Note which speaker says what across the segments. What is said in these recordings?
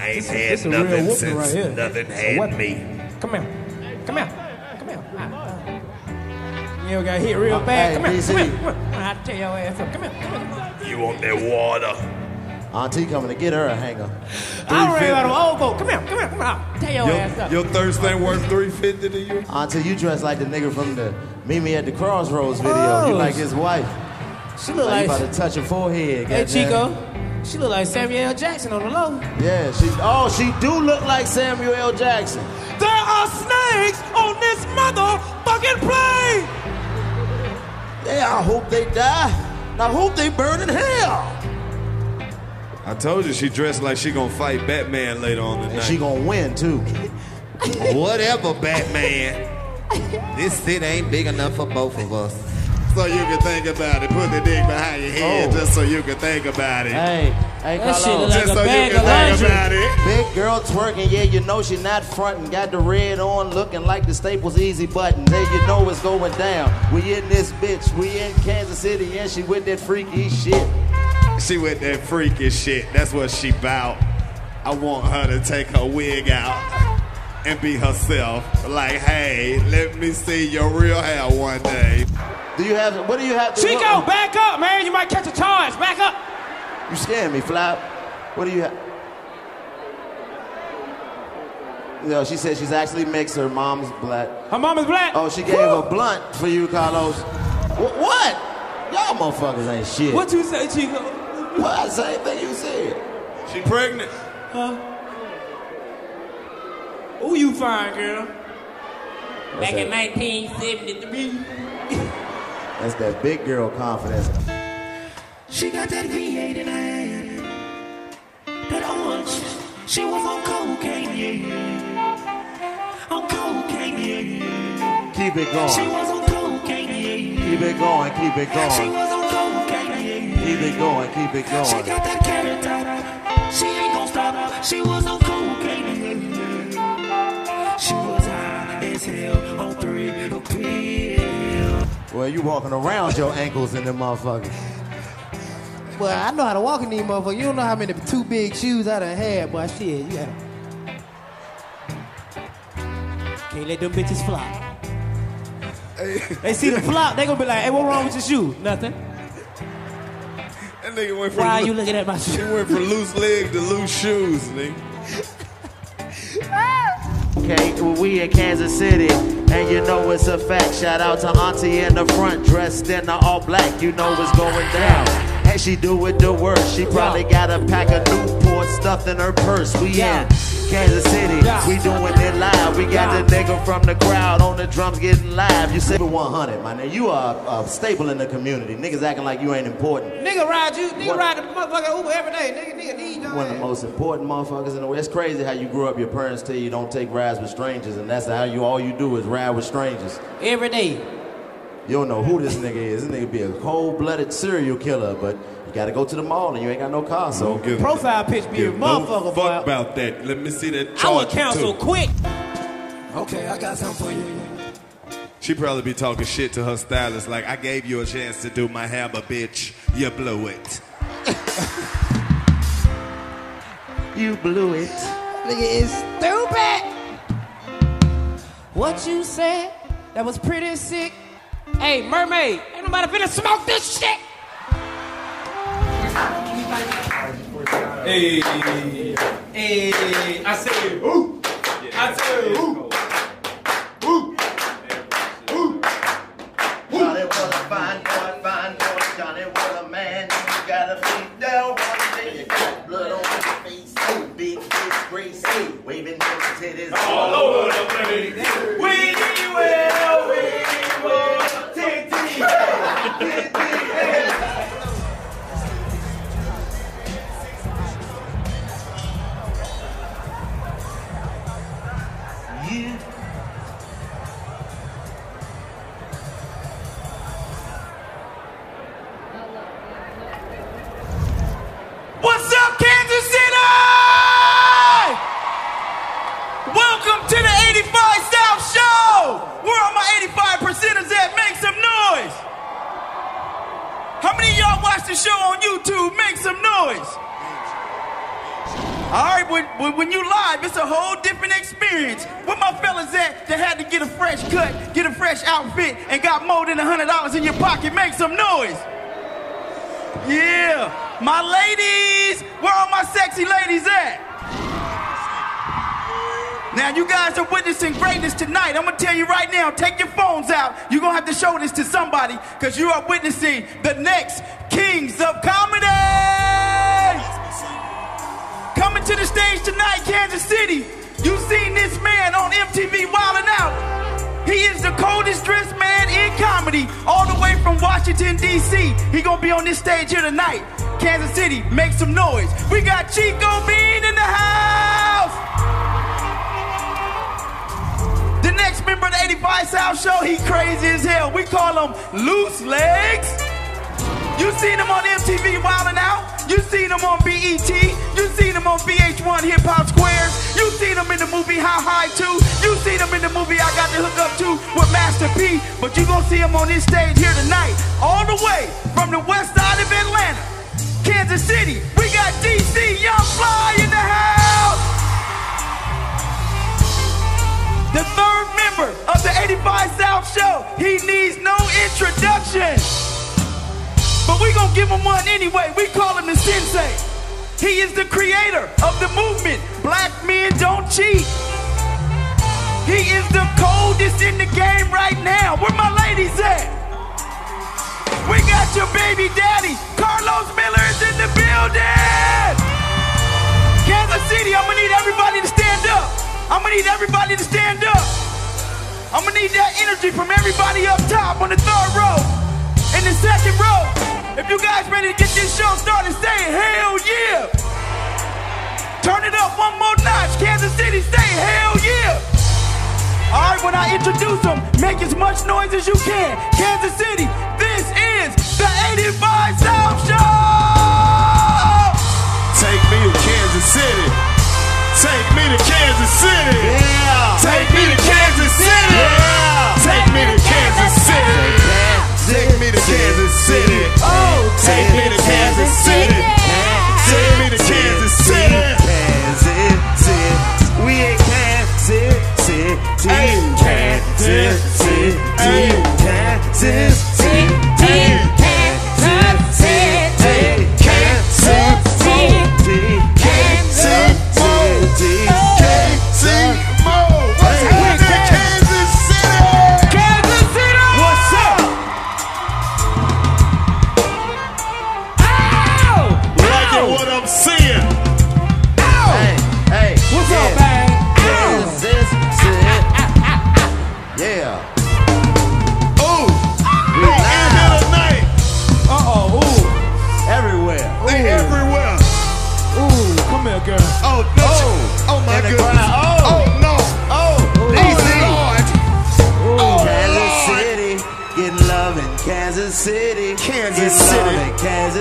Speaker 1: I ain't
Speaker 2: this
Speaker 1: had
Speaker 2: a real
Speaker 1: nothing
Speaker 2: whooping
Speaker 1: since
Speaker 2: right here.
Speaker 1: nothing
Speaker 2: It's a
Speaker 1: had
Speaker 2: weapon.
Speaker 1: me.
Speaker 2: Come here. Come here. Come here. Ah, ah. You know, got hit real bad. Come here. Come here. Come here. I tell your ass up. Come here. Come here.
Speaker 1: You want that water?
Speaker 3: Auntie coming to get her a hanger.
Speaker 2: I'm ready about an old boat. Come here. Come here. Come here. I'll tear your ass up.
Speaker 1: Your thirst ain't worth three fifty to you.
Speaker 3: Auntie, you dress like the nigga from the Meet Me at the Crossroads video. You
Speaker 2: Oh.
Speaker 3: like his wife.
Speaker 2: she look
Speaker 3: Like
Speaker 2: like.
Speaker 3: you about to touch her forehead.
Speaker 2: hey,
Speaker 3: goddamn.
Speaker 2: Chico. She look like Samuel L. Jackson on the low.
Speaker 3: Yeah, she. Oh, she do look like Samuel L. Jackson.
Speaker 2: There are snakes on this motherfucking plane.
Speaker 3: Yeah, I hope they die. And I hope they burn in hell.
Speaker 1: I told you she dressed like she gonna fight Batman later on
Speaker 3: And
Speaker 1: tonight.
Speaker 3: she gonna win too.
Speaker 1: Whatever, Batman. this seat ain't big enough for both of us. So you can think about it. Put the dick behind your head
Speaker 3: Oh.
Speaker 1: just so you can think about it.
Speaker 3: Hey, hey,
Speaker 2: That shit
Speaker 3: Carlo.
Speaker 2: look like
Speaker 1: just
Speaker 2: a
Speaker 1: so you
Speaker 2: bag
Speaker 1: can
Speaker 2: of
Speaker 1: think
Speaker 2: laundry.
Speaker 1: about it.
Speaker 3: Big girl twerking, yeah, you know she not frontin'. Got the red on, looking like the Staples Easy button. There you know it's going down. We in this bitch, we in Kansas City, and she with that freaky shit.
Speaker 1: She with that freaky shit. That's what she bout. I want her to take her wig out and be herself. Like, hey, let me see your real hair one day.
Speaker 3: Do you have? What do you have?
Speaker 2: Chico, back up, man. You might catch a charge. Back up.
Speaker 3: You scared me, Flap. What do you have? No, she said she's actually mixed. Her mom's black.
Speaker 2: Her mama's black.
Speaker 3: Oh, she gave
Speaker 2: Woo.
Speaker 3: a blunt for you, Carlos. Wh- what? Y'all motherfuckers ain't shit.
Speaker 2: What you say, Chico?
Speaker 3: What? Same thing you said.
Speaker 1: She pregnant.
Speaker 2: Who you find, girl?
Speaker 3: Back in
Speaker 2: 1973.
Speaker 3: That's that big girl confidence.
Speaker 4: She got that V8 in her hand. That orange. She was on cocaine, yeah, yeah. On cocaine, yeah, yeah.
Speaker 3: Keep it
Speaker 4: She
Speaker 3: going.
Speaker 4: was on cocaine, yeah,
Speaker 3: Keep it going. Keep it
Speaker 4: yeah. She
Speaker 3: going.
Speaker 4: was on cocaine, yeah, yeah.
Speaker 3: Keep it going. Keep it
Speaker 4: She
Speaker 3: going.
Speaker 4: got that carrot top. She ain't gon' stop. She was on cocaine, yeah, yeah. She was high as hell on three appeal.
Speaker 3: Well, you walking around your ankles in them motherfuckers.
Speaker 5: Boy, I know how to walk in these motherfuckers. You don't know how many two big shoes I done had, boy. Shit, you gotta. Can't let them bitches flop. they see the flop, they gonna be like, hey, what wrong with your shoe? Nothing.
Speaker 1: That nigga went from,
Speaker 5: Why are you looking at my
Speaker 1: she
Speaker 5: shoe?
Speaker 1: went from loose leg to loose shoes, nigga.
Speaker 3: Okay, well, we in Kansas City, and you know it's a fact. Shout out to Auntie in the front, dressed in the all black. You know what's going down. And she do it the worst. She probably got a pack of Newport stuffed in her purse. We
Speaker 5: Yeah.
Speaker 3: in Kansas City,
Speaker 5: Yeah.
Speaker 3: we doing it live. We got the nigga from the crowd on the drums getting live. You say 100, my nigga. You are a staple in the community. Niggas acting like you ain't important.
Speaker 2: Nigga ride you. Nigga
Speaker 3: What?
Speaker 2: ride the motherfucking Uber every day. Nigga, nigga need your
Speaker 3: One of the
Speaker 2: ass.
Speaker 3: most important motherfuckers in the world. It's crazy how you grew up. Your parents tell you don't take rides with strangers, and that's how you all you do is ride with strangers.
Speaker 2: Every day.
Speaker 3: You don't know who this nigga is. This nigga be a cold-blooded serial killer, but You gotta go to the mall and you ain't got no car, so.
Speaker 1: Don't give
Speaker 6: Profile pitch be a
Speaker 1: give no
Speaker 6: motherfucker, boy.
Speaker 1: fuck about that. Let me see that.
Speaker 6: I would
Speaker 1: charger,
Speaker 6: counsel
Speaker 1: too.
Speaker 6: quick.
Speaker 7: Okay, I got something for you.
Speaker 1: She probably be talking shit to her stylist like, I gave you a chance to do my hair, but bitch, you blew it.
Speaker 3: You blew it.
Speaker 6: Nigga is stupid. What you said, that was pretty sick. Hey, mermaid, ain't nobody finna smoke this shit.
Speaker 8: Hey, hey, I say, ooh, I say, ooh.
Speaker 3: Johnny was a fine boy, fine boy. Johnny was a man. You gotta feet down one day. You got blood on your face. Ooh, big tits, gray suit, waving your titties. All over the place. We will, we will. Titty, hey, titty, hey. You
Speaker 8: What's up, Kansas City? Welcome to the 85 South Show. Where are my 85 percenters at? Make some noise. How many of y'all watch the show on YouTube? Make some noise. All right, when, when, when you live, it's a whole different experience. Where my fellas at that had to get a fresh cut, get a fresh outfit, and got more than $100 in your pocket? Make some noise. Yeah, my ladies, where are my sexy ladies at? Now you guys are witnessing greatness tonight. I'm gonna tell you right now, take your phones out. You're gonna have to show this to somebody because you are witnessing the next Kings of Comedy. Coming to the stage tonight, Kansas City. You've seen this man on MTV Wildin' Out. He is the coldest dressed man in comedy, all the way from Washington, D.C. He gonna be on this stage here tonight. Kansas City, make some noise. We got Chico Bean in the house. The next member of the 85 South Show, he crazy as hell. We call him Loose Legs. You seen him on MTV Wildin' Out. You seen him on BET. You seen him on VH1 Hip Hop Squares. You seen him in the movie How High 2. You seen him in the movie I Got to Hook Up To with Master P. But you gonna see him on this stage here tonight. All the way from the west side of Atlanta, Kansas City. We got DC Young Fly in the house. The third member of the 85 South Show. He needs no introduction. But we gonna give him one anyway. We call him the sensei. He is the creator of the movement. Black men don't cheat. He is the coldest in the game right now. Where my ladies at? We got your baby daddy. Carlos Miller is in the building. Kansas City, I'm gonna need everybody to stand up. I'm gonna need everybody to stand up. I'm gonna need that energy from everybody up top on the third row and the second row. If you guys ready to get this show started, say hell yeah. Turn it up one more notch, Kansas City, say hell yeah. All right, when I introduce them, make as much noise as you can. Kansas City, this is the 85 South Show.
Speaker 1: Take me to Kansas City. Take me to Kansas City. Yeah. Take me to Kansas City. Yeah. Take me to Kansas City. Take me to Kansas City. Oh, take me to Kansas City. Take me to Kansas City.
Speaker 3: Kansas City. We in Kansas City.
Speaker 1: Hey.
Speaker 3: Kansas City.
Speaker 1: Hey.
Speaker 3: Kansas City. Kansas City. Kansas City. Kansas City. Kansas City. Oh,
Speaker 6: Oh.
Speaker 3: Oh,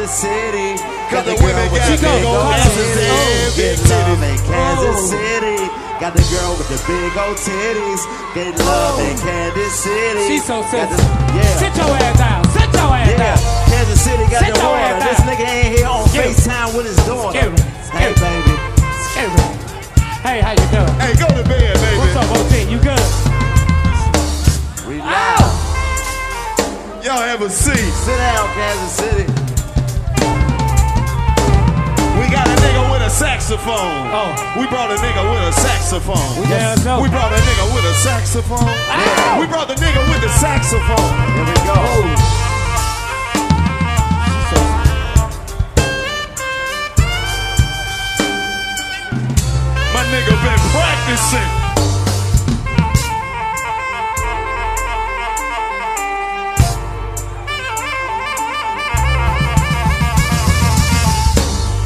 Speaker 3: City.
Speaker 1: Got the
Speaker 3: girl
Speaker 1: women
Speaker 3: with
Speaker 1: got
Speaker 3: the
Speaker 1: big old asses
Speaker 3: titties.
Speaker 1: and big
Speaker 3: Get love in
Speaker 1: titties.
Speaker 3: Kansas
Speaker 1: Oh.
Speaker 3: City. Got the girl with the big old titties. Get love in Kansas City.
Speaker 6: She's so
Speaker 3: Got the-
Speaker 6: sensitive.
Speaker 3: Yeah.
Speaker 6: Sit your ass down. Sit your ass
Speaker 3: Yeah,
Speaker 6: down.
Speaker 3: Kansas City got
Speaker 6: Sit
Speaker 3: the
Speaker 6: your
Speaker 3: water.
Speaker 6: ass
Speaker 3: This
Speaker 6: down.
Speaker 3: nigga ain't here on
Speaker 6: Get him.
Speaker 3: FaceTime with his daughter.
Speaker 6: Get him.
Speaker 3: Hey,
Speaker 6: Get
Speaker 3: baby.
Speaker 6: Hey, Ray. Hey, how you doing?
Speaker 1: Hey, go to bed, baby.
Speaker 6: What's up, OT? You good?
Speaker 3: We live.
Speaker 6: Ow!
Speaker 1: Y'all have a seat.
Speaker 3: Sit down, Kansas City.
Speaker 1: We got a nigga with a saxophone.
Speaker 6: Oh.
Speaker 1: We brought a nigga with a saxophone.
Speaker 6: Yeah, let's go.
Speaker 1: We brought a nigga with a saxophone.
Speaker 6: Ow!
Speaker 1: We brought the nigga with the saxophone.
Speaker 3: Here we go.
Speaker 1: My nigga been practicing.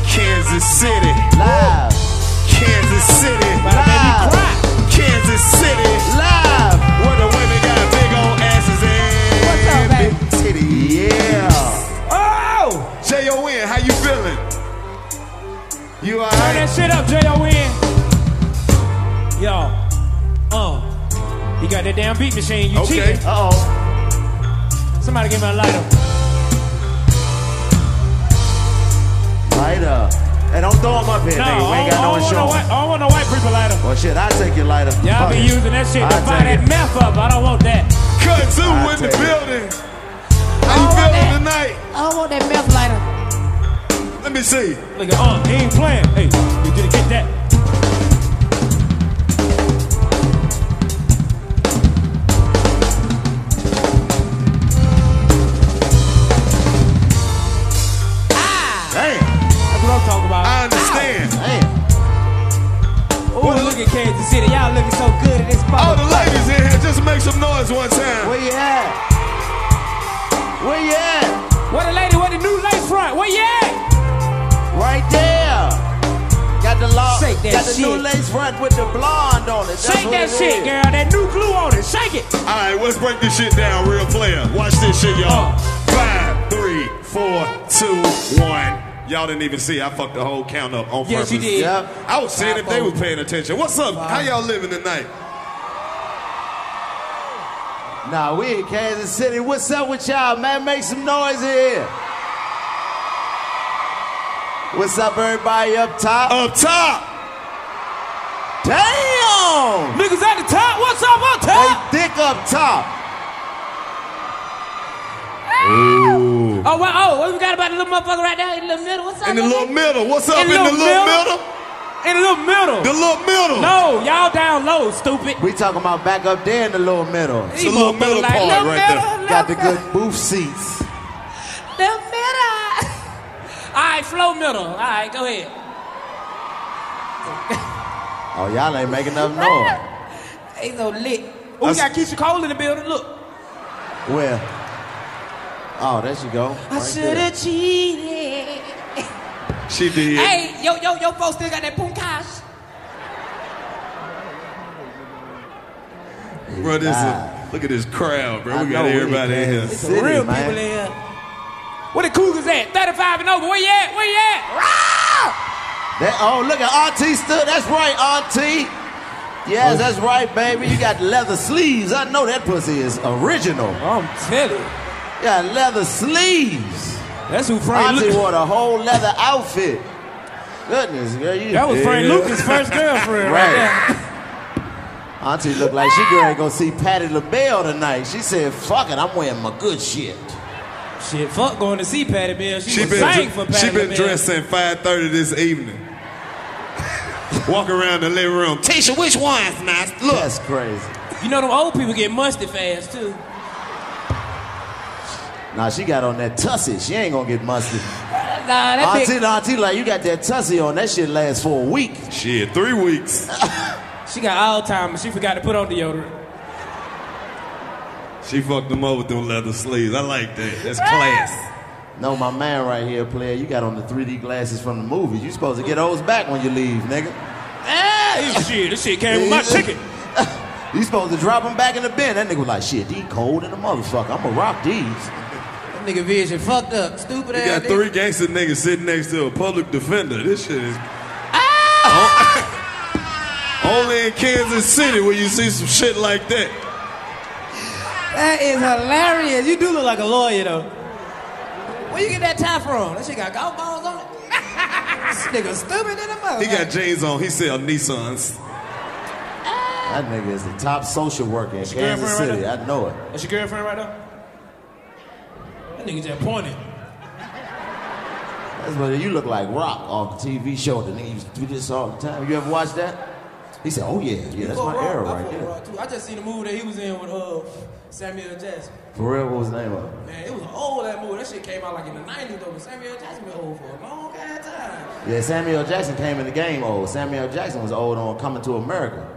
Speaker 1: Kansas City,
Speaker 3: Live.
Speaker 1: Kansas City,
Speaker 3: Live.
Speaker 1: Kansas City,
Speaker 3: Live.
Speaker 1: where the women got big old asses and
Speaker 6: What's up, baby?
Speaker 3: Titty. Yeah.
Speaker 6: Oh!
Speaker 1: J-O-N, how you feeling? You
Speaker 6: Turn
Speaker 1: alright?
Speaker 6: that shit up, J-O-N. Yo. Uh. You got that damn beat machine. You
Speaker 1: Okay.
Speaker 6: cheating.
Speaker 3: Uh oh.
Speaker 6: Somebody give me a lighter.
Speaker 3: Light up. And don't throw him up here,
Speaker 6: No,
Speaker 3: nigga. We
Speaker 6: I
Speaker 3: ain't
Speaker 6: don't, I don't
Speaker 3: got no
Speaker 6: want no white,
Speaker 3: insurance.
Speaker 6: I don't want no white people lighter.
Speaker 3: Well, shit, I'll take your lighter.
Speaker 6: Y'all
Speaker 3: Fuck
Speaker 6: be
Speaker 3: it.
Speaker 6: using that shit to
Speaker 3: I'll
Speaker 6: fire
Speaker 3: take
Speaker 6: that
Speaker 3: it.
Speaker 6: meth up. I don't want that.
Speaker 1: Kazoo
Speaker 3: I
Speaker 1: in the
Speaker 3: tell you.
Speaker 1: building. How you feeling tonight?
Speaker 6: I don't want that meth lighter.
Speaker 1: Let me see.
Speaker 6: Look at uh, he ain't playing. Hey, you didn't get that.
Speaker 1: Damn,
Speaker 6: That's what I'm talking about.
Speaker 1: I understand.
Speaker 3: Damn.
Speaker 6: Ooh, look at Kansas City. Y'all looking so good in this
Speaker 1: All the
Speaker 6: spot.
Speaker 1: ladies in here, just make some noise one time.
Speaker 3: Where you at? Where you at?
Speaker 6: Where the lady? Where the new lakefront? Where you at?
Speaker 3: Right there. Got the law.
Speaker 6: Shake that
Speaker 3: got the new
Speaker 6: shit.
Speaker 3: lace front with the blonde on it. That's
Speaker 6: Shake
Speaker 3: what
Speaker 6: that
Speaker 3: it
Speaker 6: shit,
Speaker 3: is.
Speaker 6: girl. That new glue on it. Shake it.
Speaker 1: All right, let's break this shit down, real player. Watch this shit, y'all. Five, three, four, two, one. Y'all didn't even see. I fucked the whole count up on
Speaker 6: Yes,
Speaker 1: purpose.
Speaker 6: you did.
Speaker 3: Yep.
Speaker 1: I was seeing if they was paying attention. What's up? How y'all living tonight?
Speaker 3: Nah, we in Kansas City. What's up with y'all, man? Make some noise in here. What's up, everybody up top?
Speaker 1: Up top,
Speaker 3: Damn!
Speaker 6: Niggas at the top. What's up on top?
Speaker 3: They thick up top.
Speaker 6: Oh, well, oh, what we got about the little motherfucker right there in the little middle? What's up?
Speaker 1: in the
Speaker 6: nigga?
Speaker 1: little middle. What's up in,
Speaker 6: In
Speaker 1: the little
Speaker 6: little
Speaker 1: middle?
Speaker 6: middle? In the little middle.
Speaker 1: The little middle.
Speaker 6: no, y'all down low, stupid.
Speaker 3: We talking about back up there in the little middle.
Speaker 1: the little middle part right there.
Speaker 3: Got the good booth seats.
Speaker 6: The middle. All right, flow middle. All right, go ahead.
Speaker 3: Oh, y'all ain't making enough noise.
Speaker 6: Ain't so lit. Oh, we
Speaker 1: That's-
Speaker 6: got Keisha Cole in the building. Look.
Speaker 3: Where? Oh, there she go. Right
Speaker 6: I should
Speaker 3: there.
Speaker 6: have cheated.
Speaker 1: She did.
Speaker 6: Hey, yo, yo, yo, folks still got that punkash.
Speaker 1: Bro, this
Speaker 3: Nah.
Speaker 1: is, look at this crowd, bro.
Speaker 3: I
Speaker 1: We got
Speaker 3: know we
Speaker 1: everybody in
Speaker 3: in
Speaker 1: here.
Speaker 3: Kansas.
Speaker 6: Some
Speaker 3: City,
Speaker 6: real
Speaker 3: man.
Speaker 6: people in here. Where the Cougars at? 35 and over. Where you at? Where you at? Rah!
Speaker 3: That, oh, look at RT stood. That's right, RT.
Speaker 6: Oh.
Speaker 3: Yes, that's right, baby. You got leather sleeves. I know that pussy is original.
Speaker 6: I'm telling you.
Speaker 3: Yeah, leather sleeves.
Speaker 6: That's who Frank
Speaker 3: Auntie
Speaker 6: Lucas.
Speaker 3: wore the whole leather outfit. Goodness, girl, you.
Speaker 6: That was Frank Lucas' first girlfriend right there.
Speaker 3: Right. Auntie looked like she girl ain't gonna see Patty LaBelle tonight. She said, "Fuck it, I'm wearing my good shit."
Speaker 6: Shit, fuck going to see Patty Bell. She,
Speaker 1: She
Speaker 6: was
Speaker 1: been,
Speaker 6: sang for Patty
Speaker 1: she been
Speaker 6: Bell.
Speaker 1: dressed in 5.30 this evening. Walk around the living room. Tisha, which one's nice? Look.
Speaker 3: That's crazy.
Speaker 6: You know them old people get musty fast too.
Speaker 3: Nah, she got on that tussie. She ain't gonna get musty.
Speaker 6: Nah, that
Speaker 3: Auntie,
Speaker 6: bitch.
Speaker 3: auntie, like you got that tussie on. That shit lasts for a week.
Speaker 1: Shit, three weeks.
Speaker 6: She got Alzheimer's. She forgot to put on deodorant.
Speaker 1: She fucked them up with them leather sleeves. I like that. That's class.
Speaker 3: No, my man right here, player, you got on the 3D glasses from the movies. You supposed to get those back when you leave, nigga.
Speaker 6: Ah, this shit, this shit came with my ticket.
Speaker 3: You supposed to drop them back in the bin. That nigga was like, shit, these cold in the motherfucker. I'ma rock these.
Speaker 6: Nigga vision fucked up. Stupid
Speaker 1: You
Speaker 6: ass.
Speaker 1: got
Speaker 6: nigga.
Speaker 1: three gangster niggas sitting next to a public defender. This shit is.
Speaker 6: Ah!
Speaker 1: On- Only in Kansas City will you see some shit like that.
Speaker 6: That is hilarious. You do look like a lawyer though. Where you get that tie from? That shit got golf balls on it. this nigga stupid in the mother.
Speaker 1: He got jeans on. He sell Nissans.
Speaker 3: Ah. That nigga is the top social worker in
Speaker 7: your
Speaker 3: Kansas
Speaker 7: girlfriend right
Speaker 3: City. I know it.
Speaker 7: That's your girlfriend right now? That nigga just pointed.
Speaker 3: That's what you look like Rock on the TV show. The nigga used to do this all the time. You ever watch that? He said, "Oh yeah, yeah, that's my era right
Speaker 6: I, fuck with
Speaker 3: there."
Speaker 6: Raw, too. I just seen the movie that he was in with uh Samuel Jackson.
Speaker 3: For real, what was the name of it?
Speaker 6: Man, it was an old that movie. That shit came out like in the nineties though. But Samuel Jackson been old for a long ass time.
Speaker 3: Yeah, Samuel Jackson came in the game old. Samuel Jackson was old on Coming to America.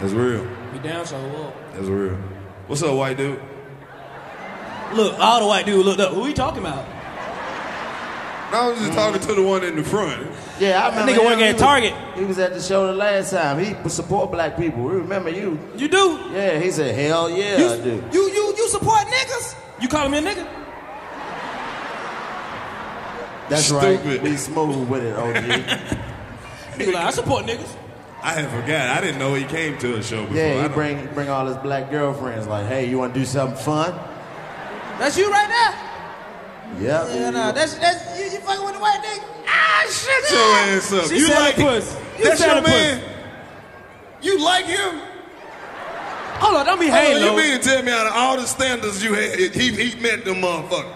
Speaker 1: That's real.
Speaker 6: We down so up.
Speaker 1: That's real. What's up, white dude?
Speaker 6: Look, all the white dude looked up. Who we talking about?
Speaker 1: I was just talking to the one in the front.
Speaker 3: Yeah, I remember.
Speaker 6: nigga
Speaker 3: him.
Speaker 6: work
Speaker 3: He
Speaker 6: at
Speaker 3: was-
Speaker 6: Target.
Speaker 3: He was at the show the last time. He support black people. We remember you.
Speaker 6: You do?
Speaker 3: Yeah, he said, "Hell yeah,
Speaker 6: You,
Speaker 3: I do."
Speaker 6: you you you support niggas? You call me a nigga?
Speaker 3: That's right.
Speaker 1: Stupid.
Speaker 3: We smooth with it, OG.
Speaker 6: You like I support niggas.
Speaker 1: I had forgot. I didn't know he came to a show before.
Speaker 3: yeah,
Speaker 1: I
Speaker 3: he
Speaker 1: don't-
Speaker 3: bring he bring all his black girlfriends. Like, hey, you want to do something fun?
Speaker 6: That's you right there.
Speaker 3: Yeah.
Speaker 6: Yeah, nah, that's that's you, you fucking with the white nigga. Ah shit.
Speaker 1: Shut your ass up.
Speaker 6: She
Speaker 1: you
Speaker 6: said
Speaker 1: like
Speaker 6: a puss. You
Speaker 1: That's
Speaker 6: said
Speaker 1: your
Speaker 6: a puss.
Speaker 1: man. You like him?
Speaker 6: Hold on, don't be
Speaker 1: Hey,
Speaker 6: hating.
Speaker 1: you
Speaker 6: though.
Speaker 1: mean to tell me out of all the standards you had, he, he met them motherfuckers?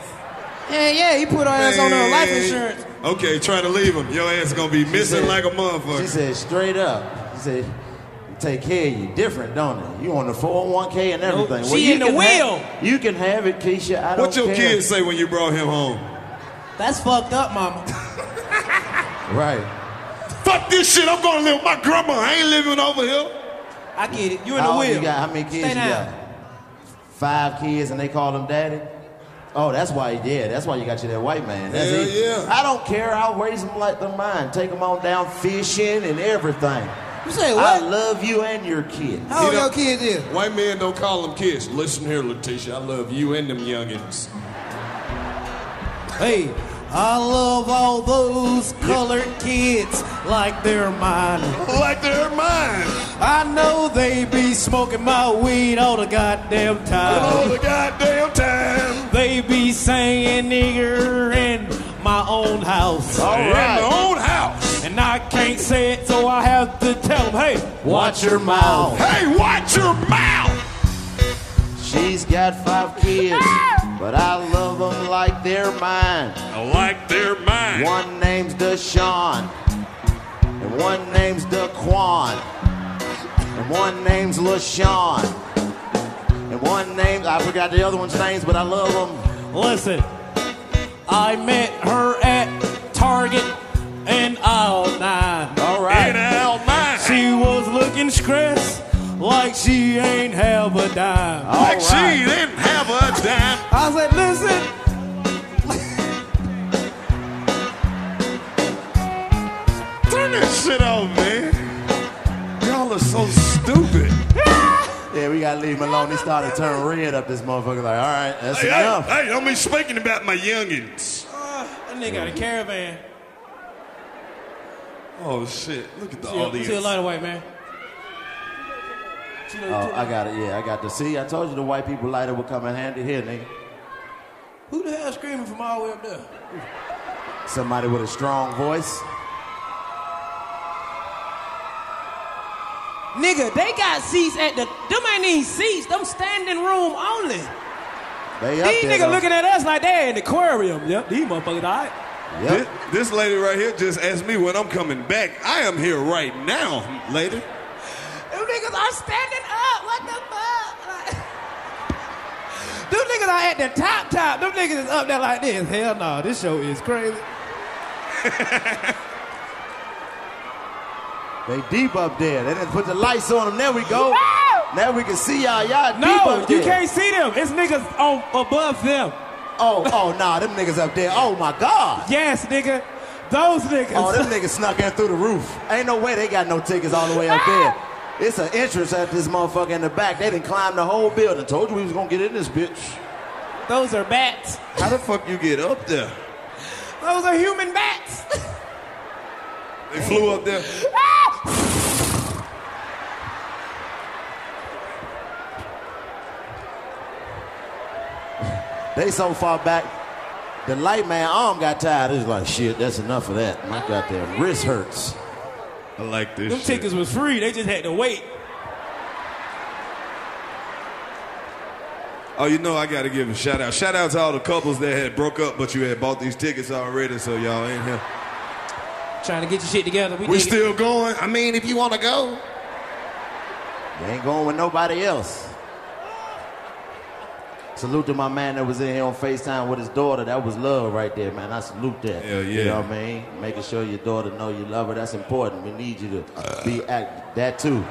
Speaker 6: Yeah, yeah, he put her ass on her life
Speaker 1: Man.
Speaker 6: insurance.
Speaker 1: Okay, try to leave him. Your ass gonna be missing
Speaker 3: said-
Speaker 1: like a
Speaker 3: She
Speaker 1: motherfucker.
Speaker 3: said straight up. She said, "Take care of you different, don't it? You on the 401k and everything.
Speaker 6: she
Speaker 3: you
Speaker 6: in the
Speaker 3: can ha-
Speaker 6: wheel.
Speaker 3: you can have it, Keisha. I don't
Speaker 1: What your
Speaker 3: care.
Speaker 1: kids say when you brought him home?
Speaker 6: That's fucked up, mama.
Speaker 3: Right.
Speaker 1: Fuck this shit. I'm gonna live with my grandma. I ain't living over here.
Speaker 6: I get it. You in
Speaker 3: How
Speaker 6: the
Speaker 3: old
Speaker 6: wheel.
Speaker 3: you got? How many kids
Speaker 6: Stay
Speaker 3: you
Speaker 6: down.
Speaker 3: got? Five kids, and they call him daddy. Oh, that's why. Yeah, that's why you got you that white man. That's
Speaker 1: Hell
Speaker 3: it.
Speaker 1: yeah.
Speaker 3: I don't care. I'll raise them like they're mine. Take them on down fishing and everything.
Speaker 6: You say
Speaker 3: I
Speaker 6: what?
Speaker 3: love you and your kids.
Speaker 6: How old
Speaker 1: He
Speaker 6: your
Speaker 1: don't-
Speaker 6: kids is?
Speaker 1: White men don't call them kids. Listen here, Letitia. I love you and them youngins.
Speaker 6: Hey, I love all those colored kids like they're mine.
Speaker 1: Like they're mine.
Speaker 6: I know they be smoking my weed all the goddamn time.
Speaker 1: All the goddamn time.
Speaker 6: They be saying nigger in my own house.
Speaker 3: All
Speaker 1: In my
Speaker 3: right.
Speaker 1: own house.
Speaker 6: And I can't say it, so I have to tell them, hey,
Speaker 3: Watch your mouth.
Speaker 1: Hey, watch your mouth.
Speaker 3: She's got five kids,
Speaker 1: Ah!
Speaker 3: but I love them like they're mine.
Speaker 1: Like they're mine.
Speaker 3: One name's Deshaun, and one name's DaQuan, and one name's LaShawn, and one name, I forgot the other one's names, but I love them.
Speaker 6: listen, I met her at Target in aisle nine.
Speaker 3: All
Speaker 1: In
Speaker 3: right.
Speaker 1: our mine.
Speaker 6: She was looking stressed like she ain't have a dime.
Speaker 3: All
Speaker 1: Like she
Speaker 3: right.
Speaker 1: didn't have a dime.
Speaker 6: I said, listen,
Speaker 1: Turn this shit off, man. Y'all are so stupid.
Speaker 3: Yeah, we gotta leave him alone. He started turning red up this motherfucker. Like, all right, that's
Speaker 1: Hey, hey,
Speaker 3: enough.
Speaker 1: hey, don't be speaking about my youngins.
Speaker 6: that nigga got a caravan.
Speaker 1: Oh shit! Look at the
Speaker 6: See, see a
Speaker 1: audience.
Speaker 6: lot of white man.
Speaker 3: Oh, I got it. Yeah, I got to see. I told you the white people lighter would come in handy here, nigga.
Speaker 6: Who the hell screaming from all the way up there?
Speaker 3: Somebody with a strong voice.
Speaker 6: Nigga, they got seats at the. Them ain't even seats. Them standing room only.
Speaker 3: They up
Speaker 6: These
Speaker 3: there,
Speaker 6: nigga
Speaker 3: though.
Speaker 6: looking at us like they in the aquarium. Yep, these motherfuckers. All right.
Speaker 3: Yep.
Speaker 1: This, this lady right here just asked me when I'm coming back. I am here right now, lady.
Speaker 6: Them niggas are standing up. What the fuck? Like, them niggas are at the top top. Them niggas is up there like this. Hell no, this show is crazy.
Speaker 3: They deep up there. They didn't put the lights on them. There we go. Now we can see y'all. Y'all deep
Speaker 6: No,
Speaker 3: up there.
Speaker 6: you can't see them. It's niggas on above them.
Speaker 3: Oh, oh, nah, them niggas up there. Oh my God.
Speaker 6: Yes, nigga. Those
Speaker 3: Oh,
Speaker 6: niggas.
Speaker 3: them niggas snuck in through the roof. Ain't no way they got no tickets all the way up there. It's an entrance at this motherfucker in the back. They didn't climb the whole building. Told you we was gonna get in this bitch.
Speaker 6: Those are bats.
Speaker 1: How the fuck you get up there?
Speaker 6: Those are human bats.
Speaker 1: They flew up there.
Speaker 3: They so far back, the light man arm got tired. It's like, shit, that's enough of that. My goddamn wrist hurts.
Speaker 1: I like this.
Speaker 6: Them
Speaker 1: shit.
Speaker 6: tickets was free. They just had to wait.
Speaker 1: Oh, you know I gotta give a shout out. Shout out to all the couples that had broke up, but you had bought these tickets already, so y'all ain't here.
Speaker 6: Trying to get your shit together. We,
Speaker 1: We
Speaker 6: dig it.
Speaker 1: still going. I mean, if you wanna go,
Speaker 3: You ain't going with nobody else. Salute to my man that was in here on FaceTime with his daughter. That was love right there, man. I salute that.
Speaker 1: Hell
Speaker 3: You
Speaker 1: yeah.
Speaker 3: know what I mean? Making sure your daughter know you love her. That's important. We need you to be act that too.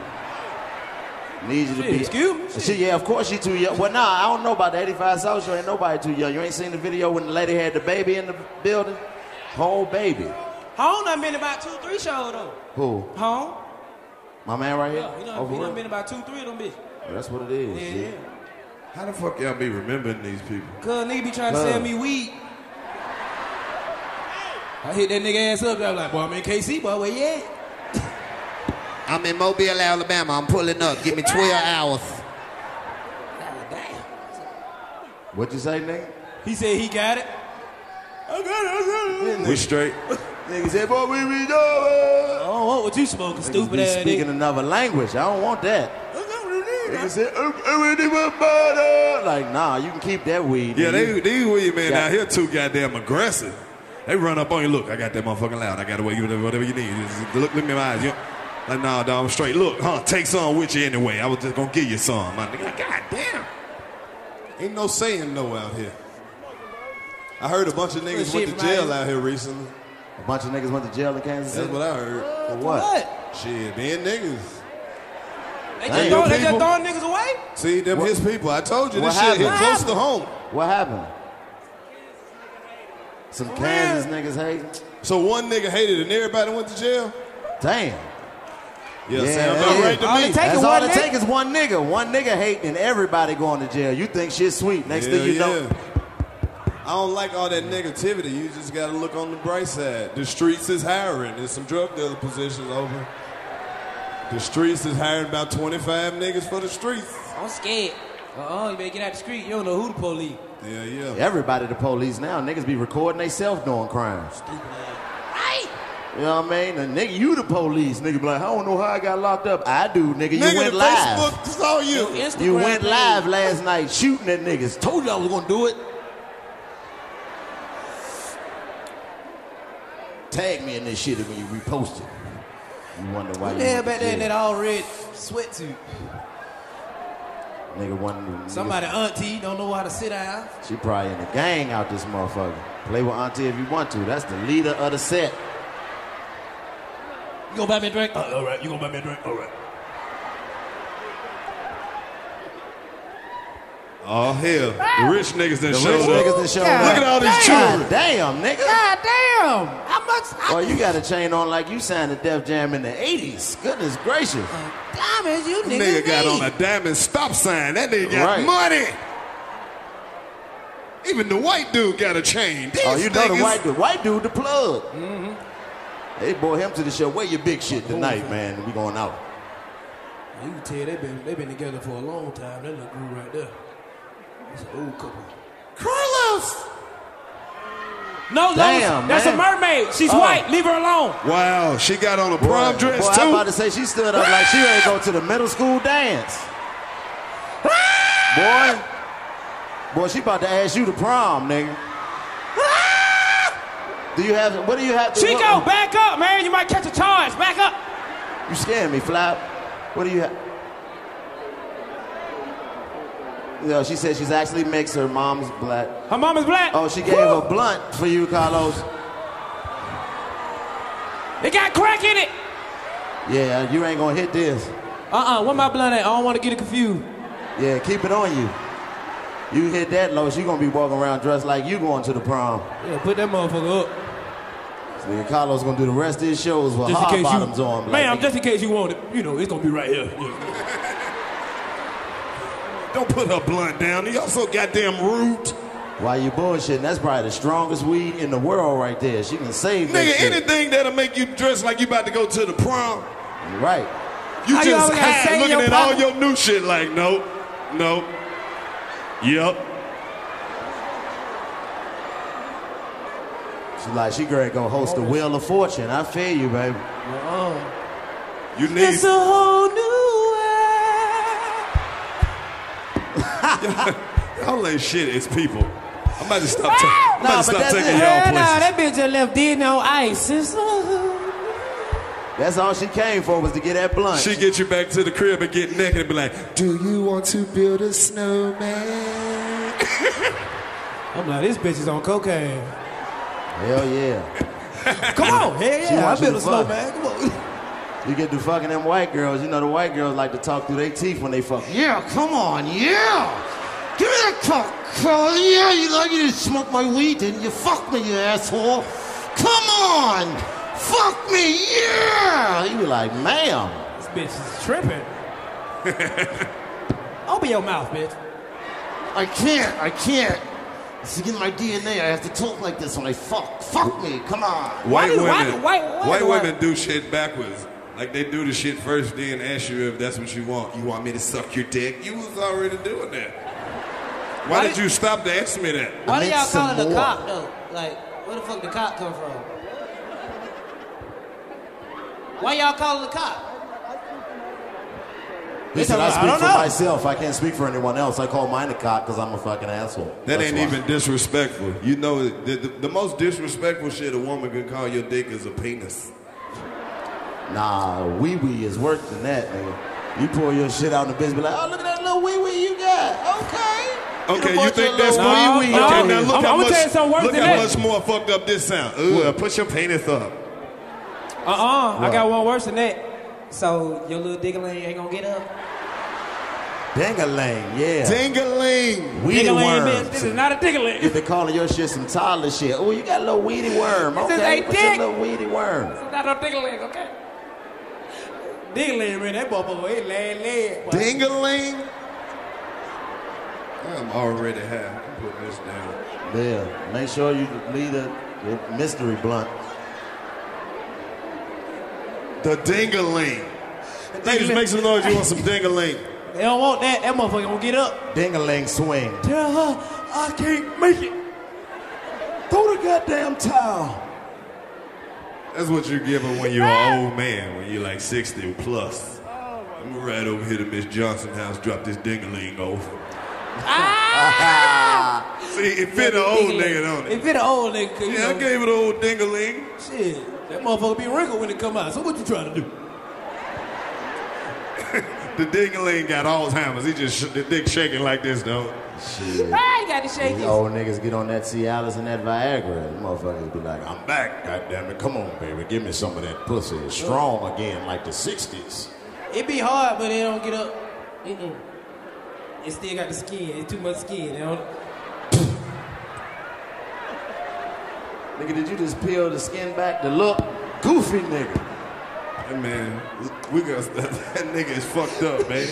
Speaker 3: Need you to be.
Speaker 6: excuse me,
Speaker 3: She- yeah, of course she too young. Well, nah, I don't know about the 85 South Show. Ain't nobody too young. You ain't seen the video when the lady had the baby in the building? Whole baby.
Speaker 6: Home done been about two, three shows though.
Speaker 3: Who?
Speaker 6: Home.
Speaker 3: My man right here?
Speaker 6: Yeah, he done,
Speaker 3: Over
Speaker 6: he done
Speaker 3: here?
Speaker 6: been about two, three of them bitches.
Speaker 3: That's what it is.
Speaker 6: Yeah,
Speaker 3: shit.
Speaker 6: yeah.
Speaker 1: how the fuck y'all be remembering these people?
Speaker 6: Cause nigga be trying to sell
Speaker 3: Love.
Speaker 6: me weed. I hit that nigga ass up. I was like, boy, I'm in KC, boy. Where you at?
Speaker 3: I'm in Mobile, Alabama. I'm pulling up. Give me 12 hours.
Speaker 6: God damn.
Speaker 3: What you say, nigga?
Speaker 6: He said he got it. I got it, I got it.
Speaker 1: We straight.
Speaker 3: Nigga said, boy, we be doing.
Speaker 6: I don't want what you smoking, stupid
Speaker 3: be
Speaker 6: ass
Speaker 3: speaking
Speaker 6: nigga.
Speaker 3: another language. I don't want that. Nigga said, "Oh, oh, it was butter." like, nah, you can keep that weed.
Speaker 1: Oh, Yeah,
Speaker 3: nigga.
Speaker 1: they these weed men
Speaker 3: Yeah.
Speaker 1: out here too goddamn aggressive. They run up on you. Look, I got that motherfucking loud. I got to wait. You whatever you need. Just look, look me in my eyes. You like, nah, dog, I'm straight. Look, huh? Take some with you anyway. I was just gonna give you some. My nigga, God damn. Ain't no saying no out here. I heard a bunch of niggas
Speaker 6: shit
Speaker 1: went to
Speaker 6: from out
Speaker 1: jail
Speaker 6: here.
Speaker 1: out here recently.
Speaker 3: A bunch of niggas went to jail in Kansas
Speaker 1: That's
Speaker 3: City.
Speaker 1: what I heard.
Speaker 3: For what?
Speaker 6: What?
Speaker 1: Shit, being niggas.
Speaker 6: They
Speaker 3: Hey,
Speaker 6: just, throw,
Speaker 1: you
Speaker 6: they just
Speaker 1: people.
Speaker 6: throwing niggas away?
Speaker 1: See, them
Speaker 3: What-
Speaker 1: his people. I told you
Speaker 3: What
Speaker 1: this shit hit
Speaker 3: happened?
Speaker 1: close to home.
Speaker 3: What happened? Some Kansas niggas hating.
Speaker 1: So one nigga hated and everybody went to jail.
Speaker 3: Damn.
Speaker 1: Yeah,
Speaker 3: Yeah,
Speaker 1: sound
Speaker 3: yeah.
Speaker 1: about right
Speaker 6: All
Speaker 1: to
Speaker 6: it
Speaker 1: me.
Speaker 6: take
Speaker 3: That's
Speaker 6: is
Speaker 3: all
Speaker 6: one
Speaker 3: it
Speaker 6: nigga.
Speaker 3: take is one nigga. One nigga hating and everybody going to jail. You think shit's sweet. Next
Speaker 1: Hell
Speaker 3: thing you know,
Speaker 1: yeah. I don't like all that negativity. You just gotta look on the bright side. The streets is hiring. There's some drug dealer positions open. The streets is hiring about 25 niggas for the streets.
Speaker 6: I'm scared. Uh-uh, you better get out the street. You don't know who the police.
Speaker 1: Yeah, yeah.
Speaker 3: everybody the police now. Niggas be recording themselves doing crimes.
Speaker 6: Right?
Speaker 3: You know what I mean? And nigga, you the police. Nigga be like, I don't know how I got locked up. I do, nigga. You
Speaker 1: Nigga,
Speaker 3: went
Speaker 1: the
Speaker 3: live.
Speaker 1: Facebook saw you.
Speaker 6: Instagram
Speaker 3: You went
Speaker 6: page.
Speaker 3: live last night shooting at niggas. Told you I was gonna do it. Tag me in this shit when you repost it. You wonder why
Speaker 6: Who
Speaker 3: you
Speaker 6: the hell
Speaker 3: went to
Speaker 6: back there in
Speaker 3: jail.
Speaker 6: that all red sweatsuit?
Speaker 3: Nigga wonder
Speaker 6: Somebody auntie don't know how to sit down.
Speaker 3: She probably in the gang out this motherfucker. Play with Auntie if you want to. That's the leader of the set.
Speaker 6: You gonna buy me a drink? Uh, all right, you gonna buy me a drink? All right.
Speaker 1: Oh hell. The rich niggas that
Speaker 3: The
Speaker 1: showed up.
Speaker 3: rich niggas that showed up.
Speaker 1: Look at all these
Speaker 3: God
Speaker 1: children.
Speaker 3: damn, nigga.
Speaker 6: God damn! How much?
Speaker 3: Boy, you got a chain on like you signed to Def Jam in the 80s. Goodness gracious.
Speaker 6: diamonds you niggas
Speaker 1: Nigga got
Speaker 6: need?
Speaker 1: on a diamond stop sign. That nigga got
Speaker 3: Right.
Speaker 1: money. Even the white dude got a chain. These
Speaker 3: Oh, you know
Speaker 1: niggas- Mm-hmm.
Speaker 3: the white dude. White dude, the plug. They brought him to the show. Where your big shit tonight, man? We going out.
Speaker 6: You can tell they've been, they been together for a long time. That little group right there. It's an old couple.
Speaker 3: Carlos.
Speaker 6: No,
Speaker 3: Damn,
Speaker 6: that's
Speaker 3: man.
Speaker 6: a mermaid. She's
Speaker 3: Oh.
Speaker 6: white. Leave her alone.
Speaker 1: Wow, she got on a prom
Speaker 3: boy,
Speaker 1: dress
Speaker 3: boy,
Speaker 1: too.
Speaker 3: I'm about to say she stood up like she ain't go to the middle school dance. boy, boy, she about to ask you to prom, nigga. do you have? What do you have?
Speaker 6: Chico,
Speaker 3: what-
Speaker 6: back up, man. You might catch a charge. Back up.
Speaker 3: You scared me, Flap. What do you have? No, she said she's actually mixed. Her mom's black.
Speaker 6: Her mama's black.
Speaker 3: Oh, she gave
Speaker 6: Woo!
Speaker 3: a blunt for you, Carlos.
Speaker 6: It got crack in it.
Speaker 3: Yeah, you ain't gonna hit this.
Speaker 6: Uh-uh, what my blunt at? I don't want to get it confused.
Speaker 3: Yeah, keep it on you. You hit that, Los, you gonna be walking around dressed like you going to the prom.
Speaker 6: Yeah, put that motherfucker up.
Speaker 3: This nigga Carlos gonna do the rest of his shows
Speaker 6: Just
Speaker 3: with
Speaker 6: in
Speaker 3: hard
Speaker 6: case
Speaker 3: bottoms
Speaker 6: you,
Speaker 3: on. like,
Speaker 6: ma'am,
Speaker 3: nigga,
Speaker 6: just in case you want it, you know, it's gonna be right here. Yeah.
Speaker 1: Don't put her blunt down. He also goddamn rude.
Speaker 3: Why you bullshitting? That's probably the strongest weed in the world right there. She can save that
Speaker 1: Nigga,
Speaker 3: shit.
Speaker 1: anything that'll make you dress like you about to go to the prom,
Speaker 3: Right.
Speaker 1: you
Speaker 6: How you
Speaker 1: just
Speaker 6: always gotta
Speaker 1: high
Speaker 6: say in
Speaker 1: looking
Speaker 6: your
Speaker 1: at all
Speaker 6: pocket?
Speaker 1: your new shit like, nope, nope, yep.
Speaker 3: She like, she great gonna host the Wheel of Fortune. I feel you, baby.
Speaker 6: Oh.
Speaker 1: You need
Speaker 6: It's a whole new world.
Speaker 1: all that shit is people. I'm about to stop. Ta- I'm about
Speaker 3: Nah,
Speaker 1: to
Speaker 3: but
Speaker 1: stop
Speaker 3: that's
Speaker 1: taking
Speaker 3: it.
Speaker 1: y'all
Speaker 6: Hell
Speaker 1: places.
Speaker 6: no, that bitch just left did no ice. It's,
Speaker 3: That's all she came for was to get that blunt.
Speaker 1: She get you back to the crib and get naked and be like, "Do you want to build a snowman?"
Speaker 6: I'm like, this bitch is on cocaine.
Speaker 3: Hell yeah.
Speaker 6: Come on, hell
Speaker 3: She
Speaker 6: yeah, I
Speaker 3: wants
Speaker 6: built
Speaker 3: you
Speaker 6: a
Speaker 3: to fuck.
Speaker 6: snowman. Come on.
Speaker 3: You get to fucking them white girls. You know the white girls like to talk through their teeth when they fuck.
Speaker 7: Yeah, come on, yeah. Give me that cock, fella. Yeah, you like you didn't smoke my weed, didn't you? Fuck me, you asshole. Come on, fuck me, yeah.
Speaker 3: You be like, ma'am.
Speaker 6: This bitch is tripping. Open your mouth, bitch.
Speaker 7: I can't, I can't. It's in my DNA. I have to talk like this when I fuck. Fuck me, come on.
Speaker 1: White
Speaker 6: do-
Speaker 1: women,
Speaker 6: why do- why- why
Speaker 1: white
Speaker 6: do I-
Speaker 1: women do shit backwards. Like they do the shit first, then ask you if that's what you want. You want me to suck your dick? You was already doing that. Why,
Speaker 6: Why
Speaker 1: did
Speaker 6: did-
Speaker 1: you stop to ask me that?
Speaker 6: Why do
Speaker 3: Make
Speaker 6: y'all
Speaker 3: some
Speaker 6: call it a
Speaker 3: more.
Speaker 6: cop though? Like, where the fuck the cop come from? Why y'all call it a cop?
Speaker 3: He said, I
Speaker 6: I
Speaker 3: speak
Speaker 6: don't
Speaker 3: for
Speaker 6: know.
Speaker 3: myself. I can't speak for anyone else. I call mine a cock because I'm a fucking asshole.
Speaker 1: That
Speaker 3: That's
Speaker 1: ain't
Speaker 3: why.
Speaker 1: even disrespectful. You know, the, the, the most disrespectful shit a woman can call your dick is a penis.
Speaker 3: Nah, wee wee is worse than that, nigga. You pull your shit out in the bitch, be like, oh, look at that little wee wee you got. Okay.
Speaker 1: Okay,
Speaker 3: done
Speaker 1: you
Speaker 3: bought
Speaker 1: think
Speaker 3: your
Speaker 1: that's
Speaker 3: little
Speaker 6: No,
Speaker 1: wee wee?
Speaker 6: no.
Speaker 1: Okay, now look
Speaker 6: I'm-
Speaker 1: how
Speaker 6: I'ma
Speaker 1: much
Speaker 6: tell you something worse
Speaker 1: look
Speaker 6: than
Speaker 1: how
Speaker 6: that.
Speaker 1: much more fucked up this sound. Ugh, put your penis up.
Speaker 6: Uh uh I got one worse than that. So your little diggling ain't gonna get up.
Speaker 3: Dang-a-lang, yeah.
Speaker 1: Ding-a-ling.
Speaker 3: Weedy
Speaker 6: Diggling
Speaker 3: worm.
Speaker 6: bitch. This is not a diggling.
Speaker 3: If they calling your shit some toddler shit, oh, you got a little weedy worm.
Speaker 6: This is
Speaker 3: Okay,
Speaker 6: a
Speaker 3: what's your
Speaker 6: dick.
Speaker 3: little weedy worm?
Speaker 6: Not no diggling, okay? Diggling, man. That motherfucker, it laying leg. boy.
Speaker 1: Ding-a-ling. I'm already high. I'm putting this down.
Speaker 3: Yeah, make sure you leave the, the mystery blunt.
Speaker 1: The ding-a-ling. Ladies, make some noise. You want some ding-a-ling?
Speaker 6: They don't want that. That motherfucker gonna get up.
Speaker 3: Ding-a-ling swing.
Speaker 6: Tell her I can't make it.
Speaker 3: Throw the goddamn towel.
Speaker 1: That's what you give her when you're an old man, when you're like 60 plus.
Speaker 3: Oh,
Speaker 1: I'm gonna ride over here to Miss Johnson house, drop this ding-a-ling over.
Speaker 4: Ah.
Speaker 1: See, it fit an old nigga, don't it?
Speaker 6: If it an old nigga, you
Speaker 1: Yeah, I
Speaker 6: know,
Speaker 1: gave it an old ding-a-ling.
Speaker 6: shit. That motherfucker be wrinkled when it come out. So what you trying to do?
Speaker 1: The ding-a-ling got Alzheimer's. He just, sh- the dick shaking like this, though.
Speaker 3: Shit.
Speaker 4: Ah,
Speaker 6: I got to shake
Speaker 3: These old niggas get on that Cialis and that Viagra. Them motherfuckers be like, I'm back, goddamn it. Come on, baby. Give me some of that pussy. It's strong again, like the 60s.
Speaker 6: It be hard, but it don't get up. Mm-mm. It still got the skin. It's too much skin. It don't,
Speaker 3: Nigga, did you just peel the skin back to look goofy, nigga?
Speaker 1: That man, we got that nigga is fucked up, man.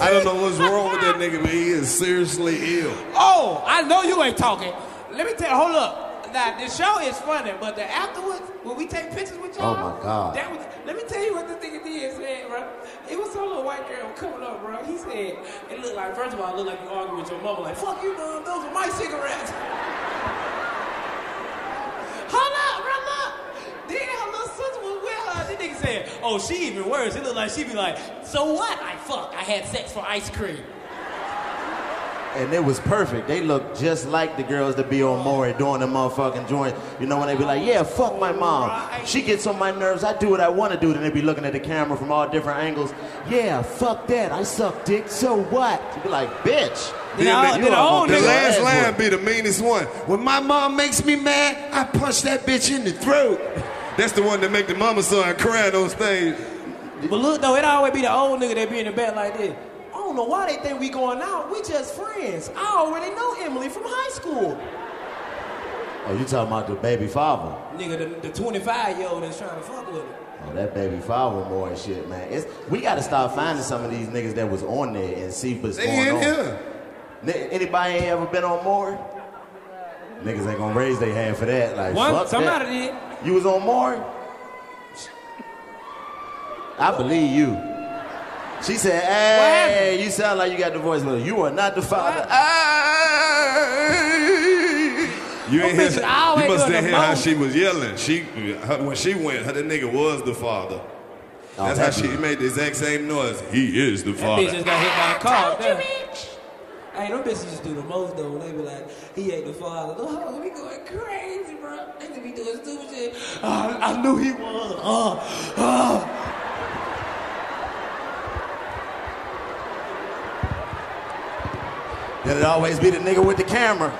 Speaker 1: I don't know what's wrong with that nigga, but he is seriously ill.
Speaker 6: Oh, I know you ain't talking. Let me tell you, hold up. Now, the show is funny, but the afterwards, when we take pictures with y'all.
Speaker 3: Oh, my God.
Speaker 6: That was, let me tell you what this nigga did, man, bro. It was some little white girl coming up, bro. He said, it looked like, first of all, it looked like you argued with your mama, like, fuck you, mom, those are my cigarettes. hold up, bro, look. Then her little sister was with her. This nigga said, oh, she even worse. It looked like she be like, so what? I fucked. I had sex for ice cream.
Speaker 3: And it was perfect. They look just like the girls that be on Maury doing the motherfucking joint. You know, when they be like, yeah, fuck my mom. She gets on my nerves. I do what I want to do. Then they be looking at the camera from all different angles. Yeah, fuck that. I suck dick. So what? You be like, bitch.
Speaker 6: Then I-
Speaker 3: you
Speaker 6: then
Speaker 3: are
Speaker 6: I own nigga.
Speaker 1: The
Speaker 3: gonna get your
Speaker 1: last
Speaker 3: ass
Speaker 1: line
Speaker 3: whooped.
Speaker 1: be the meanest one. When my mom makes me mad, I punch that bitch in the throat. That's the one that make the mama start crying on stage.
Speaker 6: But look though, it always be the old nigga that be in the bed like this. I don't know why they think we going out. We just friends. I already know Emily from high school.
Speaker 3: Oh, you talking about the baby father?
Speaker 6: Nigga, the, the 25 year old is trying to fuck with him.
Speaker 3: Oh, that baby father more and shit, man. It's, we gotta start finding some of these niggas that was on there and see what's
Speaker 1: They
Speaker 3: going
Speaker 1: in
Speaker 3: on.
Speaker 1: here.
Speaker 3: N- Anybody ain't ever been on more? Niggas ain't gonna raise their hand for that. Like,
Speaker 6: One-
Speaker 3: fuck
Speaker 6: somebody
Speaker 3: that.
Speaker 6: did.
Speaker 3: You was on Maury? I believe you. She said, hey, you sound like you got divorced. Mother. You are not the father.
Speaker 9: Ah!
Speaker 1: You ain't hear
Speaker 6: bitches
Speaker 1: that.
Speaker 6: always
Speaker 1: You must
Speaker 6: doing
Speaker 1: have
Speaker 6: the
Speaker 1: heard how
Speaker 6: most.
Speaker 1: she was yelling. She her, when she went, her, the nigga was the father.
Speaker 3: Oh,
Speaker 1: That's how she made the exact same noise. He is the
Speaker 6: That
Speaker 1: father.
Speaker 6: bitch just got hit by a car.
Speaker 4: Told you, bitch. Hey, them bitches just do the most though. They be like, he ain't the father. The hoes be going crazy, bro. They just be doing stupid shit. Oh, I knew he was. Oh, oh.
Speaker 3: Then it always be the nigga with the camera.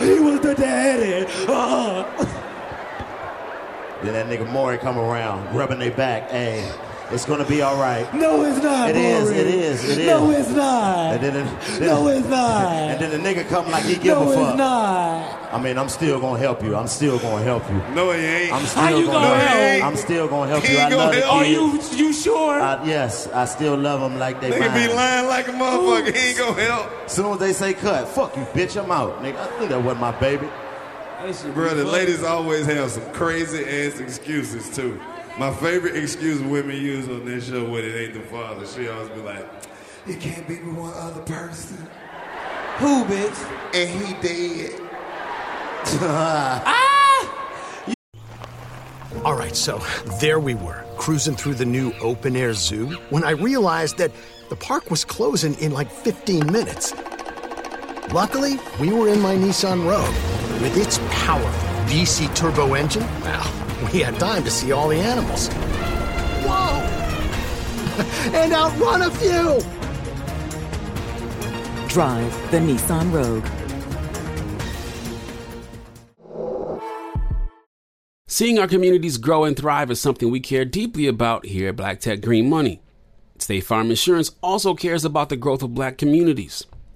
Speaker 4: He was the daddy. Oh.
Speaker 3: Ah. Then that nigga Maury come around, rubbing their back. Hey, it's gonna be all right.
Speaker 4: No, it's not.
Speaker 3: It is,
Speaker 4: Maury.
Speaker 3: it is, it
Speaker 4: No,
Speaker 3: is.
Speaker 4: it's not.
Speaker 3: And then, the-
Speaker 4: No, it's not.
Speaker 3: And then the nigga come like he give
Speaker 4: no,
Speaker 3: a
Speaker 4: it's
Speaker 3: fuck.
Speaker 4: not.
Speaker 3: I mean, I'm still gonna help you. I'm still gonna help you.
Speaker 1: no, he ain't.
Speaker 3: I'm still
Speaker 4: How you
Speaker 3: gonna,
Speaker 4: gonna
Speaker 3: help.
Speaker 1: help?
Speaker 3: I'm still gonna help
Speaker 1: He
Speaker 3: you. I
Speaker 1: ain't
Speaker 3: love
Speaker 1: gonna
Speaker 3: the
Speaker 1: help. Oh,
Speaker 4: Are
Speaker 3: kids.
Speaker 4: you you sure?
Speaker 3: I, yes, I still love them like they
Speaker 1: nigga be
Speaker 3: mine.
Speaker 1: lying like a motherfucker. He ain't gonna help.
Speaker 3: Soon as they say cut, fuck you, bitch. I'm out, nigga. I knew that wasn't my baby.
Speaker 4: That shit be
Speaker 1: Bro, the
Speaker 4: funny.
Speaker 1: ladies always have some crazy ass excuses too. My favorite excuse women use on this show when it ain't the father, she always be like,
Speaker 4: It can't be with one other person. Who, bitch?
Speaker 1: and he dead.
Speaker 9: All right, so there we were, cruising through the new open air zoo, when I realized that the park was closing in like 15 minutes. Luckily, we were in my Nissan Rogue. With its powerful VC turbo engine, well, we had time to see all the animals. Whoa! and outrun a few!
Speaker 10: Drive the Nissan Rogue.
Speaker 11: Seeing our communities grow and thrive is something we care deeply about here at Black Tech Green Money. State Farm Insurance also cares about the growth of black communities.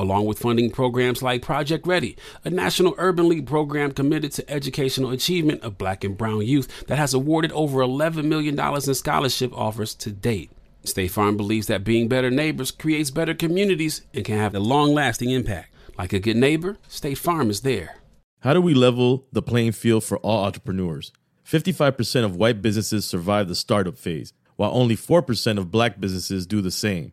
Speaker 11: along with funding programs like Project Ready, a national urban league program committed to educational achievement of black and brown youth that has awarded over $11 million in scholarship offers to date. State Farm believes that being better neighbors creates better communities and can have a long lasting impact. Like a good neighbor, State Farm is there.
Speaker 12: How do we level the playing field for all entrepreneurs? 55% of white businesses survive the startup phase, while only 4% of black businesses do the same.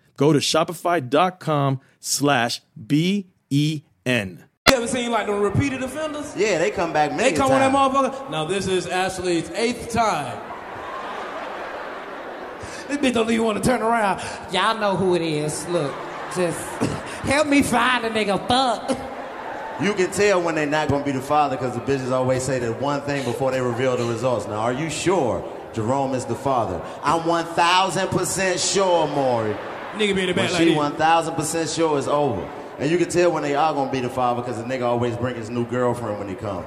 Speaker 12: Go to shopify.com slash E B-E-N.
Speaker 4: You ever seen like them repeated offenders?
Speaker 3: Yeah, they come back many
Speaker 4: They come on that
Speaker 3: times.
Speaker 4: motherfucker. Now this is Ashley's eighth time. this bitch don't even want to turn around.
Speaker 6: Y'all know who it is. Look, just help me find a nigga. Fuck.
Speaker 3: You can tell when they're not going to be the father because the bitches always say that one thing before they reveal the results. Now, are you sure Jerome is the father? I'm 1,000% sure, Maury.
Speaker 13: Nigga be in the
Speaker 3: When
Speaker 13: back
Speaker 3: she
Speaker 13: like
Speaker 3: 1,000% sure it's over. And you can tell when they are going to be the father because the nigga always bring his new girlfriend when he come.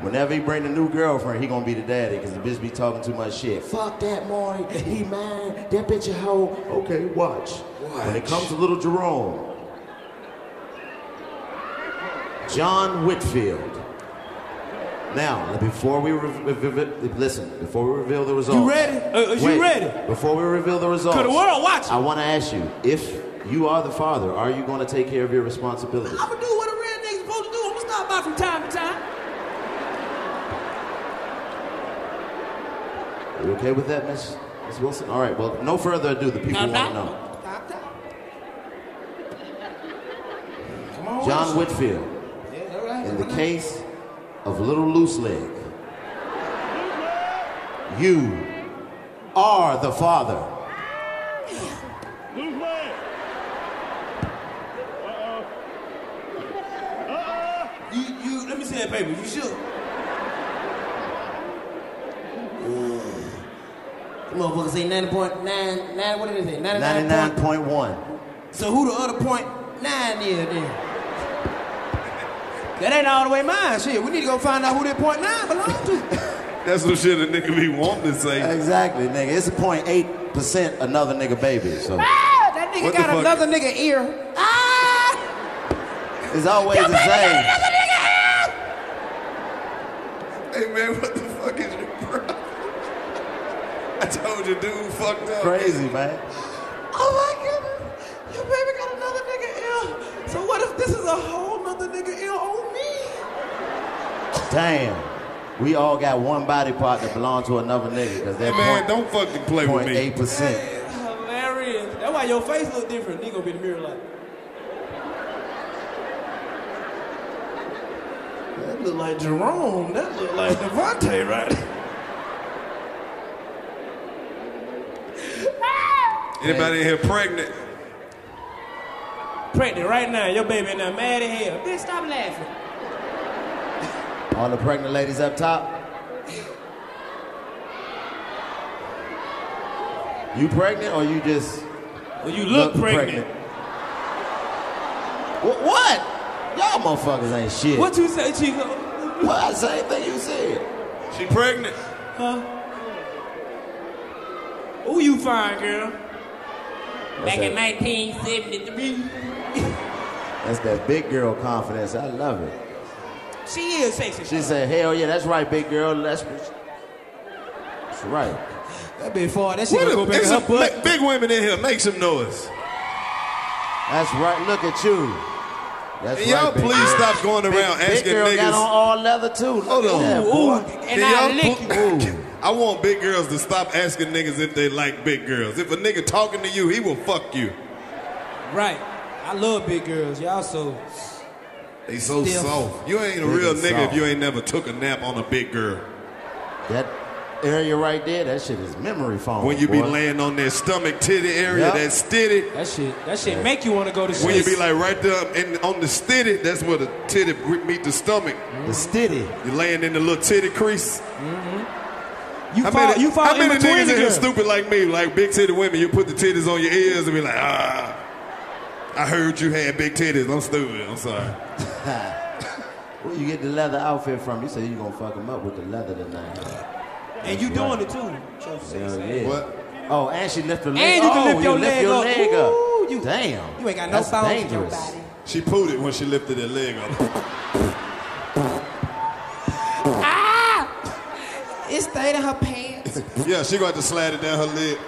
Speaker 3: Whenever he bring the new girlfriend, he going to be the daddy because the bitch be talking too much shit.
Speaker 7: Fuck that, Maury. He mine. That bitch a hoe.
Speaker 3: Okay, watch. When it comes to little Jerome, John Whitfield. Now, before we re- re- re- listen, before we reveal the results,
Speaker 13: ready? Uh, is you
Speaker 3: Wait,
Speaker 13: ready?
Speaker 3: Before we reveal the results,
Speaker 13: the world watching.
Speaker 3: I want to ask you: If you are the father, are you going to take care of your responsibility?
Speaker 4: I'ma do what a real nigga's supposed to do. I'ma stop by from time to time.
Speaker 3: Are you okay with that, Miss Miss Wilson? All right. Well, no further ado. The people
Speaker 4: I'm
Speaker 3: want to
Speaker 4: not.
Speaker 3: know.
Speaker 4: Come on.
Speaker 3: John Whitfield.
Speaker 4: Yeah, all right.
Speaker 3: In the case of Little Loose Leg, you are the father.
Speaker 4: You, you, let me see that paper. You should. The motherfuckers say 90.9, nine, what is it? 99.
Speaker 3: 99.1.
Speaker 4: So who the other point nine is then? That ain't all the way mine. Shit, we need to go find out who that point nine belongs to.
Speaker 1: That's some shit a nigga be wanting to say.
Speaker 3: Exactly, nigga. It's a 0.8% another nigga baby. So
Speaker 4: ah, that nigga
Speaker 3: What the
Speaker 4: got
Speaker 3: fuck?
Speaker 4: another nigga ear. Ah,
Speaker 3: it's always the same.
Speaker 1: Hey man, what the fuck is your problem? I told you, dude, fucked up.
Speaker 3: Crazy, man.
Speaker 4: oh my goodness, your baby got another nigga ear. So what if this is a whole nother nigga ear on me?
Speaker 3: Damn. We all got one body part that belongs to another nigga because that
Speaker 1: Man,
Speaker 3: point,
Speaker 1: don't fucking play with me.
Speaker 3: 0.8%.
Speaker 4: Hilarious. That's why your face look different. Nigga gonna be in the mirror like. That look like Jerome. That look like Devontae, right?
Speaker 1: Anybody in here pregnant?
Speaker 4: Pregnant right now. Your baby in there mad as hell. Bitch, stop laughing.
Speaker 3: All the pregnant ladies up top. You pregnant or you just
Speaker 4: Well, you look, pregnant.
Speaker 3: Wh- What? Y'all motherfuckers ain't shit.
Speaker 4: What you say, Chico?
Speaker 3: What? Same thing you said.
Speaker 1: She pregnant.
Speaker 4: Huh? Who you fine, girl? Back in 1973.
Speaker 3: That's that big girl confidence. I love it.
Speaker 4: She is sexy.
Speaker 3: She said, "Hell yeah, that's right, big girl. That's, that's right."
Speaker 4: That bitch far. Oh, That shit
Speaker 1: What
Speaker 4: gonna go
Speaker 1: a,
Speaker 4: back
Speaker 1: it's
Speaker 4: in
Speaker 1: a,
Speaker 4: her butt.
Speaker 1: big, big women in here. Make some noise.
Speaker 3: That's right. Look at you. That's
Speaker 1: And y'all
Speaker 3: right, big
Speaker 1: please
Speaker 3: girl.
Speaker 1: stop going around
Speaker 3: big,
Speaker 1: asking
Speaker 3: Big girl
Speaker 1: niggas-
Speaker 3: got on all leather too. Hold
Speaker 1: on.
Speaker 3: Yeah,
Speaker 1: Ooh,
Speaker 3: boy.
Speaker 4: And I lick you.
Speaker 1: I want big girls to stop asking niggas if they like big girls. If a nigga talking to you, he will fuck you.
Speaker 4: Right. I love big girls. Y'all so.
Speaker 1: They so
Speaker 4: Stiff.
Speaker 1: soft. You ain't a
Speaker 3: Nigga
Speaker 1: real nigga
Speaker 3: soft.
Speaker 1: if you ain't never took a nap on a big girl.
Speaker 3: That area right there, that shit is memory foam.
Speaker 1: When you be
Speaker 3: boy.
Speaker 1: laying on that stomach titty area,
Speaker 3: Yep.
Speaker 1: that stitty.
Speaker 4: That shit. That shit make you want to go to.
Speaker 1: When you
Speaker 4: sleep.
Speaker 1: be like right there in, on the stitty, that's where the titty gr- meet the stomach.
Speaker 3: the stitty.
Speaker 1: You laying in the little titty crease.
Speaker 4: you
Speaker 3: Mm-hmm.
Speaker 1: How
Speaker 4: fall,
Speaker 1: many,
Speaker 4: you fall
Speaker 1: how
Speaker 4: in
Speaker 1: many
Speaker 4: between
Speaker 1: niggas in
Speaker 4: the
Speaker 1: here
Speaker 4: girls.
Speaker 1: stupid like me, like big titty women? You put the titties on your ears and be like, ah, I heard you had big titties. I'm stupid. I'm sorry.
Speaker 3: Where you get the leather outfit from? You say you gonna fuck him up with the leather tonight.
Speaker 4: And you doing it too. So
Speaker 3: Hell
Speaker 4: sexy.
Speaker 3: yeah.
Speaker 1: What?
Speaker 3: Oh, and she lift her leg.
Speaker 4: And you can
Speaker 3: oh,
Speaker 4: lift your leg up.
Speaker 3: leg up.
Speaker 4: Ooh, you-
Speaker 3: Damn.
Speaker 4: You ain't got no
Speaker 3: That's
Speaker 4: bones in your
Speaker 3: dangerous.
Speaker 4: body.
Speaker 1: She pooed it when she lifted her leg up.
Speaker 4: It Ah! stayed in her pants.
Speaker 1: yeah, she gonna have to slide it down her leg.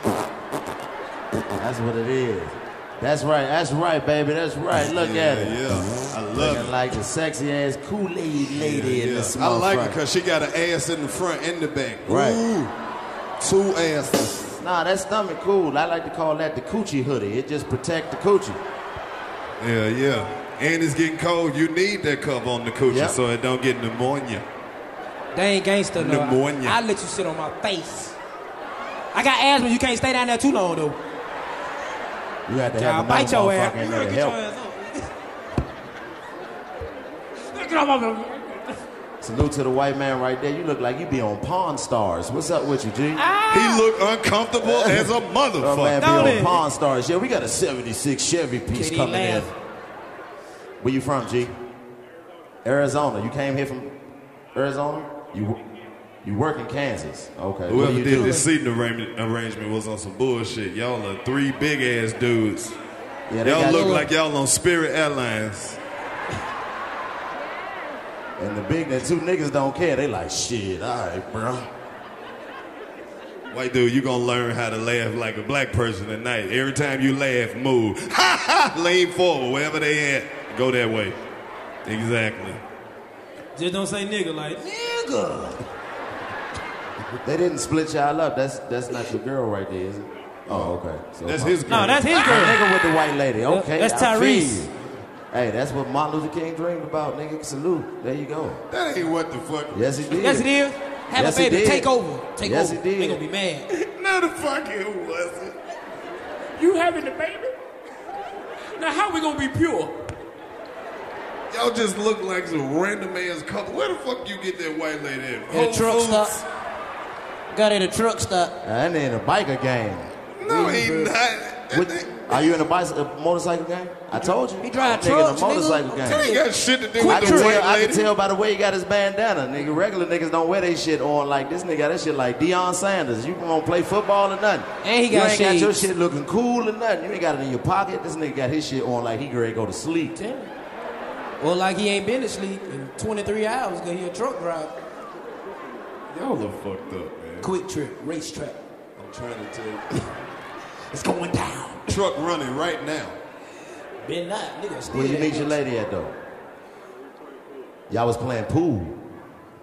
Speaker 3: That's what it is. That's right. That's right, baby. That's right. Look
Speaker 1: yeah,
Speaker 3: at it.
Speaker 1: Yeah, I love
Speaker 3: Looking
Speaker 1: it.
Speaker 3: like the sexy ass Kool Aid lady in
Speaker 1: Yeah.
Speaker 3: this
Speaker 1: I like it
Speaker 3: motherfucker.
Speaker 1: because she got an ass in the front and the back.
Speaker 3: Right.
Speaker 1: Ooh, two asses.
Speaker 3: Nah, that stomach cool. I like to call that the coochie hoodie. It just protect the coochie.
Speaker 1: Yeah, yeah. And it's getting cold. You need that cover on the coochie
Speaker 3: Yep.
Speaker 1: so it don't get pneumonia.
Speaker 4: They ain't gangster no.
Speaker 1: Pneumonia.
Speaker 4: I, I let you sit on my face. I got asthma. You can't stay down there too long though.
Speaker 3: You had to
Speaker 4: I'll
Speaker 3: have another
Speaker 4: bite your
Speaker 3: motherfucker
Speaker 1: Oh.
Speaker 4: ass.
Speaker 3: in
Speaker 4: You
Speaker 3: there to
Speaker 4: gotta get your
Speaker 3: help.
Speaker 4: ass up.
Speaker 3: Salute to the white man right there. You look like you be on Pawn Stars. What's up with you, G? He
Speaker 1: look uncomfortable as a motherfucker.
Speaker 3: man be
Speaker 1: Don't
Speaker 3: on
Speaker 1: it?
Speaker 3: Pawn Stars. Yeah, we got a 76 Chevy piece
Speaker 1: Kitty
Speaker 3: coming
Speaker 1: laugh.
Speaker 3: in. Where you from, G? Arizona. You came here from Arizona? You you work in Kansas. Okay. what
Speaker 1: Whoever
Speaker 3: do you
Speaker 1: did
Speaker 3: do?
Speaker 1: this seating arrangement, arrangement was on some bullshit. Y'all are three big ass dudes.
Speaker 3: Yeah, they
Speaker 1: y'all
Speaker 3: got-
Speaker 1: look like y'all on Spirit Airlines.
Speaker 3: And the big that two niggas don't care. They like, shit, all right, bro.
Speaker 1: White dude, you gonna learn how to laugh like a black person tonight. Every time you laugh, move. Ha ha! Lean forward, wherever they at, go that way. Exactly.
Speaker 4: Just don't say nigga like nigga.
Speaker 3: They didn't split y'all up. That's that's not your girl right there, is it? Oh, okay. So
Speaker 1: That's his girl. No,
Speaker 4: that's his girl.
Speaker 3: Nigga with the white lady. Okay.
Speaker 4: That's
Speaker 3: I feel
Speaker 4: Tyrese.
Speaker 3: you. Hey, that's what Martin Luther King dreamed about, nigga. Salute. There you go.
Speaker 1: That ain't what the fuck.
Speaker 3: Yes, he did.
Speaker 4: Yes, it is. Have
Speaker 3: Yes,
Speaker 4: a
Speaker 3: he
Speaker 4: baby.
Speaker 3: did.
Speaker 4: Take over. Take
Speaker 3: Yes,
Speaker 4: over.
Speaker 3: he did.
Speaker 4: They gonna be mad.
Speaker 1: No, the fuck it wasn't.
Speaker 4: You having a baby? Now how we gonna be pure?
Speaker 1: Y'all just look like some random ass couple. Where the fuck you get that white lady at?
Speaker 4: In a
Speaker 1: Whole
Speaker 4: truck
Speaker 1: Foods?
Speaker 4: stop. Got it at a truck stop.
Speaker 3: And in a biker gang.
Speaker 1: No, he
Speaker 3: What-
Speaker 1: not.
Speaker 3: are you in a, bicycle, a motorcycle gang? I told you.
Speaker 4: He drive
Speaker 3: Nigga, in
Speaker 4: trucks,
Speaker 3: a
Speaker 4: nigga.
Speaker 3: motorcycle
Speaker 4: I'm
Speaker 3: gang.
Speaker 4: telling you.
Speaker 1: Ain't got shit to do
Speaker 3: I
Speaker 1: with
Speaker 3: can,
Speaker 1: the white
Speaker 3: tell, I
Speaker 1: lady.
Speaker 3: can tell by the way he got his bandana, nigga. Regular niggas don't wear they shit on like this nigga. Got that shit like Deion Sanders. You gonna play football or nothing?
Speaker 4: And he got
Speaker 3: you ain't got your
Speaker 4: shades.
Speaker 3: shit looking cool or nothing. You ain't got it in your pocket. This nigga got his shit on like he ready to go to sleep.
Speaker 4: Or like he ain't been asleep in 23 hours because he a truck driver.
Speaker 1: Y'all are fucked up, man.
Speaker 4: Quick trip, racetrack.
Speaker 1: I'm trying to tell you.
Speaker 4: It's going down.
Speaker 1: Truck running right now.
Speaker 4: Been not, nigga. Still
Speaker 3: Where you
Speaker 4: at
Speaker 3: meet your
Speaker 4: that
Speaker 3: lady at though? Y'all was playing pool.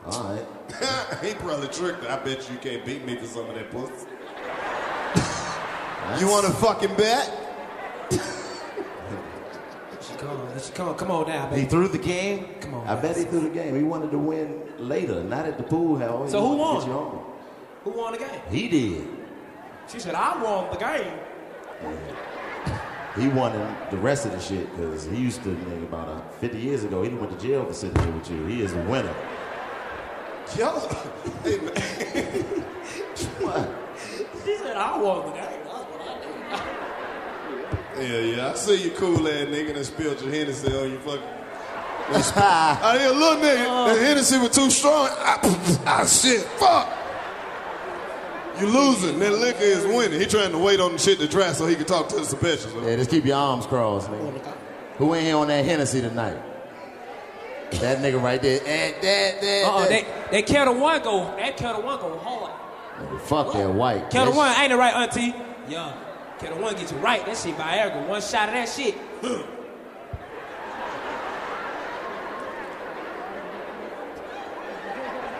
Speaker 3: All right.
Speaker 1: he probably tricked her. I bet you can't beat me for some of that pussy. you want to fucking bet?
Speaker 4: She come, she come, come on down,
Speaker 3: He
Speaker 4: baby.
Speaker 3: threw the game.
Speaker 4: Come on,
Speaker 3: I bet he threw the game. He wanted to win later, not at the pool house.
Speaker 4: So
Speaker 3: He
Speaker 4: who
Speaker 3: wanted to get
Speaker 4: won?
Speaker 3: you on.
Speaker 4: Who won the game?
Speaker 3: He did.
Speaker 4: She said, I won the game.
Speaker 1: Mm.
Speaker 3: He wanted the rest of the shit because he used to, nigga, about uh, 50 years ago, he done went to jail for sitting here with you. He is a winner.
Speaker 1: Y'all, hey man,
Speaker 4: She said, I won the game. That's what I did.
Speaker 1: yeah, yeah. I see you cool ass nigga that spilled your Hennessy on you fucking. I hear a little nigga.
Speaker 4: Uh,
Speaker 1: that Hennessy was too strong. I, ah, shit, fuck. You losing. That liquor is winning. He trying to wait on the shit to dry so he can talk to the bitches.
Speaker 3: Yeah, just keep your arms crossed, nigga. Who ain't here on that Hennessy tonight? That nigga right there. Eh, that, that,
Speaker 4: Uh-uh,
Speaker 3: that.
Speaker 4: they, they kettle one go, that kettle one go hard.
Speaker 3: Nigga, fuck that white.
Speaker 4: Kettle
Speaker 3: That
Speaker 4: one
Speaker 3: shit-
Speaker 4: ain't the right auntie. Yeah, kettle one get you right. That shit Viagra, one shot of that shit.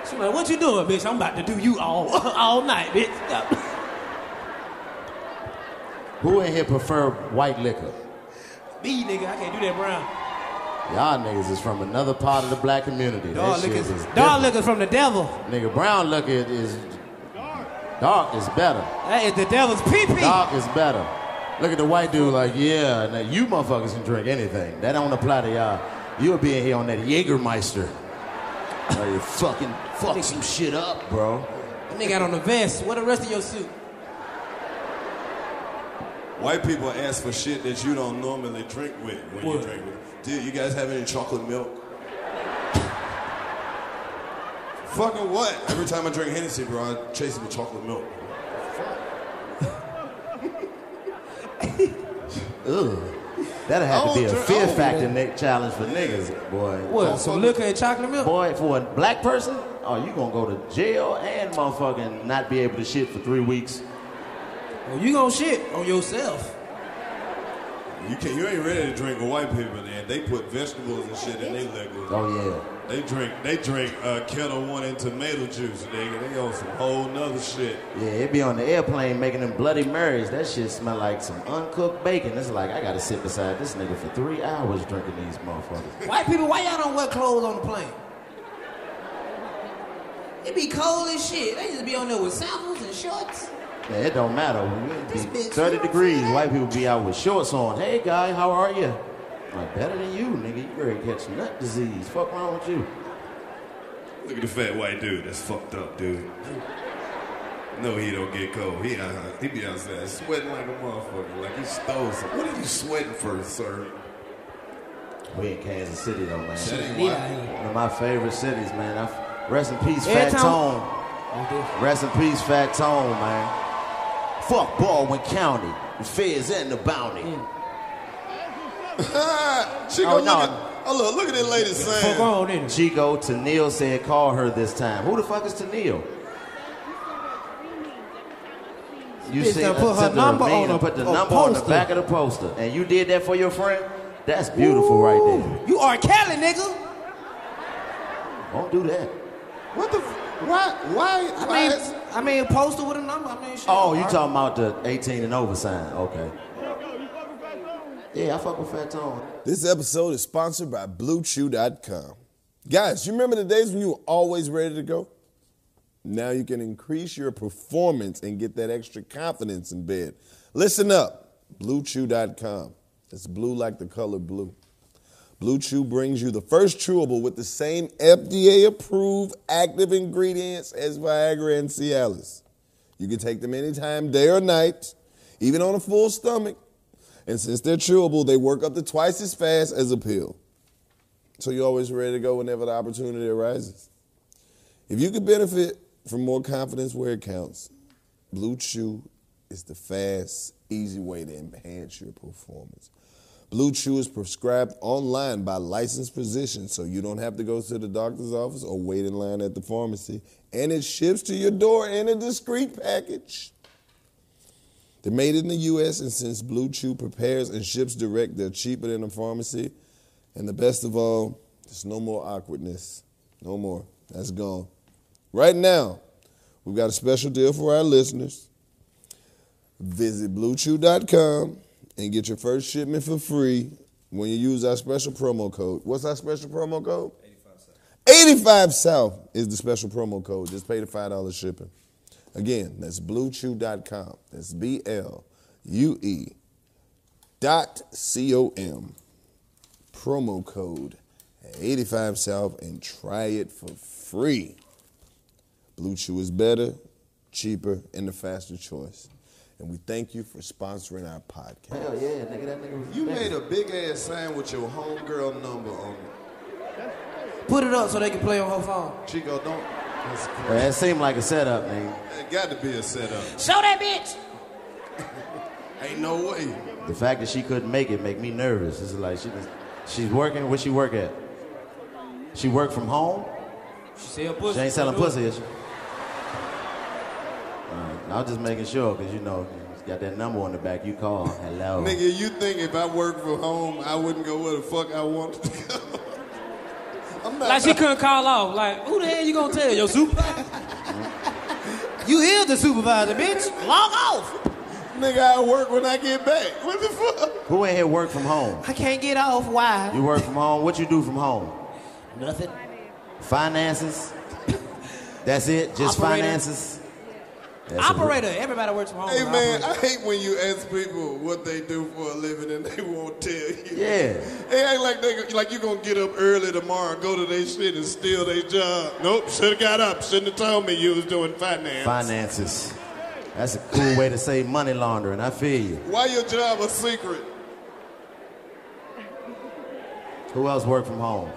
Speaker 4: She like, what you doing, bitch? I'm about to do you all all night, bitch. Stop.
Speaker 3: Who in here prefer white liquor?
Speaker 4: Me, nigga, I can't do that brown.
Speaker 3: Y'all niggas is from another part of the black community.
Speaker 4: Dog
Speaker 3: that shit
Speaker 4: liquors,
Speaker 3: is
Speaker 4: dog
Speaker 3: different.
Speaker 4: liquors from the devil.
Speaker 3: Nigga, brown liquor is dark is better.
Speaker 4: That is the devil's pee pee.
Speaker 3: Dark is better. Look at the white dude like, yeah, now you motherfuckers can drink anything. That don't apply to y'all. You'll be in here on that Jägermeister. Like, you fucking fuck some shit up, bro.
Speaker 4: That nigga got on the vest. What the rest of your suit?
Speaker 1: White people ask for shit that you don't normally drink with when you
Speaker 4: What?
Speaker 1: drink with. Dude, you guys have any chocolate milk? Fucking what? Every time I drink Hennessy, bro, I chase it with chocolate milk.
Speaker 3: Ugh. That'll have to be a
Speaker 4: Oh,
Speaker 1: I don't
Speaker 3: fear
Speaker 1: drink-
Speaker 3: factor neck challenge for niggas, boy.
Speaker 4: What? Some liquor and chocolate milk?
Speaker 3: Boy, for a black person, oh, you gonna go to jail and motherfucking not be able to shit for three weeks.
Speaker 4: Well, Oh, you gonna shit on yourself.
Speaker 1: You can You ain't ready to drink with white people, man. They put vegetables and shit in their liquor.
Speaker 3: Oh, yeah.
Speaker 1: They drink. They drink uh, kettle one and tomato juice, nigga. They on some whole nother shit.
Speaker 3: Yeah, it be on the airplane making them Bloody Marys. That shit smell like some uncooked bacon. It's like, I gotta sit beside this nigga for three hours drinking these motherfuckers.
Speaker 4: White people, why y'all don't wear clothes on the plane? It be cold as shit. They just be on there with sandals and shorts.
Speaker 3: Man, it don't matter. When it
Speaker 4: This
Speaker 3: be 30
Speaker 4: bitch smell
Speaker 3: degrees,
Speaker 4: fat.
Speaker 3: white people be out with shorts on. Hey, guy, how are you?
Speaker 5: I'm better than you, nigga. You ready to catch nut disease. Fuck wrong with you?
Speaker 6: Look at the fat white dude that's fucked up, dude. No, he don't get cold. He, uh, he be outside sweating like a motherfucker, like he stole something. What are you sweating for, sir?
Speaker 3: We in Kansas City though, man.
Speaker 6: City,
Speaker 3: One
Speaker 6: what?
Speaker 3: of my favorite cities, man. I f- rest in peace, Every Fat time-
Speaker 4: Tone.
Speaker 3: Rest in peace, Fat Tone, man. Fuck Baldwin County, the feds and the bounty.
Speaker 6: Chico,
Speaker 3: Oh,
Speaker 6: look,
Speaker 3: no.
Speaker 6: at, oh, look, look at that lady saying.
Speaker 3: Chico, Tennille said call her this time. Who the fuck is Tennille? You
Speaker 5: Bitch
Speaker 3: said
Speaker 5: done put her
Speaker 3: sent the
Speaker 5: number
Speaker 3: ring
Speaker 5: on
Speaker 3: and
Speaker 5: a-
Speaker 3: put the
Speaker 5: a
Speaker 3: number on the
Speaker 5: poster.
Speaker 3: back of the poster, and you did that for your friend. That's beautiful, right
Speaker 4: You are Kelly, nigga.
Speaker 3: there. Don't do that.
Speaker 4: What the? Why? Why? I mean, I mean, poster with a number. I mean, shit.
Speaker 3: Oh, you talking about the 18 and over sign? Okay. Yeah, I fuck with Fat Tone.
Speaker 1: This episode is sponsored by BlueChew.com. Guys, you remember the days when you were always ready to go? Now you can increase your performance and get that extra confidence in bed. Listen up, BlueChew.com. It's blue like the color blue. Blue Chew brings you the first chewable with the same FDA approved active ingredients as Viagra and Cialis. You can take them anytime, day or night, even on a full stomach. And since they're chewable, they work up to twice as fast as a pill. So you're always ready to go whenever the opportunity arises. If you could benefit from more confidence where it counts, Blue Chew is the fast, easy way to enhance your performance. Blue Chew is prescribed online by licensed physicians, so you don't have to go to the doctor's office or wait in line at the pharmacy. And it ships to your door in a discreet package. They're made in the U.S., and since Blue Chew prepares and ships direct, they're cheaper than a pharmacy. And the best of all, there's no more awkwardness. No more. That's gone. Right now, we've got a special deal for our listeners. Visit bluechew.com and get your first shipment for free when you use our special promo code. What's our special promo code? 85 South is the special promo code. Just pay the $5 shipping. Again, that's bluechew.com. That's B L U E dot C O M. Promo code 85 South and try it for free. Blue Chew is better, cheaper, and the faster choice. And we thank you for sponsoring our podcast.
Speaker 3: Hell yeah, nigga, that nigga was
Speaker 6: You made a big ass sign with your homegirl number on it.
Speaker 4: Put it up so they can play on her phone.
Speaker 6: Chico, don't. That's
Speaker 3: Man, that seemed like a setup, nigga.
Speaker 6: It got to be a setup.
Speaker 4: Show that bitch.
Speaker 6: Ain't no way.
Speaker 3: The fact that she couldn't make it make me nervous. It's like she was, she's working. Where she work at? She work from home.
Speaker 4: She sell pussy.
Speaker 3: She ain't selling
Speaker 4: Don't do
Speaker 3: pussy,
Speaker 4: it.
Speaker 3: is she? All right, I was just making sure because you know it's got that number on the back. You call. Hello.
Speaker 6: Oh. Nigga, you think if I worked from home, I wouldn't go where the fuck I wanted to go? I'm not.
Speaker 4: Like she couldn't call off. Like who the hell you gonna tell your supervisor? you is the supervisor, bitch. Log off.
Speaker 6: Nigga, I work when I get back. What the fuck?
Speaker 3: Who in here work from home?
Speaker 4: I can't get off. Why?
Speaker 3: You work from home. What you do from home?
Speaker 4: Nothing.
Speaker 3: Finances. That's it. Just
Speaker 4: Operator.
Speaker 3: finances. That's a-
Speaker 4: Operator. Everybody works from home.
Speaker 6: Hey
Speaker 4: but
Speaker 6: man,
Speaker 4: operator.
Speaker 6: I hate when you ask people what they do for a living and they won't tell you.
Speaker 3: Yeah.
Speaker 6: It ain't like they like you gonna get up early tomorrow, go to their shit and steal their job. Nope, should have got up. Shouldn't have told me you was doing finance.
Speaker 3: Finances. That's a cool way to say money laundering. I feel you.
Speaker 6: Why your job a secret?
Speaker 3: Who else work from home?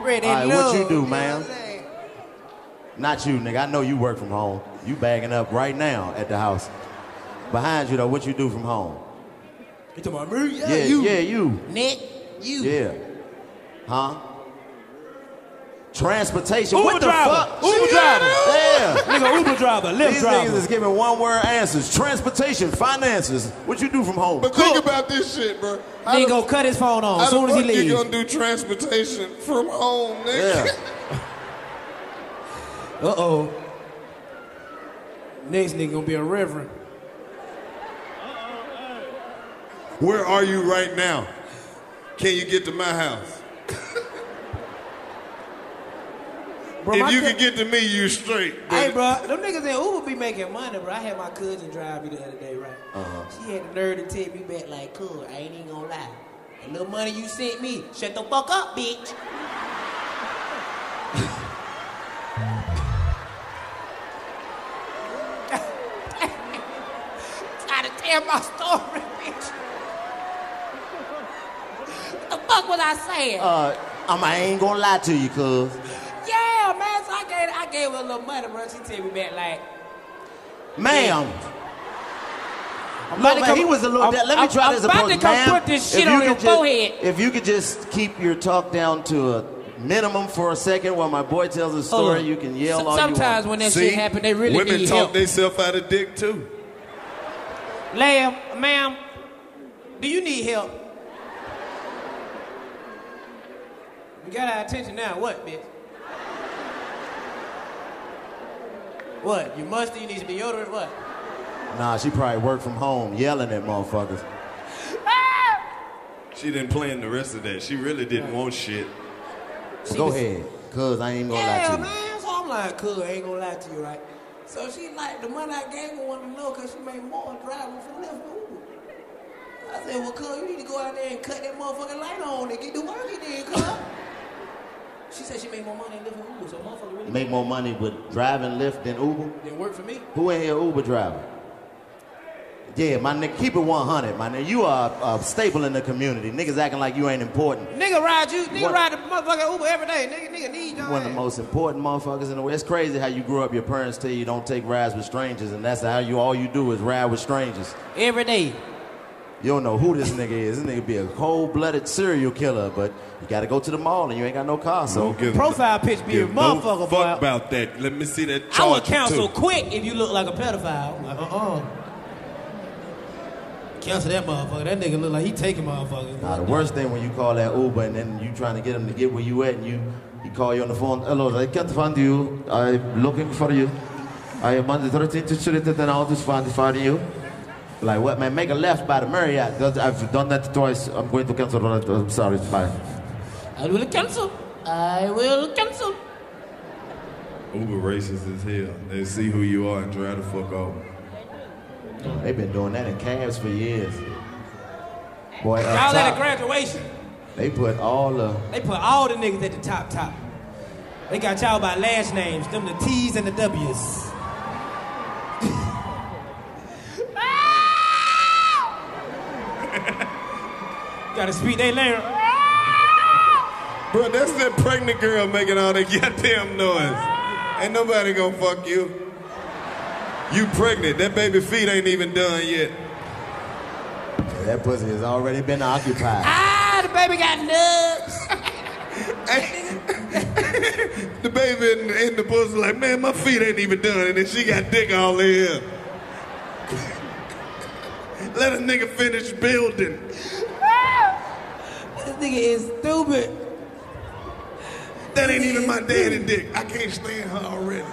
Speaker 4: Spread
Speaker 3: All right,
Speaker 4: that
Speaker 3: what you
Speaker 4: love.
Speaker 3: do, ma'am? Not you, nigga. I know you work from home. You bagging up right now at the house. Behind you, though, what you do from home?
Speaker 4: You talking about me? Yeah,
Speaker 3: yeah,
Speaker 4: you.
Speaker 3: yeah, you.
Speaker 4: Nick, you.
Speaker 3: Yeah. Huh? Transportation.
Speaker 4: Uber
Speaker 3: what the
Speaker 4: driver.
Speaker 3: fuck?
Speaker 4: Uber driver.
Speaker 3: Yeah.
Speaker 4: Nigga, Uber driver, Lyft
Speaker 3: These
Speaker 4: driver.
Speaker 3: niggas is giving one word answers. Transportation, finances. What you do from home?
Speaker 6: But think about this shit, bro. How
Speaker 4: Nigga
Speaker 6: the-
Speaker 4: gonna cut his phone on as
Speaker 6: how
Speaker 4: soon
Speaker 6: the
Speaker 4: as he
Speaker 6: fuck
Speaker 4: leaves.
Speaker 6: You gonna do transportation from home, nigga?
Speaker 4: Uh oh. Next nigga gonna be a reverend.
Speaker 6: Where are you right now? Can you get to my house?
Speaker 4: Bro, my
Speaker 1: if you
Speaker 4: cou-
Speaker 1: can get to me, you straight.
Speaker 6: Hey, bro, them niggas in Uber be making money, bro. I had my cousin drive me the other day, right? She had the nerve to take me back like, cool, I ain't even gonna lie. The little money you sent me, shut the fuck up, bitch.
Speaker 4: Try to tell my story, bitch. What the fuck was I saying?
Speaker 3: Uh, I'm, I ain't gonna lie to you, cuz.
Speaker 4: yeah, man. So I gave, I gave her a little money, bro. She take me back like,
Speaker 3: Ma'am.
Speaker 4: about
Speaker 3: Look,
Speaker 4: to
Speaker 3: man,
Speaker 4: come-
Speaker 3: he was a little.
Speaker 4: I'm-
Speaker 3: let me
Speaker 4: I'm-
Speaker 3: try
Speaker 4: I'm
Speaker 3: this
Speaker 4: about
Speaker 3: approach,
Speaker 4: to come
Speaker 3: ma'am.
Speaker 4: put this shit
Speaker 3: If you
Speaker 4: on
Speaker 3: could
Speaker 4: your
Speaker 3: just-
Speaker 4: forehead.
Speaker 3: If you could just keep your talk down to a minimum for a second, while my boy tells a story,
Speaker 4: on.
Speaker 3: you can yell
Speaker 4: S-
Speaker 3: all
Speaker 4: sometimes
Speaker 3: you
Speaker 4: when
Speaker 3: want.
Speaker 4: that shit See? happen, they really
Speaker 1: Women
Speaker 4: need
Speaker 1: talk
Speaker 4: help.
Speaker 1: themselves out of dick too.
Speaker 4: "Lamb, ma'am, do you need help?"
Speaker 6: You got our attention now, what, bitch? What? You must you need some deodorant? What?
Speaker 3: Nah, she probably worked from home yelling at motherfuckers.
Speaker 1: She didn't plan the rest of that. She really didn't want shit.
Speaker 3: Well, go ahead, cuz I ain't gonna
Speaker 6: Hell,
Speaker 3: lie
Speaker 6: man. So I'm like, cool, I ain't gonna lie to you, right? So she like, the money I gave her wanted to know because she made more driving for Lyft and Uber. I said, well, cuz, you need to go out there and cut that motherfucking light on and get to work in there, cuz. she said she made more money in Lyft and Uber, so motherfucker
Speaker 3: to
Speaker 6: really
Speaker 3: you. Make more money with driving Lyft than Uber.
Speaker 6: didn't work for me.
Speaker 3: Who in here Uber driver? Yeah, my nigga, keep it 100, my nigga. You are a staple in the community. Niggas acting like you ain't important.
Speaker 6: Nigga ride you, nigga
Speaker 3: What?
Speaker 6: ride the motherfucking Uber every day. Nigga, nigga need y'all.
Speaker 3: One of the most important motherfuckers in the world. It's crazy how you grew up. Your parents tell you don't take rides with strangers, and that's how you all you do is ride with strangers.
Speaker 6: Every day.
Speaker 3: You don't know who this nigga is. This nigga be a cold-blooded serial killer, but you gotta go to the mall and you ain't got no car, so
Speaker 6: Profile picture be a
Speaker 3: give no
Speaker 6: motherfucker, boy.
Speaker 1: Fuck about that. Let me see that
Speaker 6: I would
Speaker 1: charger,
Speaker 6: counsel
Speaker 1: too.
Speaker 6: quick if you look like a pedophile. Like, uh-uh. Cancel that motherfucker. That nigga look like he taking motherfuckers.
Speaker 3: Nah, the worst thing when you call that Uber and then you trying to get him to get where you at and you, he call you on the phone. Hello, I can't find you. I'm looking for you. I am on the 13th street and I want to find, find you. Like what, man? Make a left by the Marriott. That- I've done that twice. I'm going to cancel that. I'm sorry. Bye.
Speaker 4: I will cancel. I will cancel.
Speaker 1: Uber racist as hell. They see who you are and try to fuck off.
Speaker 3: They've been doing that in cabs for years. Boy, up
Speaker 6: Y'all at a
Speaker 3: top,
Speaker 6: graduation.
Speaker 3: they put all the.
Speaker 6: They put all the niggas at the top top. They got y'all by last names, them the T's and the W's. Gotta speak they language.
Speaker 1: Bro, that's that pregnant girl making all that goddamn noise. Ain't nobody gonna fuck you. You pregnant. That baby feet ain't even done yet.
Speaker 3: That pussy has already been occupied.
Speaker 4: Ah, the baby got nubs.
Speaker 1: The baby in, in the pussy like, man, my feet ain't even done, and then she got dick all in here. Let a nigga finish building.
Speaker 6: This nigga is stupid.
Speaker 1: That ain't even my daddy dick. I can't stand her already.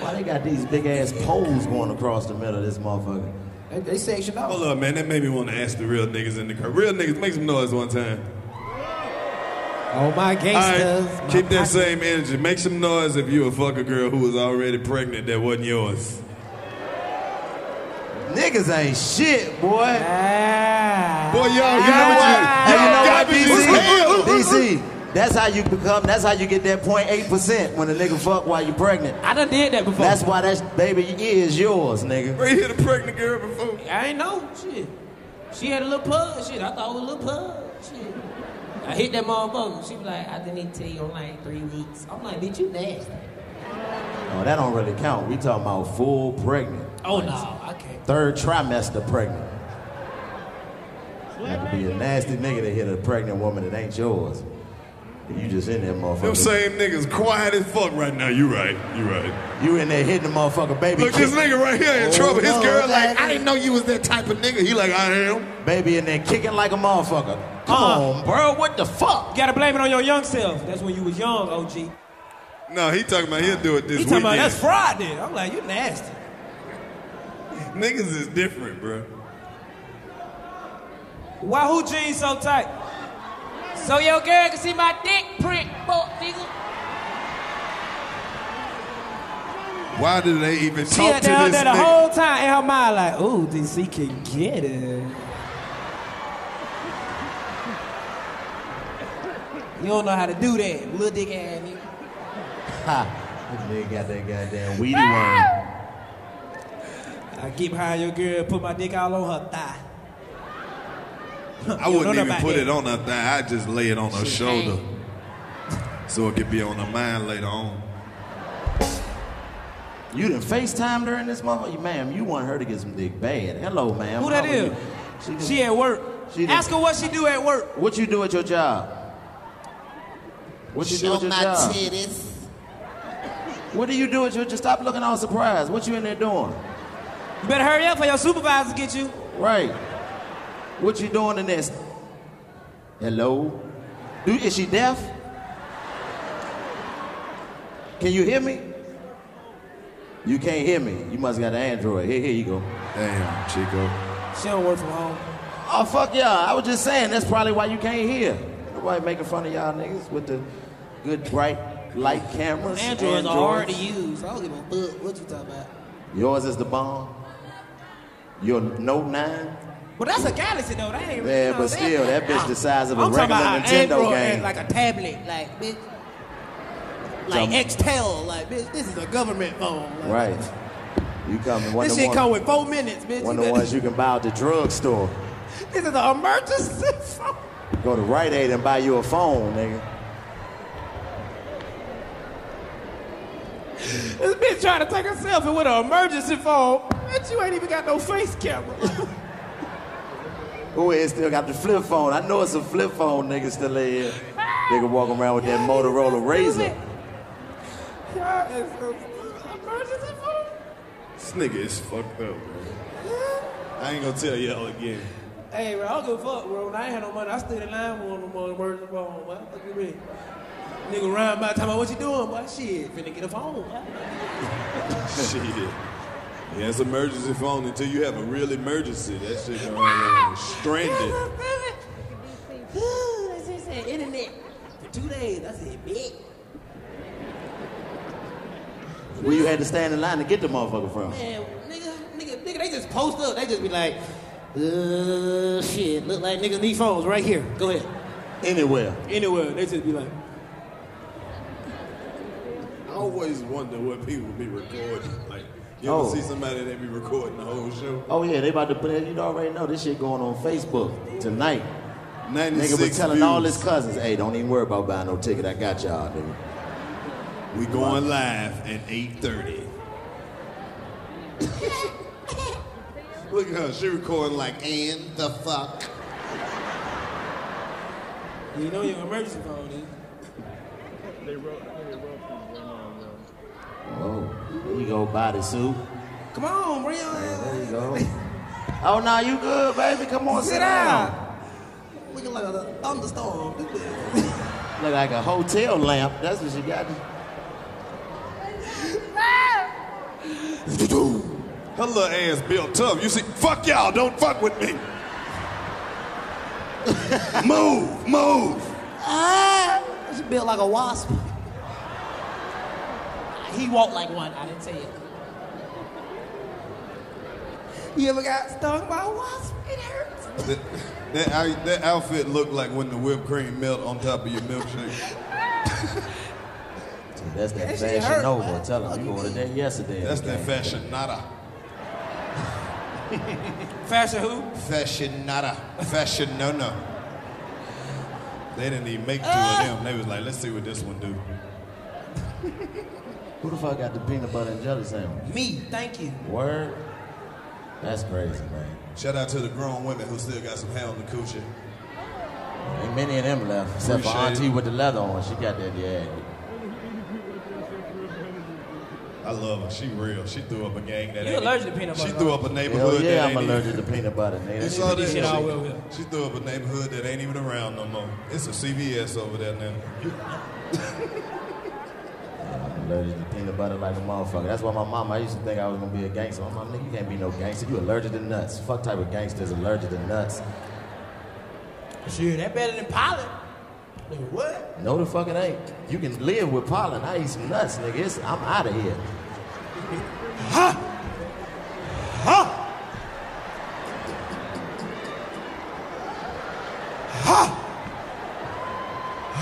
Speaker 3: Why they got these big ass poles going across the middle of this motherfucker? They, they section off.
Speaker 1: Hold up, man. That made me want to ask the real niggas in the crowd. Real niggas, make some noise one time.
Speaker 6: Oh my gangsters.
Speaker 1: All right, keep that same energy. Make some noise if you a fuck a girl who was already pregnant that wasn't yours.
Speaker 3: Niggas ain't shit, boy.
Speaker 1: Boy, y'all,
Speaker 3: you
Speaker 1: know what you-
Speaker 3: and
Speaker 1: y'all
Speaker 3: you know what,
Speaker 1: garbage as hell.
Speaker 3: DC? DC, that's how you become, that's how you get that 0.8% when a nigga fuck while you pregnant.
Speaker 6: I done did that before.
Speaker 3: That's why that baby is yours, nigga.
Speaker 1: Bro, you hit a pregnant girl before.
Speaker 6: I ain't know. Shit. She had a little pug. Shit. I thought it was a little pug. Shit. I hit that motherfucker. She was like, I didn't need to tell you in like three weeks. I'm like, bitch, you nasty.
Speaker 3: No, that don't really count. We talking about full pregnant.
Speaker 6: Oh, no. I can't.
Speaker 3: Third trimester pregnant. That could be a nasty nigga that hit a pregnant woman that ain't yours. You just in there, motherfucker.
Speaker 1: Them same niggas quiet as fuck right now. You right. You right.
Speaker 3: You in there hitting the motherfucker baby.
Speaker 1: Look, this
Speaker 3: kick-
Speaker 1: nigga right here in
Speaker 3: Oh,
Speaker 1: trouble. His
Speaker 3: no,
Speaker 1: girl
Speaker 3: that
Speaker 1: like, I didn't know you was that type of nigga. He like, I am.
Speaker 3: Baby in there kicking like a motherfucker. Come
Speaker 6: Uh-uh.
Speaker 3: on, bro. What the fuck?
Speaker 6: You gotta blame it on your young self. That's when you was young, OG. He
Speaker 1: No, he talking about he'll do it this
Speaker 6: talking
Speaker 1: weekend.
Speaker 6: about that's Friday. I'm like, you nasty.
Speaker 1: niggas is different, bro.
Speaker 6: Why who jeans so tight? So your girl can see my dick print, fuck nigga.
Speaker 1: Why do they even
Speaker 6: She
Speaker 1: talk
Speaker 6: had
Speaker 1: to
Speaker 6: down
Speaker 1: this
Speaker 6: there the
Speaker 1: nigga?
Speaker 6: whole time in her mind, like, ooh, DC can get it. You don't know how to do that, little dick ass nigga.
Speaker 3: Ha. They got that goddamn weedy worm.
Speaker 6: Ah! I get behind your girl, put my dick all on her thigh.
Speaker 1: I
Speaker 6: You
Speaker 1: wouldn't
Speaker 6: don't know
Speaker 1: even
Speaker 6: about
Speaker 1: put
Speaker 6: that.
Speaker 1: it on her thigh. I just lay it on her
Speaker 6: Shit.
Speaker 1: shoulder, so it could be on her mind later on.
Speaker 3: You done FaceTime during this motherfucker? Ma'am, you want her to get some dick bad. Hello, ma'am.
Speaker 6: Who that
Speaker 3: How are
Speaker 6: is?
Speaker 3: you? She, done-
Speaker 6: She at work.
Speaker 3: she done-
Speaker 6: Ask her what she do at work.
Speaker 3: What you do at your job? What you do
Speaker 6: Show
Speaker 3: at your
Speaker 6: my
Speaker 3: job?
Speaker 6: titties.
Speaker 3: What do you do at your job? Stop looking all surprised. What you in there doing?
Speaker 6: You better hurry up for your supervisor get you.
Speaker 3: Right. What you doing in this? Hello? Do, is she deaf? Can you hear me? You can't hear me. You must got an Android. Here, here you go.
Speaker 1: Damn, Chico.
Speaker 6: She don't work from home.
Speaker 3: Oh fuck yeah! I was just saying that's probably why you can't hear. Nobody making fun of y'all niggas with the good bright light cameras.
Speaker 6: Androids are hard to
Speaker 3: Androids.
Speaker 6: use. I don't give a fuck what you talking about.
Speaker 3: Yours is the bomb. Your Note Nine.
Speaker 6: Well, that's a galaxy though. That ain't really.
Speaker 3: Yeah,
Speaker 6: no,
Speaker 3: but
Speaker 6: that-
Speaker 3: still, that bitch the size of a
Speaker 6: I'm talking
Speaker 3: regular
Speaker 6: about an Android,
Speaker 3: Nintendo game.
Speaker 6: like a tablet, like bitch, like
Speaker 3: Some-
Speaker 6: Xtel, like bitch. This is a government phone. Like,
Speaker 3: right. You come in one
Speaker 6: This
Speaker 3: of
Speaker 6: shit
Speaker 3: the
Speaker 6: come
Speaker 3: ones,
Speaker 6: with four minutes, bitch.
Speaker 3: one
Speaker 6: You
Speaker 3: of the
Speaker 6: better-
Speaker 3: ones you can buy at the drugstore.
Speaker 6: This is an emergency phone.
Speaker 3: Go to Rite Aid and buy you a phone, nigga.
Speaker 6: This bitch trying to take a selfie with an emergency phone. Bitch, you ain't even got no face camera.
Speaker 3: Who is still got the flip phone? I know it's a flip phone, nigga. Still in here. Nigga walking around with that Motorola Razor.
Speaker 6: Y'all is a- emergency phone.
Speaker 1: This nigga is fucked up, bro. I ain't gonna tell y'all again.
Speaker 6: Hey, bro, I don't give a fuck, bro. When I ain't had no money, I stood in line for one of them on emergency phone. What the fuck you mean? Nigga round by the time I, what you doing, boy? Shit, finna get a phone.
Speaker 1: Shit. Yeah, it's emergency phone until you have a real emergency. That shit gonna have you stranded.
Speaker 6: That's just that internet. For two days, that's it, bitch.
Speaker 3: Where you had to stand in line to get the motherfucker from.
Speaker 6: Man, nigga, nigga, nigga, they just post up. They just be like, uh, shit, look like niggas need phones right here. Go ahead.
Speaker 3: Anywhere.
Speaker 6: Anywhere. They just be like,
Speaker 1: I always wonder what people be recording. Like, you ever
Speaker 3: Oh.
Speaker 1: see somebody that be recording the whole show?
Speaker 3: Oh yeah, they about to put it. You already know this shit going on Facebook tonight.
Speaker 1: 96
Speaker 3: Nigga was telling all
Speaker 1: views.
Speaker 3: his cousins, "Hey, don't even worry about buying no ticket. I got y'all, nigga."
Speaker 1: We going live at 8.30. Look at her, she recording like, and the fuck.
Speaker 6: you know your emergency phone is.
Speaker 3: Oh, there you go, body suit.
Speaker 6: Come on, Brian.
Speaker 3: There you go. oh no, you good, baby? Come on, sit,
Speaker 6: Sit
Speaker 3: down.
Speaker 6: Looking like a thunderstorm.
Speaker 3: Look like a hotel lamp. That's what you got.
Speaker 1: Her little ass built tough. You see, fuck y'all, don't fuck with me. move, move.
Speaker 6: Ah, she built like a wasp. He walked like one. I didn't say it. You ever got stung by a wasp? It hurts.
Speaker 1: That, that, I- that outfit looked like when the whipped cream melt on top of your milkshake.
Speaker 3: That's that,
Speaker 1: That shit
Speaker 3: fashion
Speaker 1: hurt,
Speaker 3: Nova. Tell him you ordered that yesterday.
Speaker 1: That's that fashionata.
Speaker 6: Fashion who?
Speaker 1: Fashionata. Fashionona. They didn't even make two of them. They was like, let's see what this one do.
Speaker 3: Who the fuck got the peanut butter and jelly sandwich?
Speaker 6: Me, thank you.
Speaker 3: Word. That's crazy, man.
Speaker 1: Shout out to the grown women who still got some hair on the coochie.
Speaker 3: Ain't many of them left, except for
Speaker 1: Appreciate it.
Speaker 3: Auntie with the leather on. She got that yeah.
Speaker 1: I love her. She real. She threw up a gang that
Speaker 6: You
Speaker 1: ain't-
Speaker 6: allergic to peanut butter,
Speaker 1: She threw
Speaker 6: aren't
Speaker 1: up a
Speaker 6: you?
Speaker 1: neighborhood
Speaker 3: Hell yeah,
Speaker 1: that
Speaker 3: I'm
Speaker 1: ain't
Speaker 3: allergic
Speaker 1: even,
Speaker 3: to peanut butter, nigga.
Speaker 1: You
Speaker 3: That
Speaker 1: saw
Speaker 3: shit-
Speaker 1: that?
Speaker 3: that shit all well,
Speaker 1: She- She threw up a neighborhood that ain't even around no more. It's a CVS over there now.
Speaker 3: I'm allergic to peanut butter like a motherfucker. That's why my mama, I used to think I was gonna be a gangster. I'm like, nigga, you can't be no gangster. You allergic to nuts. Fuck type of gangster is allergic to nuts.
Speaker 6: Sure, that better than Pilot.
Speaker 4: Nigga, what?
Speaker 3: No, the fucking ain't. You can live with pollen. I eat some nuts, nigga. It's, I'm out of here.
Speaker 4: Huh? Huh? Huh?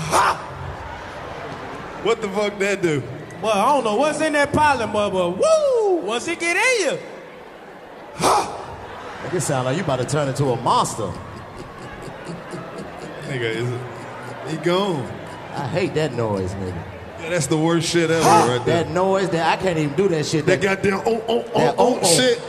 Speaker 4: Huh?
Speaker 1: What the fuck that do?
Speaker 4: Well, I don't know what's in that pollen, but, but woo! Once it get in you,
Speaker 3: Nigga, it sound like you about to turn into a monster.
Speaker 1: Nigga, is it? He gone.
Speaker 3: I hate that noise, nigga.
Speaker 1: Yeah, that's the worst shit ever, right there.
Speaker 3: That noise, that I can't even do that shit. That,
Speaker 1: goddamn oh oh oh
Speaker 3: oh,
Speaker 1: shit.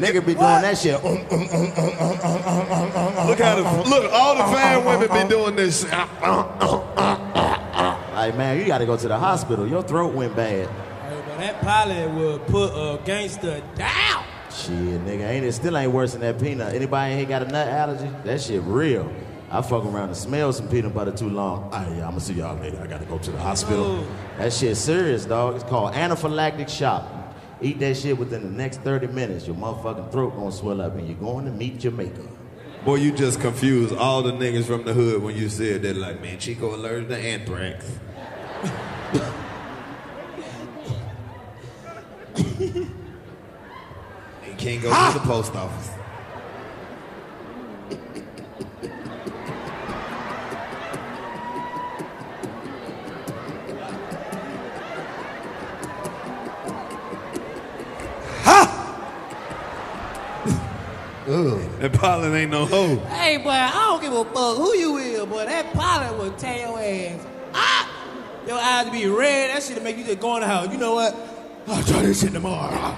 Speaker 3: nigga be doing that shit. Um, um, um, um, um, um, um, um, um, um,
Speaker 1: Look how the look. All the fan women be doing this. shit. Ah, ah.
Speaker 3: Like man, you got to go to the hospital. Your throat went bad.
Speaker 4: well, that pollen will put a gangster down.
Speaker 3: Shit, nigga, ain't it still ain't worse than that peanut? Anybody ain't got a nut allergy? That shit real. I fuck around and smell some peanut butter too long. Ay, yeah, I'ma see y'all later. I gotta go to the hospital.
Speaker 1: Oh.
Speaker 4: No.
Speaker 3: That shit serious, dog. It's called anaphylactic shock. Eat that shit within the next 30 minutes. Your motherfucking throat gonna swell up and you're going to meet your maker.
Speaker 1: Boy, you just confused all the niggas from the hood when you said that. Like, man, Chico allergic to anthrax. he can't go to the post office. That pollen ain't no hoe.
Speaker 4: Hey, boy, I don't give a fuck who you is, boy. That pollen will tear your ass. Ah! Your eyes be red. That shit'll make you just go in the house. You know what? I'll try this shit tomorrow.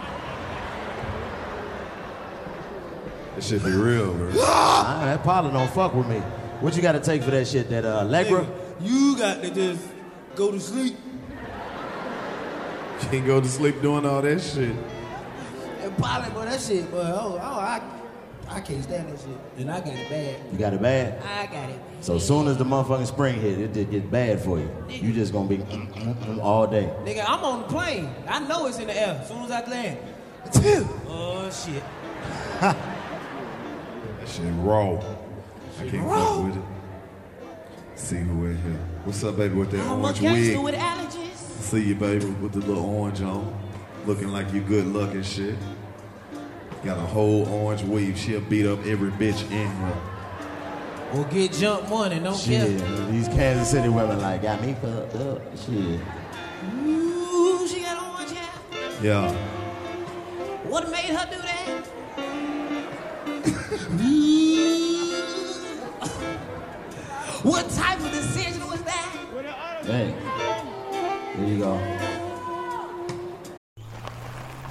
Speaker 1: That shit be real, bro.
Speaker 3: Ah, that pollen don't fuck with me. What you gotta take for that shit? That uh, Allegra?
Speaker 4: You got to just go to sleep.
Speaker 1: Can't go to sleep doing all that shit.
Speaker 4: And pollen, boy, that shit, boy. Oh, oh I, I can't stand that shit. And I got it bad.
Speaker 3: You got it bad?
Speaker 4: I got it.
Speaker 3: So soon as the motherfucking spring hit, it just gets bad for you. You just gonna be mm, mm, mm all day.
Speaker 4: Nigga, I'm on the plane. I know it's in the air as soon as I land. oh, shit.
Speaker 1: That shit raw. I can't fuck with it. See who in here. What's up, baby, with that
Speaker 6: I'm a
Speaker 1: orange
Speaker 6: gangster
Speaker 1: wig?
Speaker 6: with allergies.
Speaker 1: See you, baby, with the little orange on. Looking like you good luck and shit. Got a whole orange weave. She'll beat up every bitch in here.
Speaker 4: Or get jump money, don't
Speaker 3: Shit,
Speaker 4: care.
Speaker 3: these Kansas City women like got me fucked up. Shit.
Speaker 6: Ooh, she got orange hair.
Speaker 1: Yeah.
Speaker 6: What made her do that? what type of decision was that?
Speaker 3: Dang. There you go.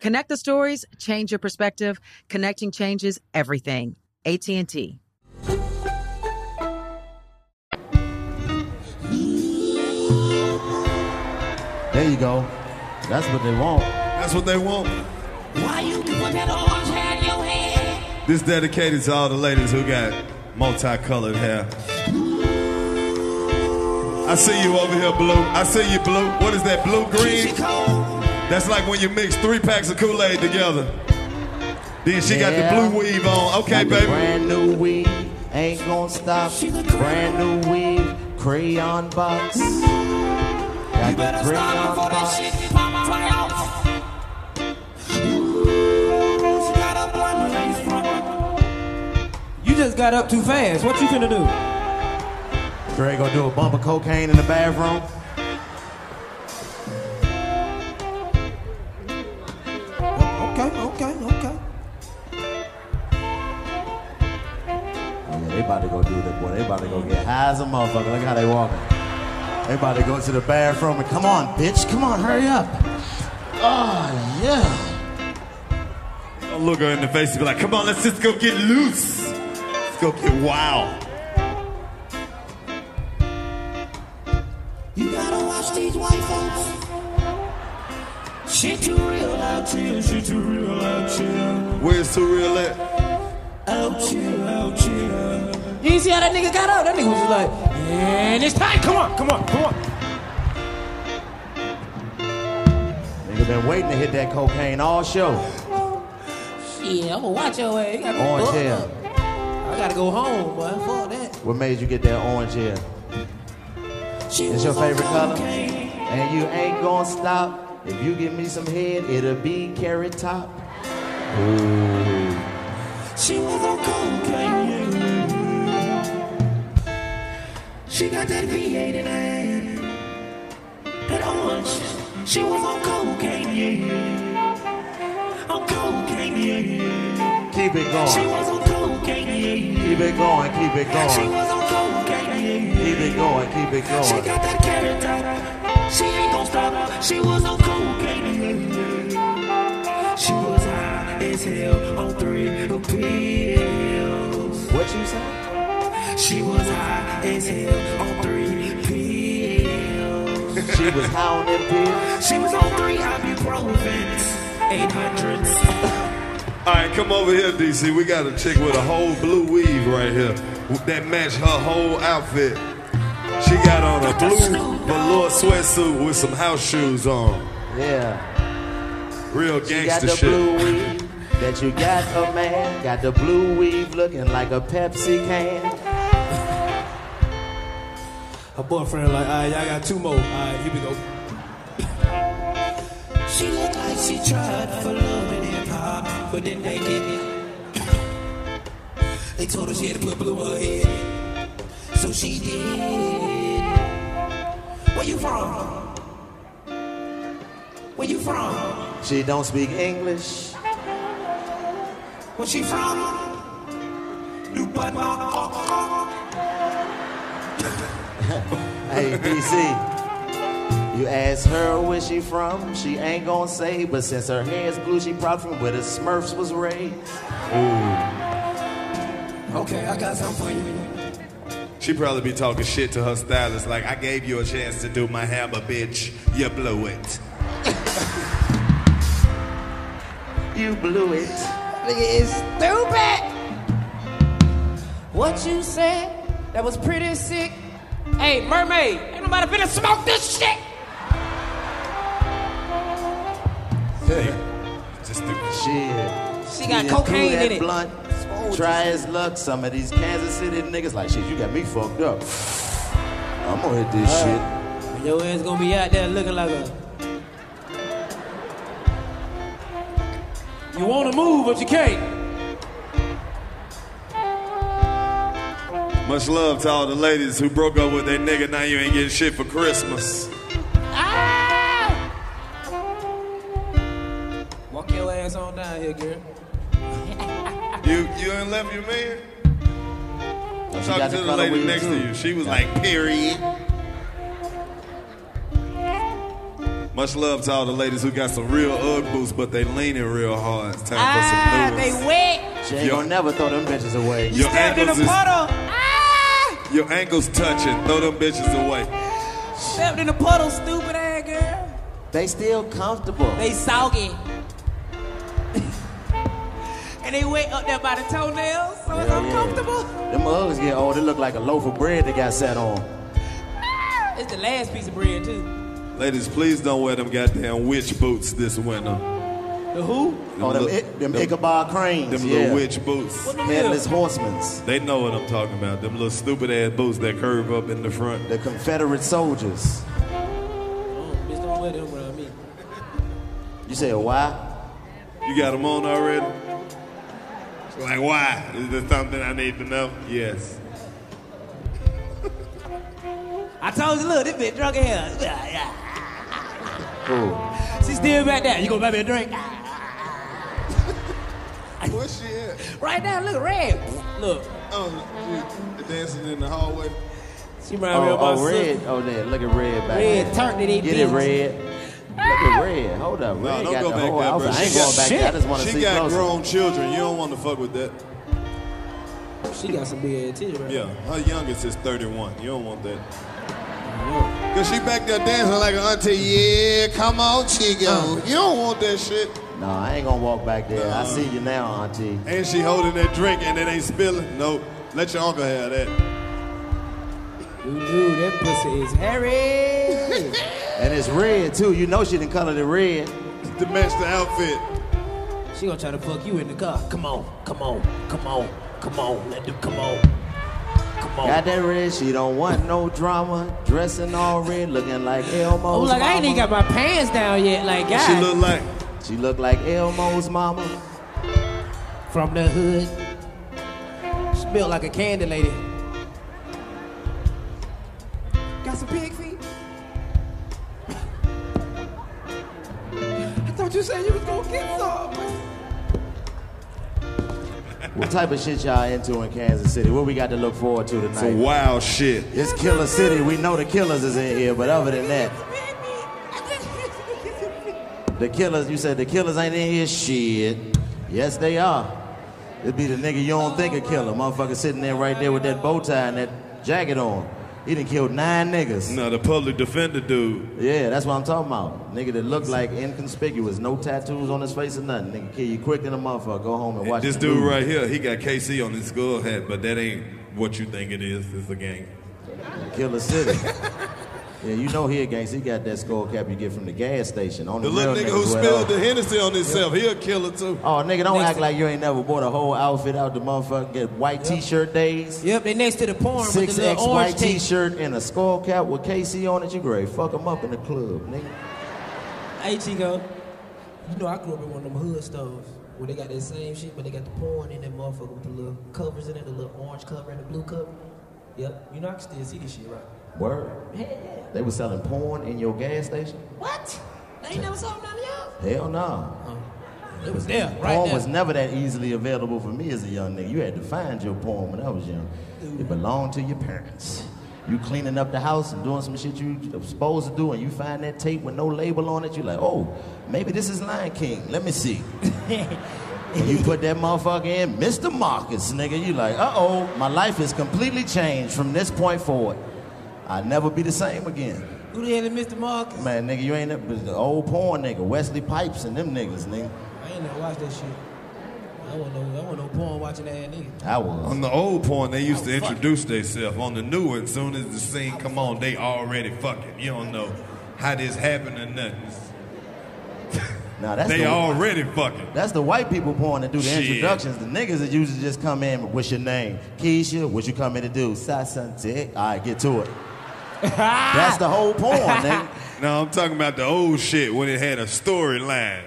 Speaker 14: Connect the stories, change your perspective. Connecting changes everything. AT&T.
Speaker 3: There you go. That's what they want.
Speaker 1: That's what they want.
Speaker 4: Why you put that orange hair in your head?
Speaker 1: This dedicated to all the ladies who got multicolored hair. I see you over here, Blue. I see you, Blue. What is that, blue green? That's like when you mix three packs of Kool Aid together. Then she got the
Speaker 3: Yeah.
Speaker 1: blue weave on. Okay,
Speaker 3: Got the
Speaker 1: baby.
Speaker 3: Brand new weave, ain't gonna stop. Brand new weave, crayon box. Got the crayon box.
Speaker 6: You just got up too fast. What you finna do?
Speaker 3: Dre gonna do a bump of cocaine in the bathroom.
Speaker 6: Okay, okay, okay.
Speaker 3: Yeah, they about to go do that, boy. They about to go get high as a motherfucker. Look how they walking. They about to go to the bathroom and come on, bitch, come on, hurry up. Oh yeah.
Speaker 1: I'll look her in the face and be like, come on, let's just go get loose. Let's go get wild.
Speaker 4: You gotta watch these white folks. Shit too real out here, shit too real out here.
Speaker 1: Where's Terrell at?
Speaker 4: Out here, out here.
Speaker 6: You see how that nigga got up? That nigga was just like, and it's time. Come on, come on, come on.
Speaker 3: Nigga been waiting to hit that cocaine all show.
Speaker 4: Yeah, I'ma watch your way. You gotta be
Speaker 3: Orange
Speaker 4: fucked
Speaker 3: hair.
Speaker 4: up. I gotta go home, boy. Fuck that.
Speaker 3: What made you get that orange hair? It's your favorite color? And you ain't gonna stop. If you give me some head, it'll be carrot top. Ooh.
Speaker 4: She was on cocaine. She got that V8 in her hand. That orange. She was on cocaine. yeah. On cocaine. yeah.
Speaker 3: Keep it
Speaker 4: She
Speaker 3: going.
Speaker 4: was on cocaine. yeah.
Speaker 3: Keep it going, keep it
Speaker 4: She
Speaker 3: going.
Speaker 4: was on cocaine. yeah.
Speaker 3: Keep it going, keep it
Speaker 4: She
Speaker 3: going.
Speaker 4: got that carrot top. She ain't gon' stop. She was on cocaine. yeah. She was high as hell on three pills.
Speaker 3: What you say?
Speaker 4: She was high as hell on three pills.
Speaker 3: She was high on them pills.
Speaker 4: She was on three ibuprofens, eight hundreds.
Speaker 1: All right, come over here, DC. We got a chick with a whole blue weave right here that match her whole outfit. She got on a blue velour sweatsuit with some house shoes on.
Speaker 3: Yeah.
Speaker 1: Real
Speaker 3: She got
Speaker 1: gangster
Speaker 3: the
Speaker 1: shit.
Speaker 3: blue weave that you got a man. Got the blue weave looking like a Pepsi can.
Speaker 6: Her boyfriend like, all right, y'all got two more. All right, here we go.
Speaker 4: She looked like she tried for love and hip hop, but didn't make it. They told her she had to put blue on her head, so she did. Where you from? Where you from?
Speaker 3: She don't speak English.
Speaker 4: Where she from? New Bud
Speaker 3: Hey DC. You ask her where she from, she ain't gonna say. But since her hair is blue, she probably from where the Smurfs was raised.
Speaker 4: Okay, I got something for you.
Speaker 1: She probably be talking shit to her stylist like, I gave you a chance to do my hair, but bitch, you blew it.
Speaker 3: You blew it.
Speaker 6: Nigga is stupid. What you said? That was pretty sick. Hey, mermaid, ain't nobody finna smoke this shit.
Speaker 1: Just the
Speaker 3: shit.
Speaker 6: She got
Speaker 3: done
Speaker 6: cocaine
Speaker 3: threw that
Speaker 6: in it.
Speaker 3: Blunt. Try his luck. Some of these Kansas City niggas like shit. You got me fucked up. I'm gonna hit this shit.
Speaker 6: When your ass gonna be out there looking like a. You wanna move, but you can't.
Speaker 1: Much love to all the ladies who broke up with their nigga. Now you ain't getting shit for Christmas.
Speaker 6: Ah, Walk your ass on down here, girl.
Speaker 1: You you ain't left your man. I'm
Speaker 6: she
Speaker 1: talking
Speaker 6: got
Speaker 1: to
Speaker 6: the
Speaker 1: the
Speaker 6: color
Speaker 1: lady
Speaker 6: wig,
Speaker 1: next to
Speaker 6: too.
Speaker 1: you. She was like, period. Much love to all the ladies who got some real Ugg boots, but they leaning real hard. It's time
Speaker 6: Ah,
Speaker 1: for some new
Speaker 6: they
Speaker 1: ones.
Speaker 6: wet.
Speaker 1: She ain't gonna never throw them bitches away. Your
Speaker 6: Stabbed in a
Speaker 1: ankles,
Speaker 6: puddle.
Speaker 1: is-
Speaker 6: Ah!
Speaker 1: your ankles touching. Throw them bitches away.
Speaker 6: Stepped in a puddle, stupid ass girl.
Speaker 3: They still comfortable.
Speaker 6: They soggy. and they wet up there by the toenails, so it's uncomfortable.
Speaker 3: Them Uggs get old. They look like a loaf of bread that got sat on.
Speaker 6: It's the last piece of bread, too.
Speaker 1: Ladies, please don't wear them goddamn witch boots this winter.
Speaker 6: The who?
Speaker 3: Oh, them,
Speaker 1: li-
Speaker 3: I- them Ichabod cranes.
Speaker 1: Them
Speaker 3: yeah.
Speaker 1: little witch boots.
Speaker 3: What them Headless is? horsemen's.
Speaker 1: They know what I'm talking about. Them little stupid ass boots that curve up in the front.
Speaker 3: The Confederate soldiers.
Speaker 6: Oh, Bitch, don't wear them around me.
Speaker 3: You said why?
Speaker 1: You got them on already? Like, why? Is there something I need to know? Yes.
Speaker 6: I told you, look, this bitch drunk as hell. Yeah, yeah.
Speaker 3: Cool.
Speaker 6: She still back there. You gonna buy me a drink?
Speaker 1: Where's she at?
Speaker 6: Right now, look, red. Look.
Speaker 1: Oh, she dancing in the hallway.
Speaker 6: She remind me
Speaker 3: Oh,
Speaker 6: of my
Speaker 3: oh, red.
Speaker 6: sister.
Speaker 3: Oh, there. Look at red back
Speaker 6: Red
Speaker 3: there.
Speaker 6: turned it, they
Speaker 3: Get it,
Speaker 6: bitch.
Speaker 3: red. Look at Oh, red. Hold up. Red
Speaker 1: don't
Speaker 3: got
Speaker 1: go
Speaker 3: the
Speaker 1: back
Speaker 3: whole
Speaker 1: there, bro.
Speaker 3: outfit. I ain't
Speaker 1: She
Speaker 3: going
Speaker 1: got-
Speaker 3: back there. I just want to
Speaker 1: She
Speaker 3: see
Speaker 1: got
Speaker 3: closer.
Speaker 1: grown children. You don't want to fuck with that.
Speaker 6: She got some big ass titties, right?
Speaker 1: Yeah, her youngest is 31. You don't want that. Cause she back there dancing like an auntie. Yeah, come on, Chico.
Speaker 3: Uh.
Speaker 1: You don't want that shit.
Speaker 3: No, I ain't gonna walk back there. I see you now, Auntie.
Speaker 1: And she holding that drink and it ain't spilling. Nope. Let your uncle have that.
Speaker 6: Dude, that pussy is hairy.
Speaker 3: And it's red too. You know she done colored it red.
Speaker 1: To match the outfit.
Speaker 6: she gonna try to fuck you in the car. Come on, come on, come on, come on, let them come on. Come on.
Speaker 3: Got that red. She don't want no drama. Dressing all red, looking like Elmo's
Speaker 6: Oh, like I ain't
Speaker 3: mama.
Speaker 6: even got my pants down yet. Like, God.
Speaker 3: She look
Speaker 1: like?
Speaker 3: She look like Elmo's mama.
Speaker 6: From the hood. She built like a candy lady. Got some pig feet? I thought you said you was gonna get some.
Speaker 3: What type of shit y'all into in Kansas City? What we got to look forward to tonight?
Speaker 1: Some wild shit.
Speaker 3: It's Killer City. We know the killers is in here, but other than that, the killers. You said the killers ain't in here. Shit. Yes, they are. It'd be the nigga you don't think a killer. Motherfucker sitting there right there with that bow tie and that jacket on. He done killed nine niggas.
Speaker 1: No, the public defender dude.
Speaker 3: Yeah, that's what I'm talking about. Nigga that look like inconspicuous, no tattoos on his face or nothing. Nigga kill you quick than a motherfucker. Go home and watch
Speaker 1: This
Speaker 3: the
Speaker 1: dude
Speaker 3: movie.
Speaker 1: right here, he got KC on his skull hat, but that ain't what you think it is. It's a gang.
Speaker 3: Killer City. yeah, you know he a gangster. He got that skull cap you get from the gas station. On the,
Speaker 1: The little
Speaker 3: real
Speaker 1: nigga who
Speaker 3: niggas wear it all.
Speaker 1: spilled the Hennessy on himself, he a killer too.
Speaker 3: Oh, nigga, don't act like you ain't never bought a whole outfit out the motherfucker. Get white t-shirt days.
Speaker 6: Yep, they next to the porn with the
Speaker 3: Six
Speaker 6: little
Speaker 3: X
Speaker 6: orange
Speaker 3: white
Speaker 6: tape.
Speaker 3: t-shirt and a skull cap with KC on it. You great. Fuck him up in the club, nigga.
Speaker 6: Hey Chico, you know I grew up in one of them hood stores where they got that same shit, but they got the porn in that motherfucker with the little covers in it, the little orange cover and the blue cover. Yep, you know I can still see this shit, right?
Speaker 3: Word.
Speaker 6: Hell yeah.
Speaker 3: They was selling porn in your gas station?
Speaker 6: What? Oh. They ain't never saw none of y'all.
Speaker 3: Hell no.
Speaker 6: It was there, right
Speaker 3: Porn
Speaker 6: there.
Speaker 3: was never that easily available for me as a young nigga. You had to find your porn when I was young. It belonged to your parents. You cleaning up the house and doing some shit you supposed to do, and you find that tape with no label on it. You're like, oh, maybe this is Lion King. Let me see. when you put that motherfucker in, Mr. Marcus, nigga, you like, uh oh, my life is completely changed from this point forward. I'll never be the same again.
Speaker 6: Who the hell is Mr. Marcus?
Speaker 3: Man, nigga, you ain't that- but the old porn nigga, Wesley Pipes and them niggas, nigga.
Speaker 6: I ain't never watched that shit. I want no, I want no porn watching that nigga.
Speaker 3: I was.
Speaker 1: On the old porn, they used to introduce themselves. On the new one, soon as the scene come on, they already fucking. You don't know how this happened or nothing.
Speaker 3: Now that's
Speaker 1: they
Speaker 3: the,
Speaker 1: already fucking.
Speaker 3: That's the white people porn that do the
Speaker 1: Shit.
Speaker 3: introductions. The niggas that usually just come in. What's your name, Keisha? What you come in to do? Sasan Dick. All right, get to it. that's the whole porn, nigga.
Speaker 1: No, I'm talking about the old shit when it had a storyline.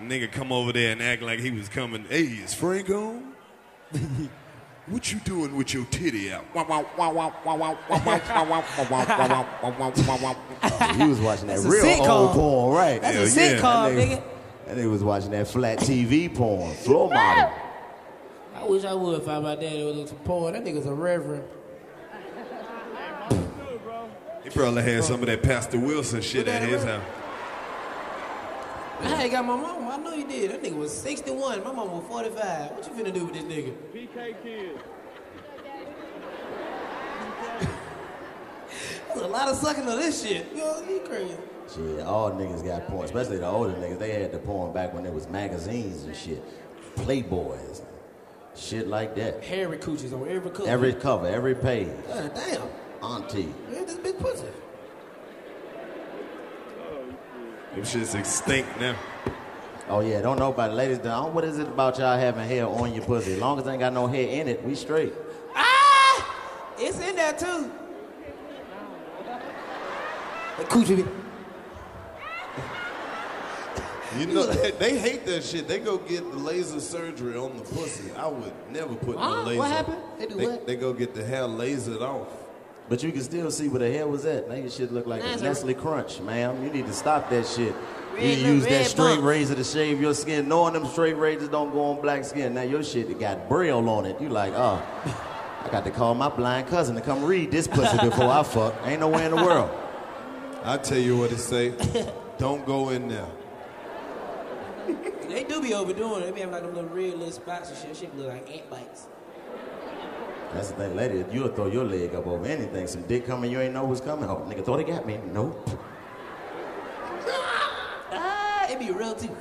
Speaker 1: Nigga come over there and act like he was coming. Hey, is Frank home? what you doing with your titty out? Wah, wah, wah, wah, wah, wah, wah, wah, wah, wah, wah, wah, wah, wah, wah, wah, wah, wah.
Speaker 3: He was watching that
Speaker 1: That's a
Speaker 3: real
Speaker 1: sitcom.
Speaker 3: old porn, right?
Speaker 1: That's a Hell yeah. sitcom,
Speaker 3: That nigga. That nigga was watching that flat TV porn, floor model.
Speaker 6: I wish I would find my daddy was into porn. That nigga's a reverend.
Speaker 1: He probably had some of that Pastor Wilson shit at his house.
Speaker 6: I ain't got my mama. I know you did. That nigga was 61. My mama was 45. What you finna do with this nigga?
Speaker 15: PK Kids.
Speaker 6: There's a lot of sucking of this shit. Yo, you crazy.
Speaker 3: Shit, all niggas got porn, especially the older niggas. They had the porn back when there was magazines and shit, Playboys, shit like that.
Speaker 6: Harry coochies on every cover.
Speaker 3: Every cover, every page,
Speaker 6: God damn.
Speaker 3: auntie.
Speaker 6: Man, this bitch pussy.
Speaker 4: Them shit's extinct now.
Speaker 3: Oh yeah, don't nobody, ladies. Don't, what is it about y'all having hair on your pussy? As long as ain't got no hair in it, we straight.
Speaker 6: It's in there too. Like coochie.
Speaker 4: You know, they, they hate that shit. They go get the laser surgery on the pussy. I would never put
Speaker 3: Huh?
Speaker 4: no laser.
Speaker 3: What happened? They do what?
Speaker 4: They go get the hair lasered off.
Speaker 3: But you can still see where the hair was at. Now your shit look like
Speaker 4: Nah,
Speaker 3: a
Speaker 4: it's a-
Speaker 3: Nestle Crunch, ma'am. You need to stop that shit. you
Speaker 4: Red-
Speaker 3: use
Speaker 4: red
Speaker 3: that straight
Speaker 4: bumps.
Speaker 3: razor to shave your skin, knowing them straight razors don't go on black skin. Now your shit it got braille on it. You like, oh, I got to call my blind cousin to come read this pussy before I fuck. Ain't no way in the world.
Speaker 4: I tell you what it say. Don't go in there.
Speaker 6: They do be overdoing it. They be having like them little red little spots and shit. Shit look like ant bites.
Speaker 3: That's the thing, lady. You'll throw your leg up over anything. Some dick coming, you ain't know what's coming. Oh, nigga, thought it got me. Nope.
Speaker 6: Ah, it be real too.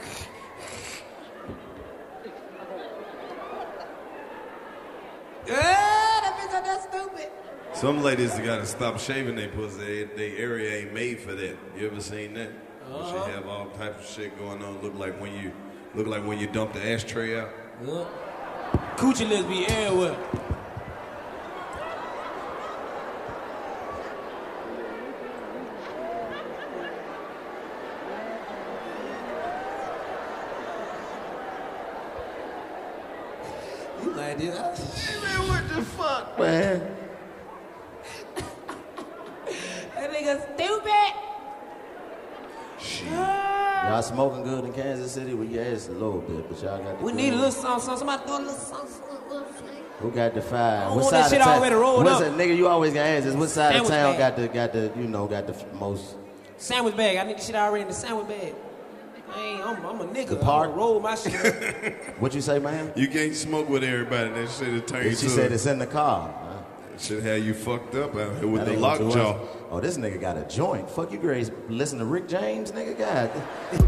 Speaker 6: Ah, that bitch are that stupid.
Speaker 4: Some ladies gotta stop shaving their pussy. They, they area ain't made for that. You ever seen that? You
Speaker 6: Uh-huh.
Speaker 4: should have all type of shit going on. Look like when you look like when you dump the ashtray out.
Speaker 6: Yeah. Coochie lips be everywhere. You like this? Man, what the fuck,
Speaker 3: Man.
Speaker 6: That nigga stupid.
Speaker 3: Y'all smoking good in Kansas City? Well, yeah, it's a little bit, but y'all got the
Speaker 6: We need a
Speaker 3: good-
Speaker 6: little song, song. Somebody throw a little song, song, little song.
Speaker 3: Who got the five?
Speaker 6: I want that shit
Speaker 3: of town?
Speaker 6: already rolled
Speaker 3: what's
Speaker 6: up.
Speaker 3: that- nigga, you always got ask this. What side
Speaker 6: Sandwich
Speaker 3: of town
Speaker 6: bag.
Speaker 3: got the got the you know got the f- most?
Speaker 6: Sandwich bag. I need the shit already in the sandwich bag. I ain't, I'm, I'm a nigga.
Speaker 3: The park?
Speaker 6: I'm gonna roll my shit.
Speaker 3: What you say, man?
Speaker 4: You can't smoke with everybody. That shit will turn you
Speaker 3: she
Speaker 4: to-
Speaker 3: said it's in the car.
Speaker 4: That shit had you fucked up out here with
Speaker 3: That
Speaker 4: the
Speaker 3: ain't what you
Speaker 4: lockjaw.
Speaker 3: want. Oh, this nigga got a joint. Fuck you, Grace. Listen to Rick James, nigga. God.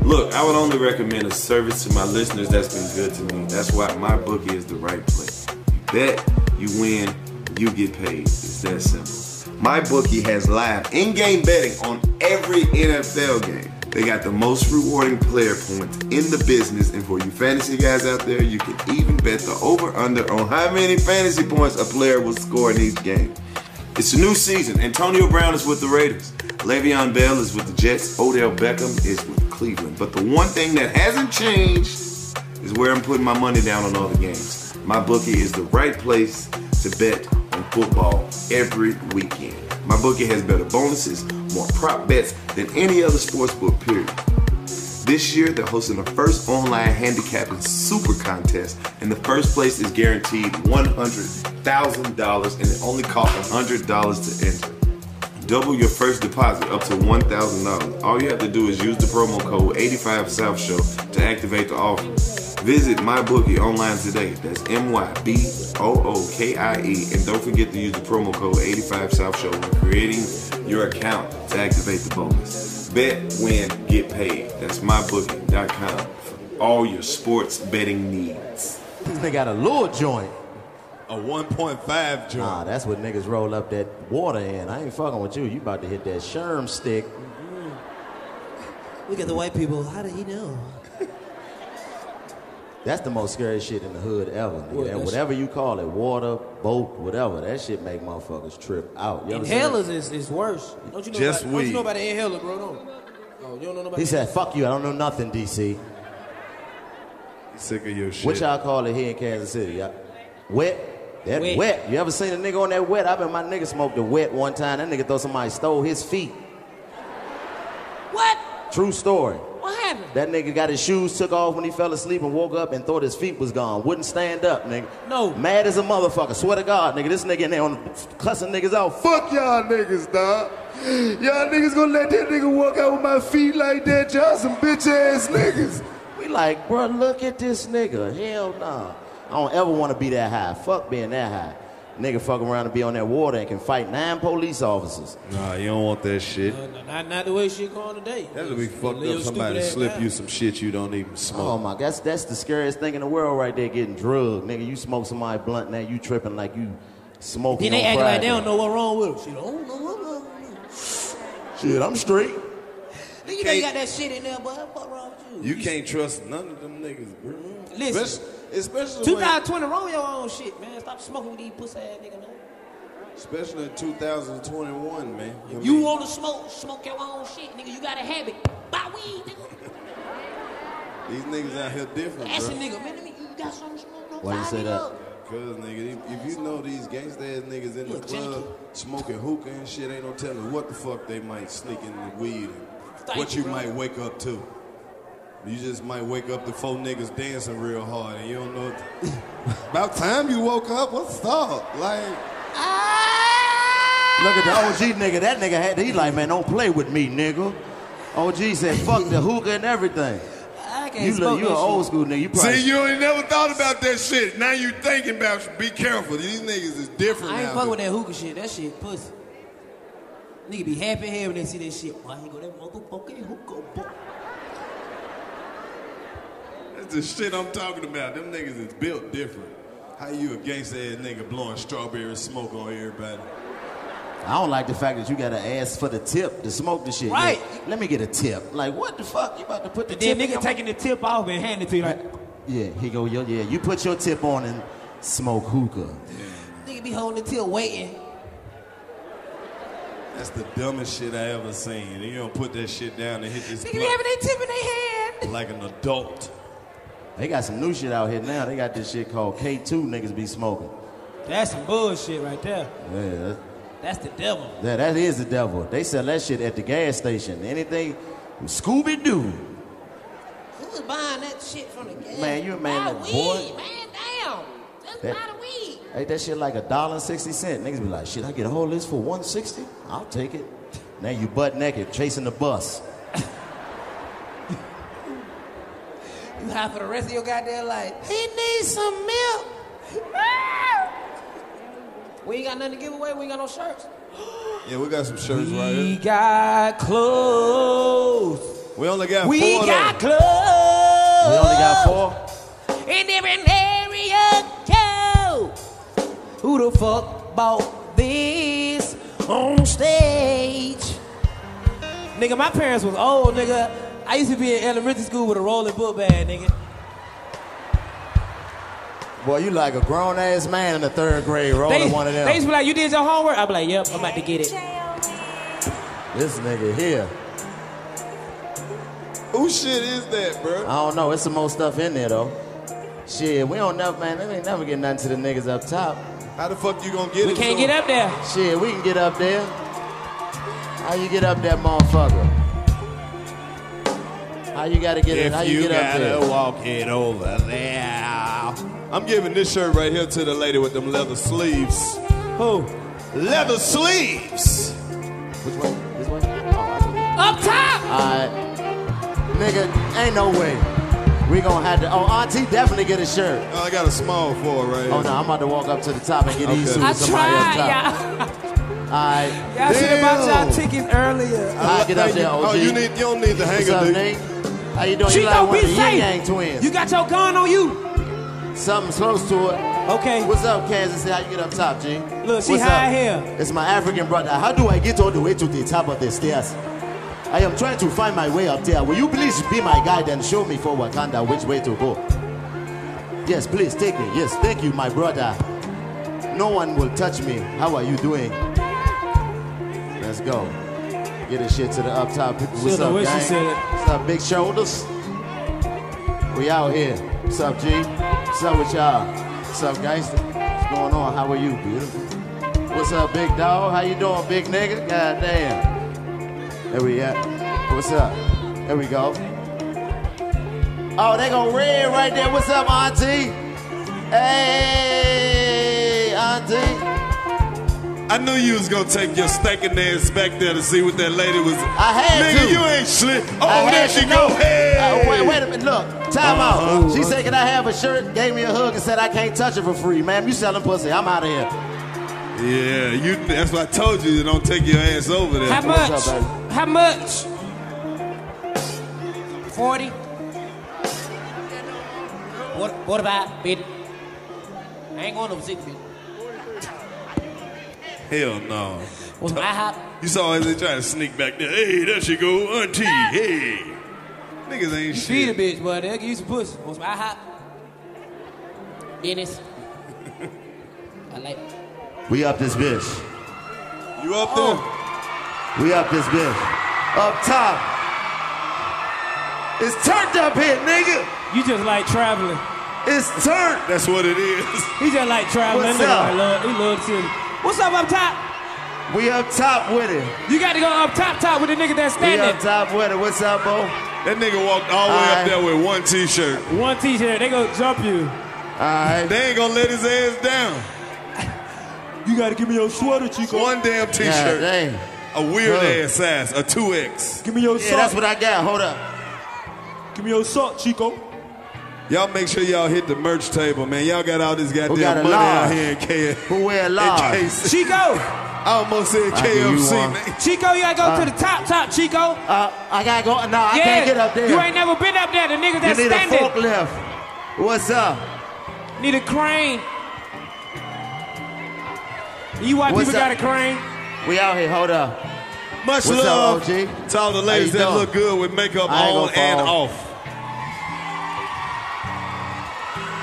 Speaker 1: Look, I would only recommend a service to my listeners that's been good to me. That's why my bookie is the right place. You bet, you win, you get paid. It's that simple. My bookie has live in-game betting on every NFL game. They got the most rewarding player points in the business, and for you fantasy guys out there, you can even bet the over/under on how many fantasy points a player will score in each game. It's a new season. Antonio Brown is with the Raiders. Le'Veon Bell is with the Jets. Odell Beckham is with Cleveland. But the one thing that hasn't changed is where I'm putting my money down on all the games. My bookie is the right place to bet on football every weekend. My bookie has better bonuses, more prop bets than any other sports book, period. This year, they're hosting the first online handicapping super contest, and the first place is guaranteed $100,000, and it only costs $100 to enter. Double your first deposit up to $1,000. All you have to do is use the promo code 85SouthShow to activate the offer. Visit MyBookie online today. That's M Y B O O K I E. And don't forget to use the promo code 85SouthShow when creating your account to activate the bonus. Bet, win, get paid. That's mybookie.com for all your sports betting needs.
Speaker 3: They got a lure joint.
Speaker 4: A 1.5 joint.
Speaker 3: Nah, that's what niggas roll up that water in. I ain't fucking with you. You about to hit that sherm stick.
Speaker 6: we got the white people. How did he know?
Speaker 3: That's the most scary shit in the hood ever. nigga.
Speaker 6: Well,
Speaker 3: That-
Speaker 6: that's-
Speaker 3: whatever you call it, water, boat, whatever, that shit make motherfuckers trip out. You ever seen that?
Speaker 6: Inhalers is, is worse. Don't you know
Speaker 3: Just
Speaker 6: about, Don't
Speaker 3: weed.
Speaker 6: you know about the inhaler, bro? Don't. Oh, you don't know about
Speaker 3: He
Speaker 6: the-
Speaker 3: said, "Fuck you, I don't know nothing, DC."
Speaker 4: Sick of your shit.
Speaker 3: What y'all call it here in Kansas City? Y'all? Wet. That wet.
Speaker 4: Wet.
Speaker 3: You ever seen a nigga on that wet? I bet my nigga smoked a wet one time. That nigga thought somebody stole his feet.
Speaker 6: What?
Speaker 3: True story.
Speaker 6: What happened?
Speaker 3: That nigga got his shoes took off when he fell asleep and woke up and thought his feet was gone. Wouldn't stand up, nigga.
Speaker 6: No.
Speaker 3: Mad as a motherfucker. Swear to God, nigga. This nigga in there on cussing niggas out. Fuck y'all niggas, dog.
Speaker 1: Y'all niggas gonna let that nigga walk out with my feet like that? Y'all some bitch ass niggas.
Speaker 3: We like, bro, look at this nigga. Hell nah. I don't ever want to be that high. Fuck being that high. Nigga fuck around and be on that water and can fight nine police officers.
Speaker 1: Nah, you don't want that shit.
Speaker 6: Uh,
Speaker 4: Not, not the way shit going today.
Speaker 1: That's we fucked up
Speaker 4: Little
Speaker 1: somebody
Speaker 4: stupid-ass
Speaker 1: slip
Speaker 4: guy.
Speaker 1: you some shit you don't even smoke.
Speaker 3: Oh my god, that's, that's the scariest thing in the world right there, getting drugged. Nigga, you smoke somebody blunt, now you tripping like you smoking.
Speaker 4: Then they
Speaker 3: on
Speaker 4: acting like
Speaker 3: Friday.
Speaker 4: they don't know what's wrong with them. Shit, I don't know what's wrong with
Speaker 3: Shit, I'm straight.
Speaker 4: them. You know you got that shit in there, but what wrong with
Speaker 1: You can't trust none of them niggas, bro.
Speaker 4: Listen.
Speaker 1: Especially- especially
Speaker 4: you?
Speaker 1: when-
Speaker 4: 2020, wrong your own shit, man. Stop smoking with these pussy ass niggas, man.
Speaker 1: Especially in 2021, man.
Speaker 4: You want to smoke, smoke your own shit, nigga. You got a habit. Buy weed, nigga.
Speaker 1: These niggas out here different,
Speaker 4: Ask a
Speaker 1: bro.
Speaker 4: nigga, man, let me, you got something to smoke? No,
Speaker 1: Why you
Speaker 4: buy
Speaker 1: say
Speaker 4: me
Speaker 1: that?
Speaker 4: up.
Speaker 1: Cause nigga, if- if you know these gangsta ass niggas in the club smoking hookah and shit, ain't no telling what the fuck they might sneak in the weed and what you might wake up to. You just might wake up to four niggas dancing real hard and you don't know. About time you woke up. What's up? Like.
Speaker 3: Look at the OG nigga. That nigga had he like, man, don't play with me, nigga. OG said, fuck the hookah and everything.
Speaker 4: I
Speaker 3: You look, you an old school nigga. You probably
Speaker 1: See, you ain't never thought about that shit. Now you thinking about. Be careful. These niggas is different.
Speaker 4: I ain't
Speaker 1: out
Speaker 4: fuck
Speaker 1: here.
Speaker 4: with that hookah shit. That shit pussy. Nigga be happy here when they see that shit. Why he go that motherfucking hookah? boy?
Speaker 1: That's the shit I'm talking about. Them niggas is built different. How you a gangsta ass nigga blowing strawberry smoke on everybody?
Speaker 3: I don't like the fact that you gotta ask for the tip to smoke the shit.
Speaker 4: Right.
Speaker 3: Like, let me get a tip. Like what the fuck? You about to put the
Speaker 4: Then
Speaker 3: tip?
Speaker 4: nigga taking the tip off and handing it to you like.
Speaker 3: Yeah, he go, yo, yeah. You put your tip on and smoke hookah.
Speaker 4: Nigga be holding the till waiting.
Speaker 1: That's the dumbest shit I ever seen. You don't put that shit down and hit this
Speaker 4: Nigga be having their tip in their hand.
Speaker 1: blunt like an adult.
Speaker 3: They got some new shit out here now. They got this shit called K2 niggas be smoking.
Speaker 4: That's some bullshit right there.
Speaker 3: Yeah, that's-
Speaker 4: That's the devil.
Speaker 3: that, that is the devil. They sell that shit at the gas station. Anything Scooby Doo.
Speaker 4: Who was buying that shit from the gas?
Speaker 3: Man, you a man,
Speaker 4: Buy
Speaker 3: look,
Speaker 4: weed,
Speaker 3: boy.
Speaker 4: man, damn. That's
Speaker 3: That-
Speaker 4: not a weed.
Speaker 3: Ain't that shit like a dollar and sixty cent? Niggas be like, shit, I get a whole list for one sixty? I'll take it. Now you butt naked chasing the bus.
Speaker 4: You high for the rest of your goddamn life. He needs some milk. we ain't got nothing to give away. We ain't got no shirts.
Speaker 1: Yeah, we got some shirts right
Speaker 4: We
Speaker 1: here.
Speaker 4: got clothes.
Speaker 1: We only got
Speaker 4: We
Speaker 1: four
Speaker 4: got
Speaker 1: of them.
Speaker 4: clothes.
Speaker 1: four.
Speaker 4: in every area code. Who the fuck bought this on stage? Nigga, my parents was old, nigga. I used to be in elementary school with a rolling book bag, nigga.
Speaker 3: Boy, you like a grown ass man in the third grade rolling
Speaker 4: they,
Speaker 3: one of them.
Speaker 4: they used to be like, you did your homework? i be like, yep, I'm about to get it.
Speaker 3: This nigga here.
Speaker 1: Who shit is that, bro?
Speaker 3: I don't know. It's some more stuff in there though. Shit, we don't never man, we ain't never get nothing to the niggas up top.
Speaker 1: How the fuck you gonna get
Speaker 4: We
Speaker 1: it?
Speaker 4: can't
Speaker 1: to
Speaker 4: get up there.
Speaker 3: Shit, we can get up there. How you get up there, motherfucker? How you gotta get it?
Speaker 1: If
Speaker 3: How you,
Speaker 1: you,
Speaker 3: get up
Speaker 1: gotta
Speaker 3: there?
Speaker 1: walk it over there. I'm giving this shirt right here to the lady with them leather sleeves.
Speaker 4: Who?
Speaker 1: Leather sleeves.
Speaker 3: Which one? This one?
Speaker 4: Up top!
Speaker 3: Alright. Uh, Nigga, ain't no way. We gonna have to. Oh, Auntie definitely get a shirt.
Speaker 1: Oh, I got a small for right
Speaker 3: Oh no, I'm about to walk up to the top and get
Speaker 1: Okay.
Speaker 3: these
Speaker 1: I
Speaker 3: suits. Somebody up
Speaker 4: tried,
Speaker 3: top. Alright.
Speaker 4: Y'all should have bought y'all
Speaker 3: Damn.
Speaker 4: tickets earlier.
Speaker 3: Alright, get up there, OG.
Speaker 1: Oh, you need you don't need the
Speaker 3: What's
Speaker 1: hanger,
Speaker 3: up,
Speaker 1: dude.
Speaker 3: Nate? How you doing? you
Speaker 4: Chico,
Speaker 3: like one
Speaker 4: be
Speaker 3: of the Yin
Speaker 4: safe.
Speaker 3: Yang twins.
Speaker 4: You got your gun on you.
Speaker 3: Something's close to it.
Speaker 4: Okay.
Speaker 3: What's up, Kansas? How you get up top, G?
Speaker 4: Look, she
Speaker 3: What's
Speaker 4: high
Speaker 3: up?
Speaker 4: here.
Speaker 3: It's my African brother. How do I get all the way to the top of the stairs? I am trying to find my way up there. Will you please be my guide and show me for Wakanda which way to go? Yes, please take me. Yes, thank you, my brother. No one will touch me. How are you doing? Let's go. Get this shit to the up top. people. What's
Speaker 4: Should've
Speaker 3: up, gang?
Speaker 4: wished she said it.
Speaker 3: What's up, big shoulders? We out here. What's up, G? What's up with y'all? What's up, gangster? What's going on? How are you, beautiful? What's up, big dog? How you doing, big nigga? God damn. There we at. What's up? There we go. Oh, they go red right there. What's up, auntie? Hey, auntie.
Speaker 1: I knew you was gonna take your stinking ass back there to see what that lady was.
Speaker 3: I had
Speaker 1: Nigga,
Speaker 3: to.
Speaker 1: you ain't slick.
Speaker 3: I
Speaker 1: Oh,
Speaker 3: had
Speaker 1: there
Speaker 3: to
Speaker 1: she
Speaker 3: know.
Speaker 1: go. Hey.
Speaker 3: Uh, wait, wait a minute. Look, time
Speaker 1: Uh-huh.
Speaker 3: out. She said, "Can I have a shirt?" Gave me a hug and said, "I can't touch it for free, ma'am. You selling pussy? I'm out of here."
Speaker 1: Yeah, you. That's what I told you. Don't take your ass over there.
Speaker 3: How
Speaker 1: What's up,
Speaker 3: much?
Speaker 1: baby?
Speaker 2: How much? 40? What, what about bid? I ain't going to zip bid.
Speaker 1: Hell no.
Speaker 2: Was my hop?
Speaker 1: You saw as they trying to sneak back there. Hey, there she go, auntie. Hey, niggas ain't
Speaker 2: You
Speaker 1: shit.
Speaker 2: feed a bitch, boy. They'll give you some pussy. Was my hop? Dennis. I like
Speaker 3: We up this bitch.
Speaker 1: You up
Speaker 3: there? We up this bitch. Up top. It's turned up here, nigga.
Speaker 4: You just like traveling.
Speaker 3: It's turned.
Speaker 1: That's what it is.
Speaker 4: He just like traveling.
Speaker 3: What's up?
Speaker 4: That nigga like love- he love to. What's up up top?
Speaker 3: We up top with it.
Speaker 4: You got to go up top top with the nigga that's
Speaker 3: We
Speaker 4: standing.
Speaker 3: up top with it. What's up, Bo?
Speaker 1: That nigga walked
Speaker 3: Oh,
Speaker 1: all the way up there with one t-shirt.
Speaker 4: One t-shirt. They gonna jump you.
Speaker 3: Alright.
Speaker 1: They ain't gonna let his ass down.
Speaker 4: You gotta give me your sweater, Chico.
Speaker 1: One damn t-shirt. A weird
Speaker 4: Huh.
Speaker 1: ass size. A 2X.
Speaker 4: Give me your
Speaker 3: Yeah, that's what I got. Hold up.
Speaker 4: Give me your salt, Chico.
Speaker 1: Y'all make sure y'all hit the merch table, man. Y'all got all this goddamn
Speaker 3: Who got a
Speaker 1: money out
Speaker 3: large?
Speaker 1: here in KFC.
Speaker 3: Who wear a large?
Speaker 1: Chico! I almost said
Speaker 3: I give you
Speaker 1: KFC,
Speaker 3: one.
Speaker 1: man.
Speaker 4: Chico, you gotta go
Speaker 3: Uh,
Speaker 4: to the top, top, Chico. Uh,
Speaker 3: I gotta go. No, I
Speaker 4: yeah,
Speaker 3: can't get up there.
Speaker 4: You ain't never been up there. The niggas
Speaker 3: You
Speaker 4: that's
Speaker 3: need a
Speaker 4: standing
Speaker 3: forklift. What's up?
Speaker 4: need a crane. You white
Speaker 3: What's
Speaker 4: people
Speaker 3: up?
Speaker 4: got a crane?
Speaker 3: We out here. Hold up.
Speaker 1: Much
Speaker 3: What's
Speaker 1: love
Speaker 3: up, OG?
Speaker 1: to all the ladies
Speaker 3: How you
Speaker 1: that
Speaker 3: doing?
Speaker 1: look good with makeup
Speaker 3: I ain't
Speaker 1: on
Speaker 3: gonna
Speaker 1: and
Speaker 3: fall.
Speaker 1: off.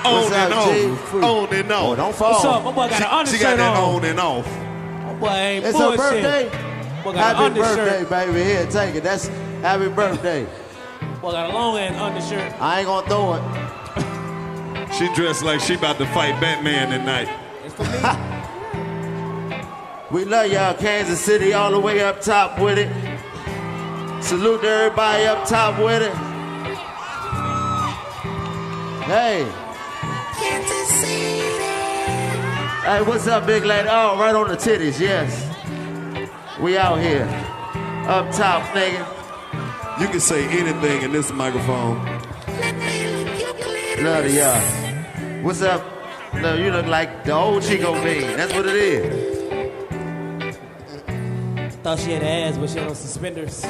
Speaker 1: On
Speaker 3: What's
Speaker 1: and
Speaker 3: up, G?
Speaker 1: off. On and off.
Speaker 3: Oh, don't fall. What's up? My boy got
Speaker 1: She-
Speaker 3: an
Speaker 1: She got
Speaker 3: undershirt
Speaker 1: that
Speaker 3: on.
Speaker 1: on and off.
Speaker 4: Boy, ain't
Speaker 3: It's her
Speaker 4: bullshit.
Speaker 3: birthday.
Speaker 4: Boy got an
Speaker 3: Happy
Speaker 4: undershirt.
Speaker 3: birthday, baby. Here, take it. That's happy birthday.
Speaker 4: Boy got a long ass undershirt.
Speaker 3: I ain't gonna throw it.
Speaker 1: She dressed like she about to fight Batman tonight.
Speaker 3: We love y'all, Kansas City, all the way up top with it. Salute to everybody up top with it. Hey.
Speaker 2: Kansas
Speaker 3: Hey, what's up, big lady? Oh, right on the titties, yes. We out here. Up top, nigga.
Speaker 1: You can say anything in this microphone.
Speaker 3: Love to y'all. What's up? No, you look like the old Chico Bean. That's what it is.
Speaker 6: Thought she had ass, but she had on suspenders.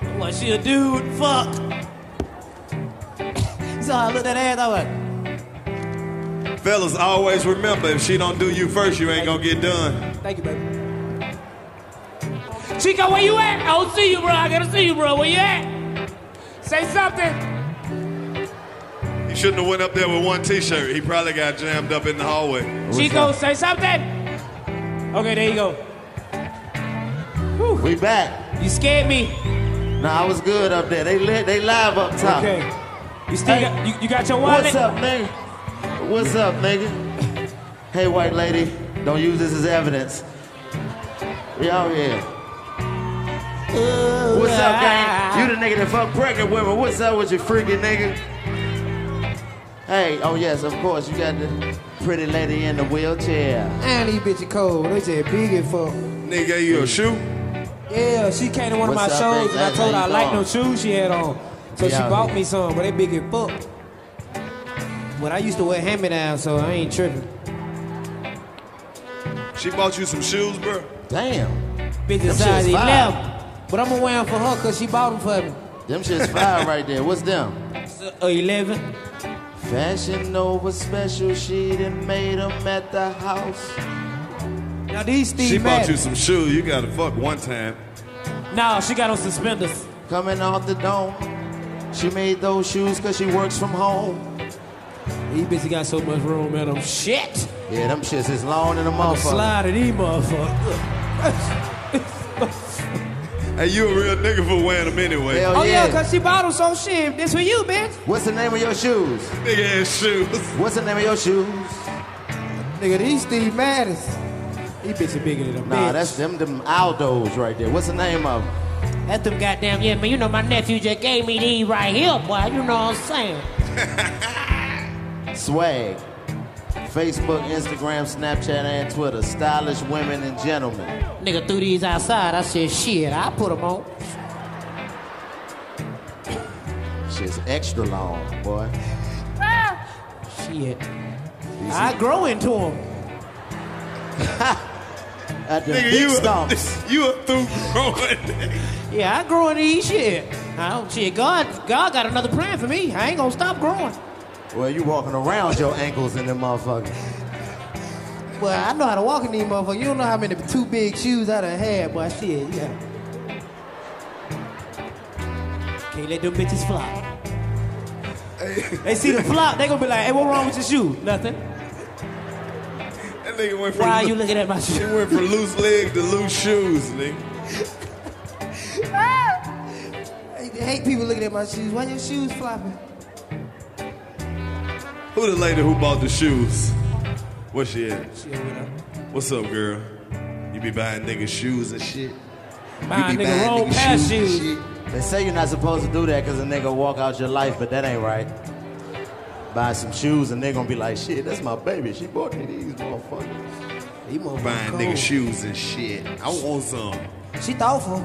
Speaker 6: I'm like, she a dude, fuck. so I looked at ass, I was like,
Speaker 1: Fellas, always remember if she don't do you first, you ain't gonna get done.
Speaker 6: thank you, baby.
Speaker 4: Chico, where you at? I don't see you, bro. I gotta see you, bro. Where you at? Say something.
Speaker 1: He shouldn't have went up there with one t-shirt. He probably got jammed up in the hallway.
Speaker 4: Chico, say something. Okay, there you go.
Speaker 3: We back.
Speaker 4: You scared me.
Speaker 3: Nah, I was good up there. They lit, they live up top.
Speaker 4: Okay. You still got, you, you got your wallet?
Speaker 3: What's up, nigga? What's up, nigga? Hey, white lady, don't use this as evidence. We out here. What's up,
Speaker 4: ah,
Speaker 3: gang? You the nigga that fuck pregnant women. What's up with you, freaky nigga? Hey, oh yes, of course. You got the pretty lady in the wheelchair.
Speaker 2: And these bitches cold. They said big and fuck.
Speaker 1: Nigga gave you a shoe?
Speaker 6: Yeah, she came to one of my
Speaker 3: What's up,
Speaker 6: shows,
Speaker 3: big
Speaker 6: and I
Speaker 3: lady?
Speaker 6: told her
Speaker 3: How
Speaker 6: I
Speaker 3: you
Speaker 6: like no
Speaker 3: doing?
Speaker 6: shoes she had on. So
Speaker 3: Yeah.
Speaker 6: she bought me some, but they big and fuck. But I used to wear hand me downs, so I ain't tripping.
Speaker 1: She bought you some shoes, bro?
Speaker 3: Damn.
Speaker 6: Bitch
Speaker 3: Them
Speaker 6: is size
Speaker 3: shit's fire.
Speaker 6: 11. But I'm gonna wear them for her, cause she bought them for me.
Speaker 3: Them shit's fire right there. What's them?
Speaker 6: Uh, 11.
Speaker 3: Fashion Nova special. She done made 'em at the house.
Speaker 6: Now these Steve
Speaker 1: she bought
Speaker 6: Madden.
Speaker 1: you some shoes. You gotta fuck one time.
Speaker 6: No, she got on suspenders.
Speaker 3: Coming off the dome. She made those shoes cause she works from home.
Speaker 6: These bitches got so much room in them. Shit!
Speaker 3: Yeah, them shits is long in the
Speaker 6: I'm
Speaker 3: motherfucker.
Speaker 6: sliding these motherfuckers.
Speaker 1: Hey, you a real nigga for wearing them anyway.
Speaker 3: Hell
Speaker 6: Oh yeah,
Speaker 3: yeah.
Speaker 6: cause she bought them, so shit. This for you, bitch.
Speaker 3: What's the name of your shoes?
Speaker 1: Big ass shoes.
Speaker 3: What's the name of your shoes?
Speaker 6: Nigga, these Steve Maddens. These bitches bigger than them.
Speaker 3: Nah, that's them them Aldos right there. What's the name of 'em?
Speaker 4: That's them goddamn, yeah, man. You know, my nephew just gave me these right here, boy. You know what I'm saying?
Speaker 3: Swag. Facebook, Instagram, Snapchat, and Twitter. Stylish women and gentlemen.
Speaker 4: Nigga threw these outside. I said, shit, I put them on.
Speaker 3: Shit's extra long, boy.
Speaker 4: Shit. I grow into them.
Speaker 3: At the
Speaker 4: Nigga,
Speaker 3: big
Speaker 4: you a-
Speaker 3: stumps.
Speaker 5: You a through growing.
Speaker 4: Yeah, I grow into these shit. I don't, shit, God, God got another plan for me. I ain't gonna stop growing.
Speaker 3: Well, you walking around your ankles in them motherfuckers.
Speaker 4: Well, I know how to walk in these motherfuckers. You don't know how many too big shoes I done had, but shit, yeah. Can't let them bitches flop. they see the flop, they gonna be like, hey, what wrong with your shoe? Nothing.
Speaker 5: That nigga went from
Speaker 4: Why are you looking at my shoe?
Speaker 5: It went from loose leg to loose shoes, nigga.
Speaker 4: I hate people looking at my shoes. Why your shoes flopping?
Speaker 5: Who the lady who bought the shoes? Where she at? What's up, girl? You be buying niggas shoes and shit.
Speaker 3: You be buying niggas
Speaker 4: shoes and
Speaker 3: shit. They say you're not supposed to do that because a nigga walk out your life, but that ain't right. Buy some shoes and they gonna be like, shit, that's my baby. She bought me these motherfuckers.
Speaker 4: These motherfuckers
Speaker 5: Buying niggas shoes and shit. I want some.
Speaker 4: She thoughtful.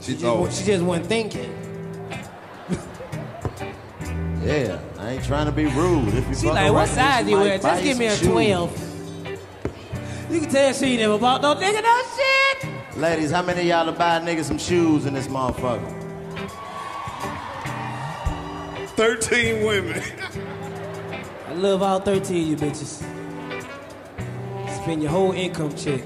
Speaker 5: She
Speaker 4: She wa-
Speaker 5: thought.
Speaker 4: She just wasn't thinking.
Speaker 3: Yeah, I ain't trying to be rude. If you
Speaker 4: She
Speaker 3: fucking
Speaker 4: like, what
Speaker 3: rocking
Speaker 4: size
Speaker 3: this,
Speaker 4: you
Speaker 3: might
Speaker 4: wear?
Speaker 3: buy
Speaker 4: Just
Speaker 3: you
Speaker 4: give me a
Speaker 3: some shoes."
Speaker 4: 12. You can tell she ain't never bought no nigga no shit.
Speaker 3: Ladies, how many of y'all to buy niggas some shoes in this motherfucker?
Speaker 5: 13 women.
Speaker 4: I love all 13 of you bitches. Spend your whole income check.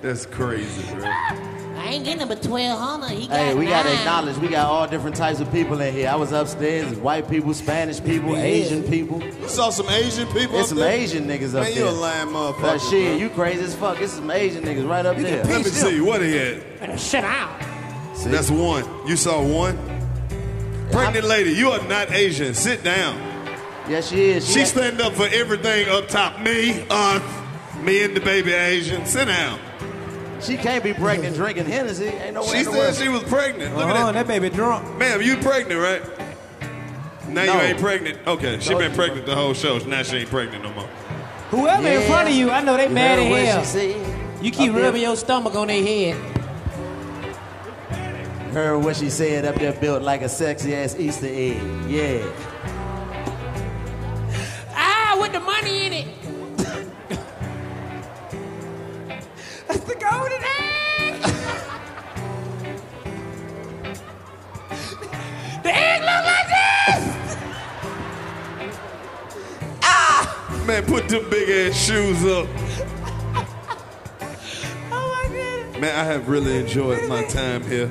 Speaker 5: That's crazy, bro.
Speaker 4: I ain't getting number 1200. He
Speaker 3: Hey, we gotta acknowledge we got all different types of people in here. I was upstairs, there's white people, Spanish people,
Speaker 5: Yeah.
Speaker 3: Asian people.
Speaker 5: You saw some Asian people
Speaker 3: There's
Speaker 5: up
Speaker 3: some
Speaker 5: there?
Speaker 3: Asian niggas up
Speaker 5: Man,
Speaker 3: there.
Speaker 5: you a lying motherfucker.
Speaker 3: That shit,
Speaker 5: bro.
Speaker 3: you crazy as fuck. It's some Asian niggas right up there.
Speaker 5: Let me see. What he at?
Speaker 4: Shut out.
Speaker 5: That's one. You saw one? Pregnant lady, you are not Asian. Sit down.
Speaker 3: Yes, she is.
Speaker 5: She, stand up for everything up top. Me, us, me and the baby Asian. Sit down.
Speaker 3: She can't be pregnant drinking Hennessy. Ain't no way
Speaker 5: She
Speaker 3: in the
Speaker 5: said
Speaker 3: world.
Speaker 5: she was pregnant. Look at that.
Speaker 4: Uh-huh, baby drunk.
Speaker 5: Ma'am, you pregnant, right? Now you
Speaker 3: No.
Speaker 5: ain't pregnant. Okay, she
Speaker 3: No,
Speaker 5: been
Speaker 3: she
Speaker 5: pregnant the whole show. Now she ain't pregnant no more.
Speaker 4: Whoever in front of you, I know they
Speaker 5: You
Speaker 4: mad as
Speaker 5: heard what
Speaker 4: hell.
Speaker 5: she
Speaker 4: You keep
Speaker 3: Up there.
Speaker 4: rubbing your stomach on their head.
Speaker 3: Heard what she said up there built like a sexy ass Easter egg. Yeah.
Speaker 4: Ah, with the money in it. That's the golden egg. the egg look like this.
Speaker 5: Man, put them big ass shoes up.
Speaker 3: Oh
Speaker 5: Man, I have really enjoyed my time here.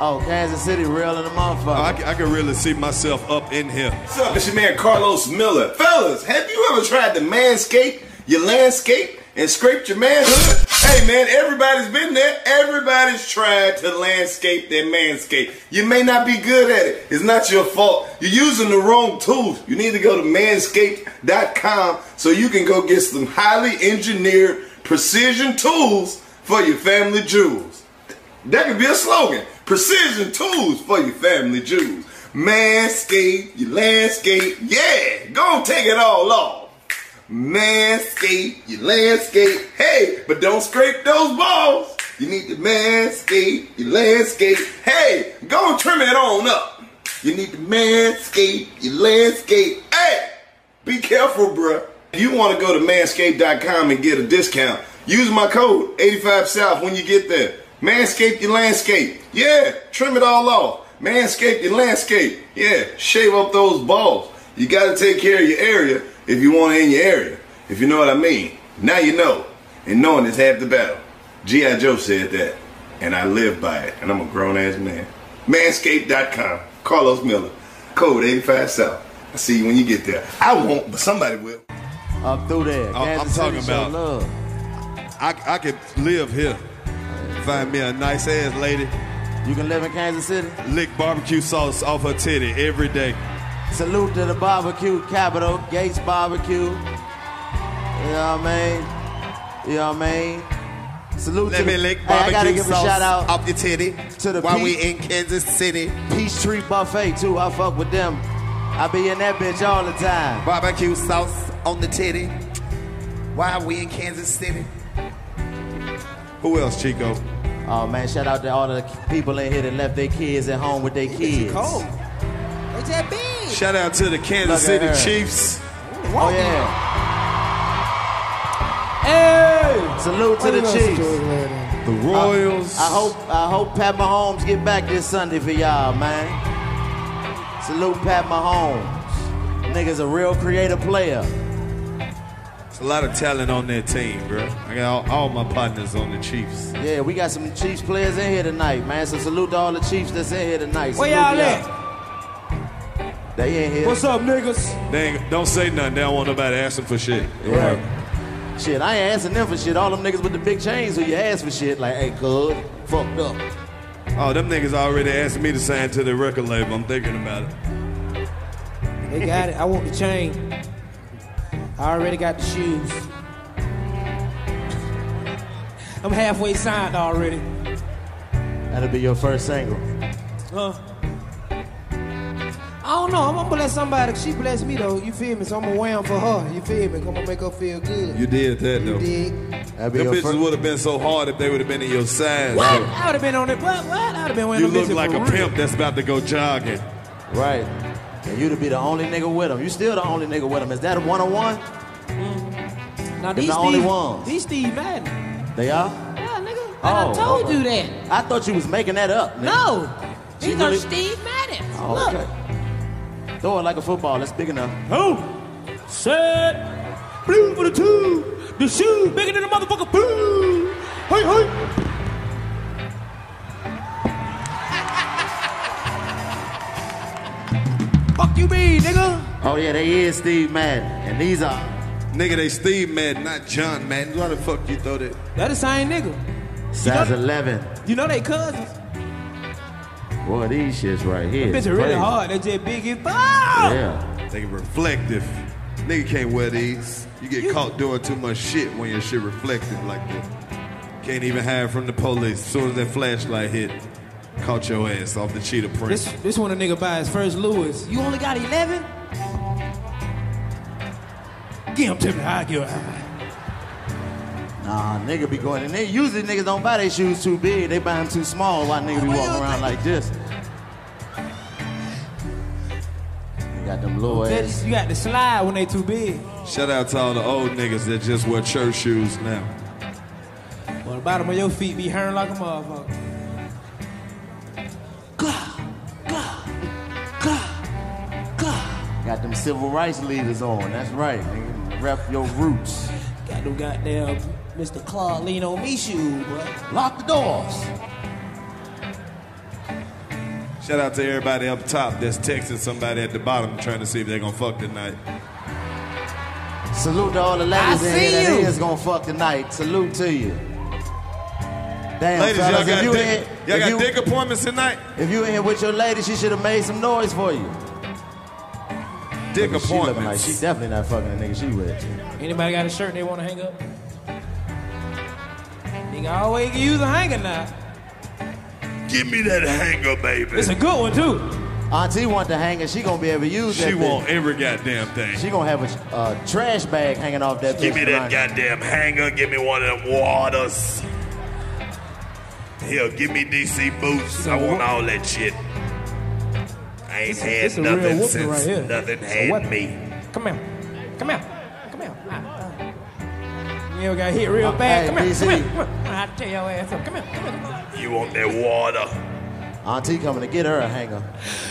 Speaker 3: Oh, Kansas City real in the motherfucker.
Speaker 5: Oh, I, I can really see myself up in here.
Speaker 1: What's up? It's your man Carlos Miller. Fellas, have you ever tried to manscape your landscape and scraped your manhood? Hey man, everybody's been there. Everybody's tried to landscape their manscape. You may not be good at it. It's not your fault. You're using the wrong tools. You need to go to manscaped.com so you can go get some highly engineered precision tools for your family jewels. That could be a slogan. Precision tools for your family jewels. Manscape, your landscape, yeah. Go take it all off. Manscape, your landscape, hey. But don't scrape those balls. You need to manscape, your landscape, hey. Go and trim it on up. You need to manscape, your landscape, hey. Be careful, bruh. If you want to go to manscaped.com and get a discount, use my code 85South when you get there. Manscape your landscape. Yeah, trim it all off. Manscape your landscape. Yeah, shave up those balls. You got to take care of your area if you want it in your area. If you know what I mean. Now you know. And knowing is half the battle. G.I. Joe said that. And I live by it. And I'm a grown ass man. Manscaped.com. Carlos Miller. Code 85South. I see you when you get there. I won't, but somebody will.
Speaker 3: Up through there.
Speaker 5: I- I'm
Speaker 3: Kansas
Speaker 5: talking
Speaker 3: City show
Speaker 5: about.
Speaker 3: love.
Speaker 5: I, I could live here. Find me a nice ass lady.
Speaker 3: You can live in Kansas City.
Speaker 5: Lick barbecue sauce off her titty every day.
Speaker 3: Salute to the barbecue capital, Gates Barbecue. You know what I mean? You know what I mean? Salute to
Speaker 5: Let me
Speaker 3: the,
Speaker 5: lick
Speaker 3: Hey, I gotta
Speaker 5: barbecue
Speaker 3: give a
Speaker 5: sauce
Speaker 3: shout out
Speaker 5: off your titty
Speaker 3: to the
Speaker 5: while
Speaker 3: peach,
Speaker 5: we in Kansas City.
Speaker 3: Peachtree Buffet too. I fuck with them. I be in that bitch all the time.
Speaker 16: Barbecue sauce on the titty. Why we in Kansas City?
Speaker 3: Who else, Chico? Oh man, shout out to all the people in here that left their kids at home with their kids.
Speaker 4: It's cold. It's that big.
Speaker 3: Shout out to the
Speaker 17: Kansas City Chiefs.
Speaker 3: Oh yeah. Hey! Salute to the Chiefs.
Speaker 17: The Royals.
Speaker 3: I, I hope I hope Pat Mahomes get back this Sunday for y'all, man. Salute Pat Mahomes. Nigga's a real creative player.
Speaker 1: It's a lot of talent on that team, bro. I got all, all my partners on the Chiefs.
Speaker 3: Yeah, we got some Chiefs players in here tonight, man. So salute to all the Chiefs that's in here tonight. Salute
Speaker 5: Where y'all
Speaker 3: y'all.
Speaker 5: at?
Speaker 3: They in here.
Speaker 5: What's up, niggas?
Speaker 1: They ain't, don't say nothing. They don't want nobody asking for shit.
Speaker 3: Right. Shit, I ain't asking them for shit. All them niggas with the big chains who you ask for shit, like, hey, cuz, fucked up.
Speaker 1: Oh, them niggas already asked me to sign to the record label. I'm thinking about it.
Speaker 5: They got it. I want the chain. I already got the shoes. I'm halfway signed already.
Speaker 3: That'll be your first single.
Speaker 5: Huh? I don't know. I'm gonna bless somebody. She blessed me though. You feel me? So I'm gonna wham for her. You feel me? I'm gonna make her feel good.
Speaker 1: You did that though.
Speaker 5: dig?
Speaker 1: Them
Speaker 5: be your
Speaker 1: bitches
Speaker 5: fir-
Speaker 1: would have been so hard if they would have been in your size.
Speaker 5: What?
Speaker 1: though.
Speaker 5: I would have been on it. What? What? I would have been wearing
Speaker 1: You
Speaker 5: them
Speaker 1: look
Speaker 5: bitches
Speaker 1: like
Speaker 5: for
Speaker 1: a
Speaker 5: real.
Speaker 1: pimp that's about to go jogging.
Speaker 3: Right. And you to be the only nigga with him. You still the only nigga with him. Is that a one on one?
Speaker 5: Mm. Now
Speaker 3: Them
Speaker 5: these
Speaker 3: the only
Speaker 5: Steve-
Speaker 3: ones.
Speaker 5: These Steve Madden.
Speaker 3: They are?
Speaker 5: Yeah, nigga.
Speaker 3: Oh,
Speaker 5: I done told
Speaker 3: okay.
Speaker 5: you that.
Speaker 3: I thought you was making that up. nigga.
Speaker 5: No.
Speaker 3: She
Speaker 5: These are
Speaker 3: really-
Speaker 5: Steve Madden.
Speaker 3: Oh,
Speaker 5: Look.
Speaker 3: okay. Throw it like a football. That's big enough.
Speaker 5: Who? Set. Blue for the two. The shoe bigger than the motherfucker. Boo. Hey, hey.
Speaker 3: Fuck you, me, nigga. Oh yeah, they is Steve Madden, and these are.
Speaker 1: Nigga, they Steve Madden, not John Madden. Why the fuck you throw that?
Speaker 5: That the same nigga.
Speaker 3: Size 11.
Speaker 5: You know they cousins.
Speaker 3: Boy, these shits right here.
Speaker 5: Them
Speaker 3: is
Speaker 5: bitches really
Speaker 3: crazy.
Speaker 5: hard. They just big as fuck.
Speaker 3: Yeah.
Speaker 1: They reflective. Nigga can't wear these. You get caught doing too much shit when your shit reflective like that. Can't even hide from the police. Soon as that flashlight hit, caught your ass off the cheetah print.
Speaker 5: This this one a nigga buy his first Lewis. You only got 11? Give him to me. I give him.
Speaker 3: Nah, nigga be going in there. Usually niggas don't buy their shoes too big. They buy them too small. Why nigga be walking around like this? You got them little ass.
Speaker 5: You got to slide when they too big.
Speaker 1: Shout out to all the old niggas that just wear church shoes now.
Speaker 5: Well, the bottom of your feet be hurting like a motherfucker.
Speaker 3: Got them civil rights leaders on. That's right. Nigga. Rep your roots.
Speaker 5: Got them goddamn Mr.
Speaker 6: Uh,
Speaker 5: Claude lean on me shoe, bro.
Speaker 3: Lock the doors.
Speaker 1: Shout out to everybody up top that's texting somebody at the bottom trying to see if they're gonna fuck tonight.
Speaker 3: Salute to all the ladies
Speaker 1: I
Speaker 3: in here
Speaker 1: see
Speaker 3: that
Speaker 1: you.
Speaker 3: is gonna fuck tonight. Salute to you. Damn,
Speaker 1: Ladies,
Speaker 3: fellas,
Speaker 1: y'all
Speaker 3: if
Speaker 1: got,
Speaker 3: you in,
Speaker 1: dick, y'all
Speaker 3: if
Speaker 1: got
Speaker 3: you,
Speaker 1: dick appointments tonight?
Speaker 3: If you in here with your lady, she should have made some noise for you.
Speaker 1: Dick
Speaker 3: She looking like
Speaker 1: appointments.
Speaker 3: she definitely not fucking the nigga she with.
Speaker 5: Anybody got a shirt they want to hang up? Nigga, I always can use a hanger now.
Speaker 1: Give me that hanger, baby.
Speaker 5: It's a good one, too.
Speaker 3: Auntie want the hanger. She gonna be able to use that.
Speaker 1: She
Speaker 3: bitch.
Speaker 1: want every goddamn thing.
Speaker 3: She gonna have a uh, trash bag hanging off that.
Speaker 1: Give
Speaker 3: bitch
Speaker 1: me that
Speaker 3: tonight.
Speaker 1: goddamn hanger. Give me one of them waters. Here, give me DC boots. I want all that shit. I ain't had
Speaker 5: It's a real
Speaker 1: nothing
Speaker 5: whooping
Speaker 1: since
Speaker 5: right here.
Speaker 1: nothing
Speaker 5: It's a
Speaker 1: had
Speaker 5: weapon.
Speaker 1: me.
Speaker 5: Come here. Come here. Come here. Ah, ah. You got hit real bad.
Speaker 3: Hey,
Speaker 5: Come here.
Speaker 3: BC.
Speaker 5: Come here. Come here. I tell your ass up. Come here. Come here.
Speaker 1: You want that water?
Speaker 3: Auntie coming to get her a hanger.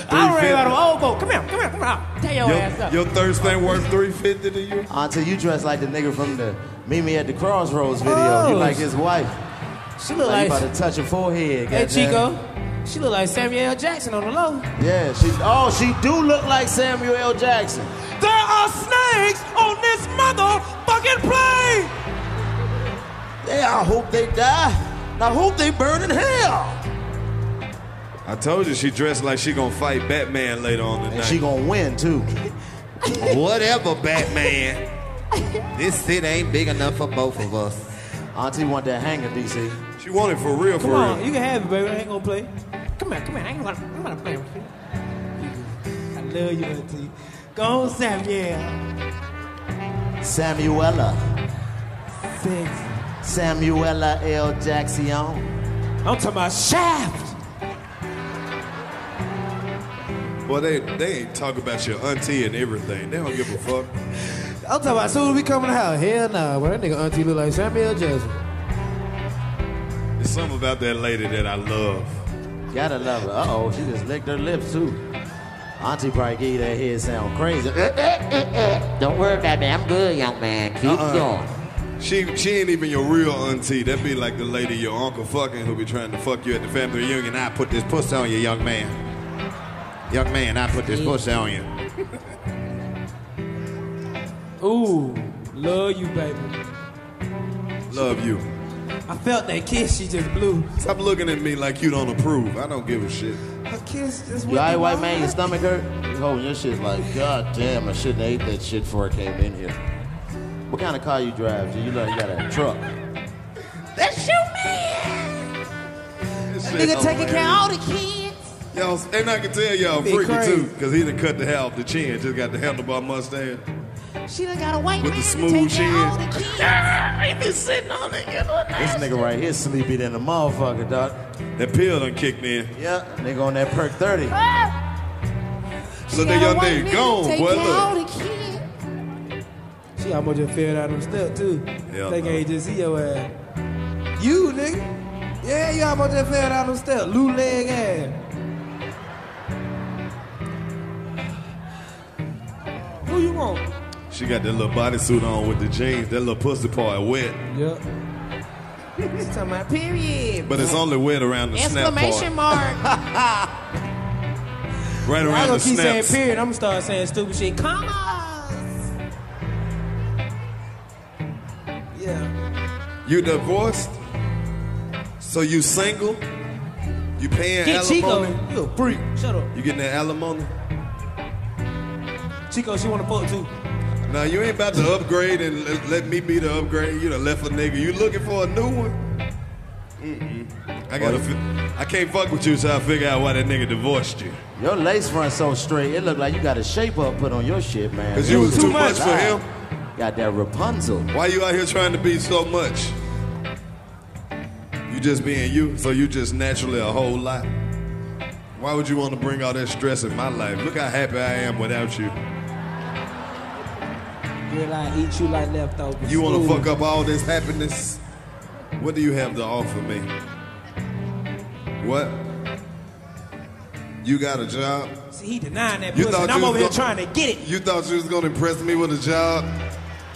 Speaker 5: I already got an elbow. Come here. Come here. Come here. I'll tell your ass up.
Speaker 1: thirst ain't worth three fifty to you.
Speaker 3: Auntie, you dress like the nigga from the Meet Me at the Crossroads video.
Speaker 5: Oh.
Speaker 3: You like his wife.
Speaker 5: She look
Speaker 3: you
Speaker 5: like-
Speaker 3: about to touch her forehead.
Speaker 5: Hey,
Speaker 3: goddamn.
Speaker 5: Chico. She look like Samuel L. Jackson on the low.
Speaker 3: Yeah, she. Oh, she do look like Samuel L. Jackson.
Speaker 5: There are snakes on this motherfucking plane.
Speaker 3: Yeah, I hope they die. And I hope they burn in hell.
Speaker 1: I told you she dressed like she gonna fight Batman later on tonight.
Speaker 3: And she gonna win too.
Speaker 16: Whatever, Batman. this city ain't big enough for both of us.
Speaker 3: Auntie want that hanger, DC.
Speaker 1: She want it for real,
Speaker 5: Come on, you can have it, baby. I ain't gonna play. Come here, come here. I ain't gonna, I'm gonna play with you. I
Speaker 4: Love you, Auntie. Go on, Samuel.
Speaker 3: Samuela.
Speaker 4: Six.
Speaker 3: Samuela L. Jackson. I'm
Speaker 4: talking about Shaft.
Speaker 1: Well, they they ain't talking about your auntie and everything. They don't give a fuck.
Speaker 4: I'm talking about soon as we coming out. Hell nah, bro. That nigga auntie look like Samuel Jackson.
Speaker 1: There's something about that lady that I love.
Speaker 3: Gotta love her. Uh oh, she just licked her lips too. Auntie probably gave you that head sound crazy. uh, Don't worry about me. I'm good, young man. Keep
Speaker 1: Uh-uh.
Speaker 3: going.
Speaker 1: She she ain't even your real auntie. That be like the lady your uncle fucking who be trying to fuck you at the family reunion. I put this pussy on you, young man. Young man, I put this pussy on you.
Speaker 6: Ooh, love you, baby.
Speaker 1: Love you.
Speaker 6: I felt that kiss she just blew.
Speaker 1: Stop looking at me like you don't approve. I don't give a shit.
Speaker 6: Her kiss just
Speaker 3: You
Speaker 6: went
Speaker 3: alright,
Speaker 6: through
Speaker 3: white
Speaker 6: my
Speaker 3: man? Your
Speaker 6: heart.
Speaker 3: stomach hurt? You holding your shit like, God damn, I shouldn't have ate that shit before I came in here. What kind of car you drive? G? You know you got a truck.
Speaker 4: That's your man. Nigga taking care of all the kids.
Speaker 1: Y'all, and I can tell y'all
Speaker 4: Be
Speaker 1: freaky
Speaker 4: crazy.
Speaker 1: too, because he done cut the hair off the chin. Just got the handlebar mustache
Speaker 4: She done got a white
Speaker 1: with
Speaker 4: man
Speaker 1: the
Speaker 4: to
Speaker 1: smooth
Speaker 4: take care of all
Speaker 1: chin.
Speaker 4: the kids. I been sitting on it. You know,
Speaker 3: This nigga right here sleepy than a motherfucker, dog.
Speaker 1: That pill done kicked in.
Speaker 3: Yeah, nigga on that perk 30.
Speaker 1: So that young nigga gone, boy. Look.
Speaker 6: She almost just fell down them steps too.
Speaker 1: Hell
Speaker 6: Think
Speaker 1: no.
Speaker 6: I ain't just see your ass. You nigga. Yeah, you almost just fell down them steps. Lou leg ass. Who you want?
Speaker 1: She got that little bodysuit on with the jeans. That little pussy part wet,
Speaker 6: Yep.
Speaker 4: She's talking about period.
Speaker 1: but it's only wet around the snap
Speaker 4: Exclamation
Speaker 1: part.
Speaker 4: mark.
Speaker 1: Right
Speaker 6: I'm
Speaker 1: around
Speaker 6: gonna
Speaker 1: the
Speaker 6: keep saying
Speaker 1: snaps.
Speaker 6: period. I'm gonna start saying stupid shit. Comma.
Speaker 1: You divorced? So you single? You paying
Speaker 6: Get Chico.
Speaker 1: alimony?
Speaker 6: You a freak. Shut up.
Speaker 1: You getting that alimony?
Speaker 6: Chico, she wanna fuck too.
Speaker 1: Now you ain't about to upgrade and let, let me be the upgrade. You done left a nigga. You looking for a new one? Mm-mm. I gotta. Fi- I can't fuck with you, so I figure out why that nigga divorced you.
Speaker 3: Your lace front so straight, it look like you got a shape up put on your shit, man.
Speaker 1: 'Cause you was too much for him.
Speaker 3: Got that Rapunzel.
Speaker 1: Why you out here trying to be so much? You just being you, so you just naturally a whole lot. Why would you want to bring all that stress in my life? Look how happy I am without you.
Speaker 6: Girl, I eat you like leftovers.
Speaker 1: You want
Speaker 6: Ooh.
Speaker 1: to fuck up all this happiness? What do you have to offer me? What? You got a job?
Speaker 6: See, he denying that
Speaker 1: You
Speaker 6: pussy.
Speaker 1: thought
Speaker 6: And I'm
Speaker 1: you
Speaker 6: over here
Speaker 1: was gon-
Speaker 6: trying to get it.
Speaker 1: You thought you was gonna impress me with a job?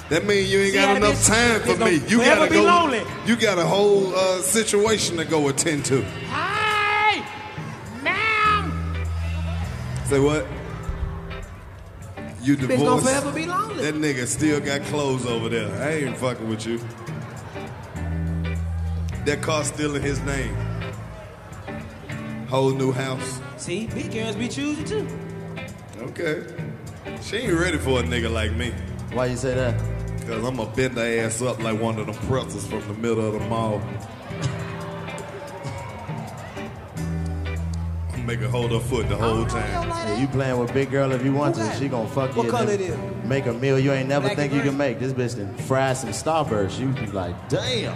Speaker 1: That means you ain't
Speaker 6: See
Speaker 1: got
Speaker 6: how
Speaker 1: enough
Speaker 6: this-
Speaker 1: time
Speaker 6: this
Speaker 1: for
Speaker 6: gon-
Speaker 1: me. You
Speaker 6: forever
Speaker 1: gotta
Speaker 6: be
Speaker 1: go.
Speaker 6: lonely.
Speaker 1: You got a whole uh, situation to go attend to.
Speaker 18: Hey, ma'am.
Speaker 1: Say what? You
Speaker 18: gonna
Speaker 1: divorced.
Speaker 18: forever be lonely.
Speaker 1: That nigga still got clothes over there. I ain't fucking with you. That car still in his name. Whole new house.
Speaker 6: See, big girls be choosing too.
Speaker 1: Okay. She ain't ready for a nigga like me.
Speaker 3: Why you say that?
Speaker 1: Cause I'ma bend her ass up like one of them pretzels from the middle of the mall. I'ma make her hold her foot the whole time.
Speaker 3: Yeah, you playing with big girl if you want to. She gonna fuck
Speaker 1: What
Speaker 3: you.
Speaker 1: color it
Speaker 3: and
Speaker 1: is?
Speaker 3: Make a meal you ain't never
Speaker 1: Black
Speaker 3: think
Speaker 1: and
Speaker 3: you can make. This bitch done fry some starburst. You be like, damn.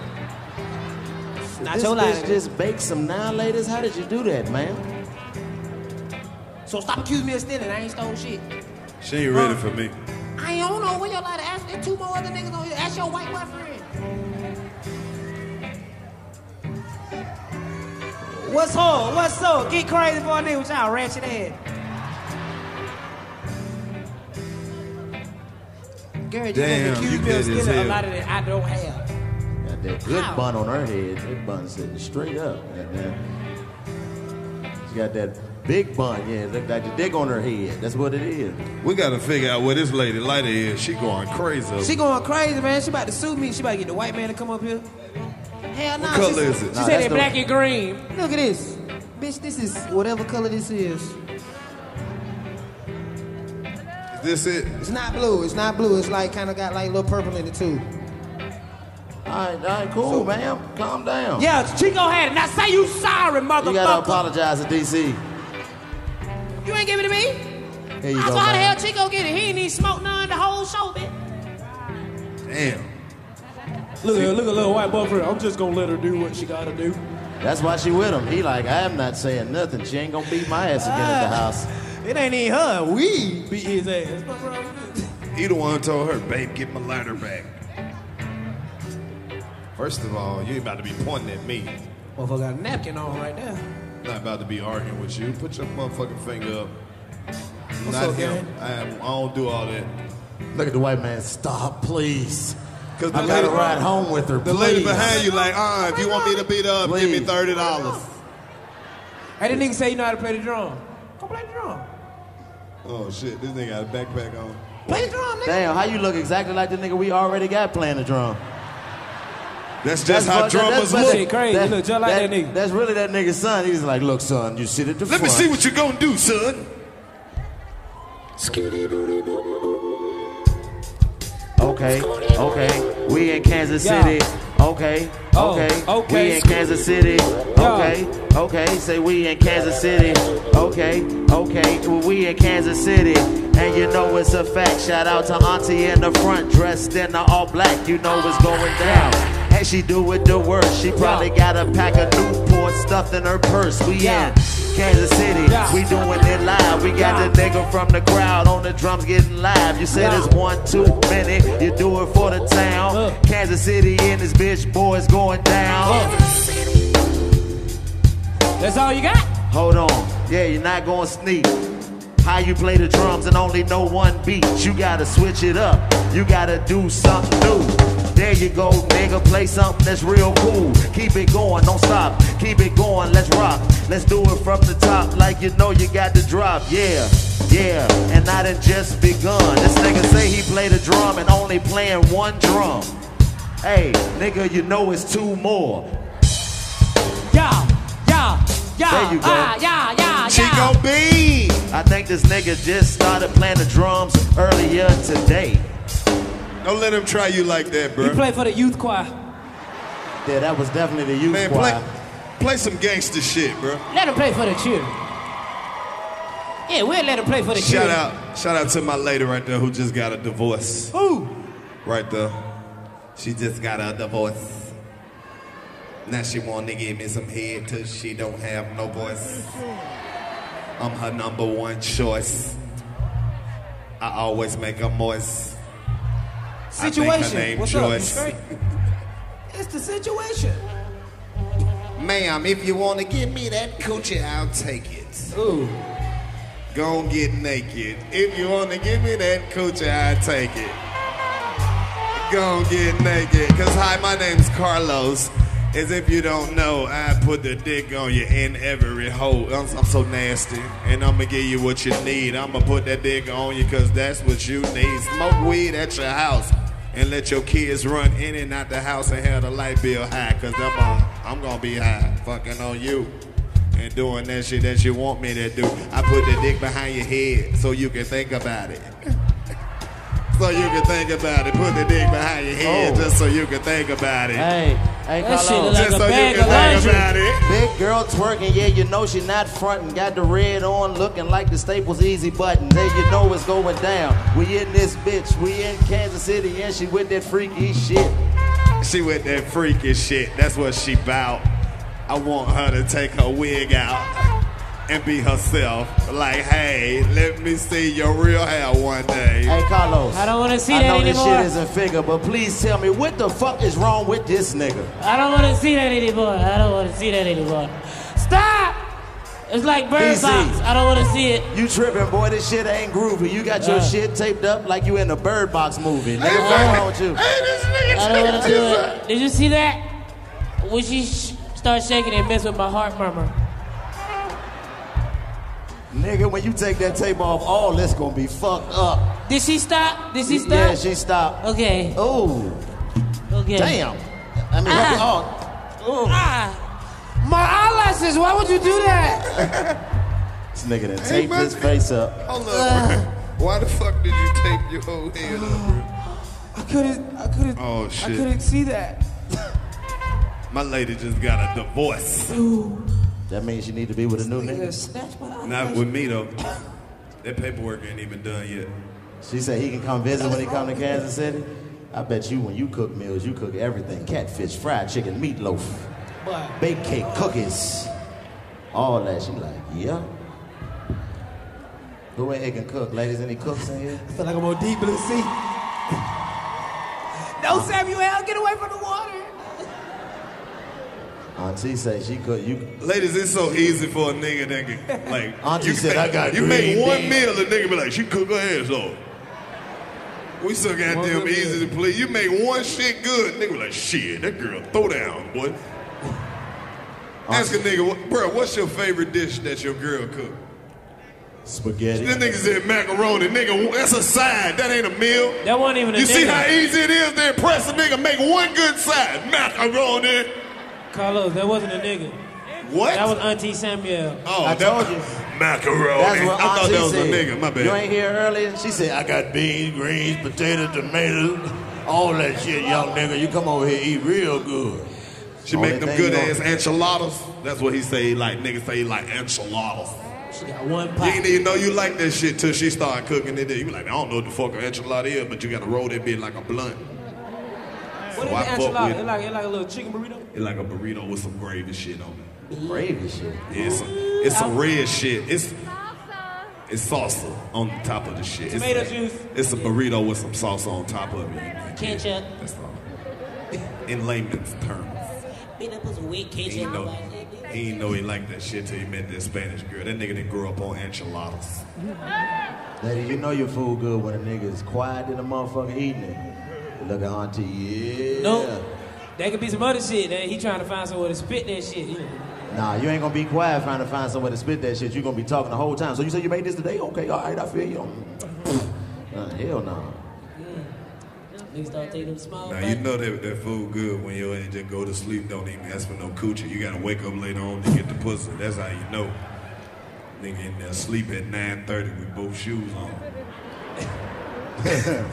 Speaker 6: Not
Speaker 3: this
Speaker 6: your
Speaker 3: bitch
Speaker 6: line.
Speaker 3: just baked some nine ladies. How did you do that, man?
Speaker 6: So stop accusing me of stealing. I ain't stole shit.
Speaker 1: She ain't ready for me.
Speaker 4: I ain't don't know where your lot of ask. There's two more other niggas on here. Ask your white boyfriend.
Speaker 6: What's whole? What's so? Get crazy for a nigga with y'all ratchet ass. Girl, you
Speaker 3: Damn,
Speaker 6: just accused me
Speaker 3: you
Speaker 6: of
Speaker 3: good as
Speaker 6: stealing a
Speaker 3: hell.
Speaker 6: lot of that I don't have.
Speaker 3: Got that good
Speaker 6: How?
Speaker 3: bun on her head. That bun sitting straight up. Goddamn. She got that big bun. Yeah, look like the dick on her head. That's what it is.
Speaker 1: We gotta figure out where this lady Lighter is. She going crazy.
Speaker 6: She going crazy, man. She about to sue me. She about to get the white man to come up here. Hell no.
Speaker 1: What color is
Speaker 6: She
Speaker 1: it? Nah,
Speaker 6: said
Speaker 1: that's
Speaker 6: it
Speaker 1: the-
Speaker 6: black and green. Look at this. Bitch, this is whatever color this is.
Speaker 1: Is this it?
Speaker 6: It's not blue. It's not blue. It's like kind of got like a little purple in it too.
Speaker 3: All right, all right, cool, ma'am. Calm down.
Speaker 6: Yeah, Chico had it. Now say you sorry,
Speaker 3: You gotta
Speaker 6: motherfucker.
Speaker 3: apologize to DC.
Speaker 6: You, ain't giving it to me.
Speaker 3: There you
Speaker 4: So
Speaker 3: go.
Speaker 4: how the
Speaker 3: man.
Speaker 4: hell Chico get it? He ain't even smoked none the whole show, bitch.
Speaker 19: Damn.
Speaker 20: Look at look at little white buffer. I'm just gonna let her do what she gotta do.
Speaker 3: That's why she with him. He like, I'm not saying nothing. She ain't gonna beat my ass again at
Speaker 6: Uh,
Speaker 3: the
Speaker 20: Ah.
Speaker 3: house.
Speaker 20: It ain't even her. We beat his ass.
Speaker 1: You the one who told her, babe, get my lighter back. First of all, you ain't about to be pointing at me.
Speaker 6: Motherfucker got a napkin on right there.
Speaker 1: Not about to be arguing with you. Put your motherfucking finger up.
Speaker 3: What's
Speaker 1: Not
Speaker 3: up,
Speaker 1: him. I, am, I don't do all that.
Speaker 3: Look at the white man. Stop, please.
Speaker 1: Cause
Speaker 3: I gotta ride home with her.
Speaker 1: The lady
Speaker 3: please.
Speaker 1: behind you, like, uh, if you want me to beat up, give me thirty dollars.
Speaker 6: Hey, that nigga say you know how to play the drum. Go play the drum.
Speaker 1: Oh shit, this nigga got a backpack on.
Speaker 6: Play the drum, nigga.
Speaker 3: Damn, how you look exactly like the nigga we already got playing the drum.
Speaker 1: That's just how
Speaker 3: what- that-
Speaker 1: drummers
Speaker 3: that's what-
Speaker 1: look. Shit, crazy. You look just like that nigga.
Speaker 3: That's really that nigga's son. He's like, look, son, you sit at the
Speaker 1: Let
Speaker 3: front.
Speaker 1: me see what you gonna do, son.
Speaker 3: Okay, okay. We in Kansas
Speaker 21: Yeah. Oh,
Speaker 3: City. Okay, okay.
Speaker 21: okay.
Speaker 3: We in Kansas City. Okay, okay. Say we in Kansas City. Okay, okay. Well, we in Kansas City. And you know it's a fact. Shout out to Auntie in the front, dressed in the all black. You know what's going down. And she do it the worst. She probably got a pack of Newport stuffed in her purse. We in Kansas City. We doing it live. We got the nigga from the crowd on the drums getting live. You say this one too many. You do it for the town. Kansas City in this bitch. Boys going down.
Speaker 20: That's all you got?
Speaker 3: Hold on. Yeah, you're not gonna sneak. How you play the drums and only know one beat. You gotta switch it up. You gotta do something new. There you go, nigga. Play something that's real cool. Keep it going, don't stop. Keep it going, let's rock. Let's do it from the top, like you know you got the drop. Yeah, yeah. And I done just begun. This nigga say he play the drum and only playing one drum. Hey, nigga, you know it's two more.
Speaker 20: Yeah, yeah, yeah.
Speaker 3: There you go.
Speaker 20: Ah, yeah, yeah, yeah.
Speaker 3: Chico B. I think this nigga just started playing the drums earlier today.
Speaker 1: Don't let him try you like that, bro. You
Speaker 20: play for the youth choir.
Speaker 3: Yeah, that was definitely the youth
Speaker 1: Man,
Speaker 3: choir.
Speaker 1: play, play some gangster shit, bro.
Speaker 4: Let him play for the children. Yeah, we'll let him play for the
Speaker 1: Shout
Speaker 4: children.
Speaker 1: out, shout out to my lady right there who just got a divorce.
Speaker 4: Who?
Speaker 1: Right there, she just got a divorce. Now she want to give me some head till she don't have no voice. I'm her number one choice. I always make her moist. I think her
Speaker 22: Situation.
Speaker 1: name
Speaker 22: What's up? You
Speaker 1: Joyce.
Speaker 22: straight?
Speaker 23: It's the situation.
Speaker 1: Ma'am, if you want to give me that coochie, I'll take it. Ooh. Gon' get naked. If you want to give me that coochie, I'll take it. Gon' get naked. Cause hi, my name's Carlos. As if you don't know, I put the dick on you in every hole. I'm, I'm so nasty. And I'ma give you what you need. I'ma put that dick on you cause that's what you need. Smoke weed at your house. And let your kids run in and out the house and have the light bill high. Cause I'm on, I'm gonna be high. Fucking on you. And doing that shit that you want me to do. I put the dick behind your head so you can think about it. So you can think about it. Put the dick behind your head
Speaker 3: Oh.
Speaker 1: just so you can think about it.
Speaker 3: Hey, hey,
Speaker 1: That shit
Speaker 3: Carlo.
Speaker 1: look like Just a so you bag can of think laundry. about
Speaker 3: Big girl twerking, yeah, you know she not frontin'. Got the red on, looking like the Staples Easy button. There you know it's going down. We in this bitch, we in Kansas City, and she with that freaky shit.
Speaker 1: She with that freaky shit. That's what she bout. I want her to take her wig out and be herself. Like, hey, let me see your real hair one day.
Speaker 3: Hey, Carlos.
Speaker 1: I don't wanna see
Speaker 3: I
Speaker 1: that
Speaker 3: know
Speaker 1: anymore.
Speaker 3: this shit is a figure, but please tell me what the fuck is wrong with this nigga?
Speaker 4: I don't want to see that anymore. I don't want to see that anymore. Stop! It's like bird
Speaker 3: Easy.
Speaker 4: box. I don't want to see it.
Speaker 3: You tripping, boy. This shit ain't groovy. You got your
Speaker 4: Yeah.
Speaker 3: shit taped up like you in a Bird Box movie. Nigga, what's wrong with you?
Speaker 4: I don't want to do it. Did you see that? When she sh- starts shaking and mess with my heart murmur.
Speaker 3: Nigga, when you take that tape off, all this gonna be fucked up.
Speaker 4: Did she stop? Did she stop?
Speaker 3: Yeah, she stopped.
Speaker 4: Okay.
Speaker 1: Oh.
Speaker 3: Ooh.
Speaker 4: Okay. Ah.
Speaker 3: Damn. I mean, oh.
Speaker 4: My eyelashes. Why would you do that?
Speaker 3: This nigga done
Speaker 1: Hey,
Speaker 3: taped
Speaker 1: man.
Speaker 3: his face up.
Speaker 1: Hold up, bro. Why the fuck did you tape your whole head up,
Speaker 6: I couldn't. I couldn't.
Speaker 1: bro? Oh,
Speaker 6: I couldn't
Speaker 1: shit.
Speaker 6: see that.
Speaker 1: My lady just got a divorce.
Speaker 3: That means you need to be with a new nigga.
Speaker 6: Snatch my
Speaker 1: Not with me, though. That paperwork ain't even done yet.
Speaker 3: She said he can come visit when he come to Kansas City. I bet you when you cook meals, you cook everything: catfish, fried chicken, meatloaf, bake cake, cookies, all that. She like, yeah. Go ahead and cook, ladies. Any cooks in here?
Speaker 24: I feel like I'm on deep blue sea.
Speaker 4: No, Samuel, get away from the water.
Speaker 3: Auntie say she cook. You
Speaker 1: Ladies, it's so easy for a nigga that can like.
Speaker 3: Auntie
Speaker 1: can
Speaker 3: said,
Speaker 1: make,
Speaker 3: "I got
Speaker 1: You make
Speaker 3: green
Speaker 1: one
Speaker 3: beans."
Speaker 1: meal, a nigga be like, she cook her ass off. We so goddamn easy to please. You make one shit good, nigga be like, shit, that girl throw down, boy. Ask a nigga, "What- bruh, what's your favorite dish that your girl cook?
Speaker 3: spaghetti.
Speaker 1: That nigga said macaroni, nigga. That's a side. That ain't a meal.
Speaker 6: That wasn't even a
Speaker 1: You see
Speaker 6: nigga.
Speaker 1: how easy it is to impress a nigga? Make one good side, macaroni.
Speaker 6: Carlos, that wasn't a nigga.
Speaker 1: What?
Speaker 6: That was Auntie Samuel.
Speaker 1: Oh,
Speaker 3: I
Speaker 1: that
Speaker 3: told
Speaker 1: was-
Speaker 3: you.
Speaker 1: Macaroni.
Speaker 3: That's what
Speaker 1: I thought
Speaker 3: Auntie
Speaker 1: that was a
Speaker 3: said.
Speaker 1: nigga. My bad.
Speaker 3: You ain't here earlier. She said, I got beans, greens, potatoes, tomatoes, all that shit, young nigga. You come over here eat real good.
Speaker 1: She
Speaker 3: Only
Speaker 1: make them
Speaker 3: thing
Speaker 1: good
Speaker 3: you
Speaker 1: ass
Speaker 3: don't-
Speaker 1: enchiladas. That's what he say. he Like niggas say he like enchiladas.
Speaker 4: She got one
Speaker 1: You didn't even know you like that shit till she started cooking it. You be like, I don't know what the fuck an enchilada is, but you gotta roll that bitch like a blunt.
Speaker 5: What
Speaker 1: So
Speaker 5: is
Speaker 1: I
Speaker 5: the
Speaker 1: fuck
Speaker 5: enchilada?
Speaker 1: with-
Speaker 5: It's like, it's like a little chicken burrito.
Speaker 1: It's like a burrito with some gravy shit on it.
Speaker 3: Gravy shit.
Speaker 1: Yeah, it's some, it's some red shit. It's it's salsa on the top of the shit. It's-
Speaker 6: Tomato juice.
Speaker 1: It's a burrito with some salsa on top of it.
Speaker 6: Ketchup.
Speaker 1: In layman's terms.
Speaker 6: Beat up with weak
Speaker 1: He ain't know he, ain't know he liked that shit till he met that Spanish girl. That nigga didn't grow up on enchiladas.
Speaker 3: Lady, you know your food good when a nigga is quiet in the motherfucker eating it. You Look at Auntie, yeah.
Speaker 6: Nope. That could be some other shit. That he trying to find somewhere to spit that shit. You know.
Speaker 3: Nah, you ain't gonna be quiet trying to find somewhere to spit that shit. you gonna be talking the whole time. So you say you made this today? Okay, all right, I feel you. Uh, hell no.
Speaker 4: Niggas don't take them small.
Speaker 1: Now you know that that food good when you ain't just go to sleep, don't even ask for no coochie. You gotta wake up later on to get the pussy. That's how you know. Nigga in there sleep at 9.30 with both shoes on.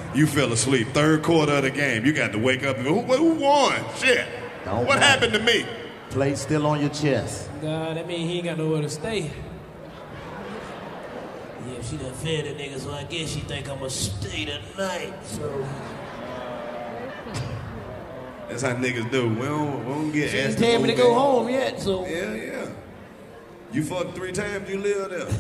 Speaker 1: you fell asleep. Third quarter of the game. You got to wake up and go, who, who won? Shit.
Speaker 3: Don't
Speaker 1: what
Speaker 3: worry.
Speaker 1: happened to me?
Speaker 3: Plate still on your chest.
Speaker 6: God, that mean he ain't got nowhere to stay.
Speaker 4: Yeah, she done fed the nigga, so I guess she think I'ma stay tonight. So
Speaker 1: That's how niggas do. We don't, we don't get
Speaker 4: she
Speaker 1: asked
Speaker 4: ain't tell me to
Speaker 1: move
Speaker 4: go
Speaker 1: in.
Speaker 4: home yet. So
Speaker 1: yeah, yeah. You fucked three times, you live there.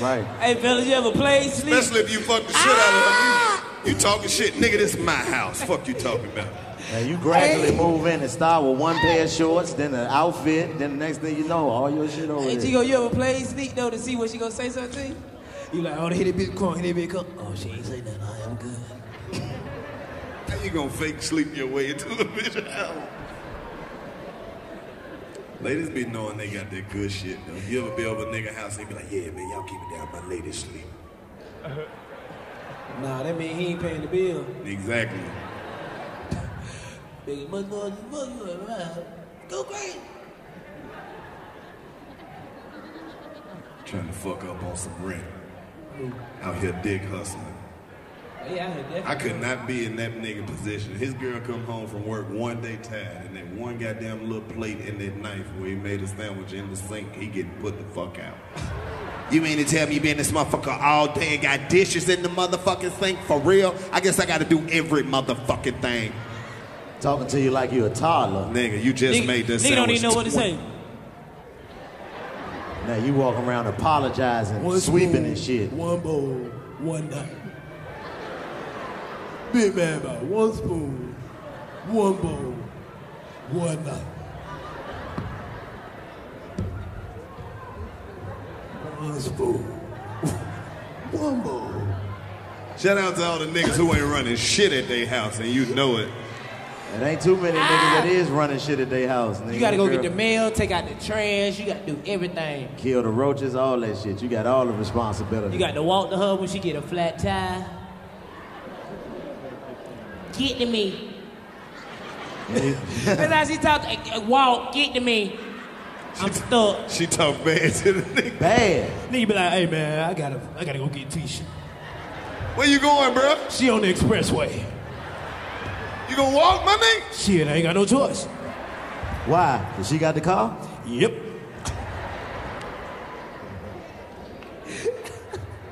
Speaker 3: Right.
Speaker 6: Hey, fellas, you ever played sleep? Ah!
Speaker 1: Especially if you fuck the shit out of them. You talking shit, nigga, this my house. Fuck you talking about.
Speaker 3: Now you gradually move in and start with one pair of shorts, then an outfit, then the next thing you know, all your shit over
Speaker 5: Hey,
Speaker 3: there.
Speaker 5: Chico, you ever played sneak though to see what she gonna say something? You like, oh, hit it, bitch, come, hit it, bitch, come. Oh, she ain't say nothing. I am good.
Speaker 1: How you gonna fake sleep your way into a bitch house? Ladies be knowing they got that good shit though. You ever be over a nigga house and he be like, yeah, man, y'all keep it down, my lady sleep.
Speaker 5: Nah, that mean he ain't paying the bill.
Speaker 1: Exactly.
Speaker 4: nigga, much more you fuck you around. Go crazy.
Speaker 1: Trying to fuck up on some rent. Out here dick hustling.
Speaker 5: Yeah, I heard that.
Speaker 1: I could not be in that nigga position. His girl come home from work one day tired, and that one goddamn little plate and that knife where he made a sandwich in the sink, he getting put the fuck out.
Speaker 25: You mean to tell me you been in this motherfucker all day and got dishes in the motherfucking sink for real? I guess I gotta do every motherfucking thing.
Speaker 3: Talking to you like you a toddler.
Speaker 1: Nigga, you just
Speaker 25: Nigga- made this
Speaker 6: Nigga don't even know what to say.
Speaker 3: Now you walk around apologizing, sweeping and shit.
Speaker 4: One bowl, one night. Big man about one spoon, one bowl, one night.
Speaker 1: One spoon. One more. Shout out to all the niggas who ain't running shit at their house, and you know it.
Speaker 3: It ain't too many niggas that is running shit at their house. Nigga.
Speaker 4: Ah! You gotta go
Speaker 3: Girl,
Speaker 4: get the mail, take out the trash, you gotta do everything.
Speaker 3: Kill the roaches, all that shit. You got all the responsibility.
Speaker 4: You got to walk the hub when she get a flat tire.
Speaker 6: Get to me. That's how she talked. Hey, hey, Walk, get to me. I'm stuck.
Speaker 1: She talk bad to the nigga.
Speaker 3: Bad.
Speaker 4: Nigga be like, hey man, I gotta, I gotta go get Tisha.
Speaker 1: Where you going, bro?
Speaker 4: She on the expressway.
Speaker 1: You gonna walk, my nigga?
Speaker 4: Shit, I ain't got no choice.
Speaker 3: Why? 'Cause she got the car?
Speaker 4: Yep.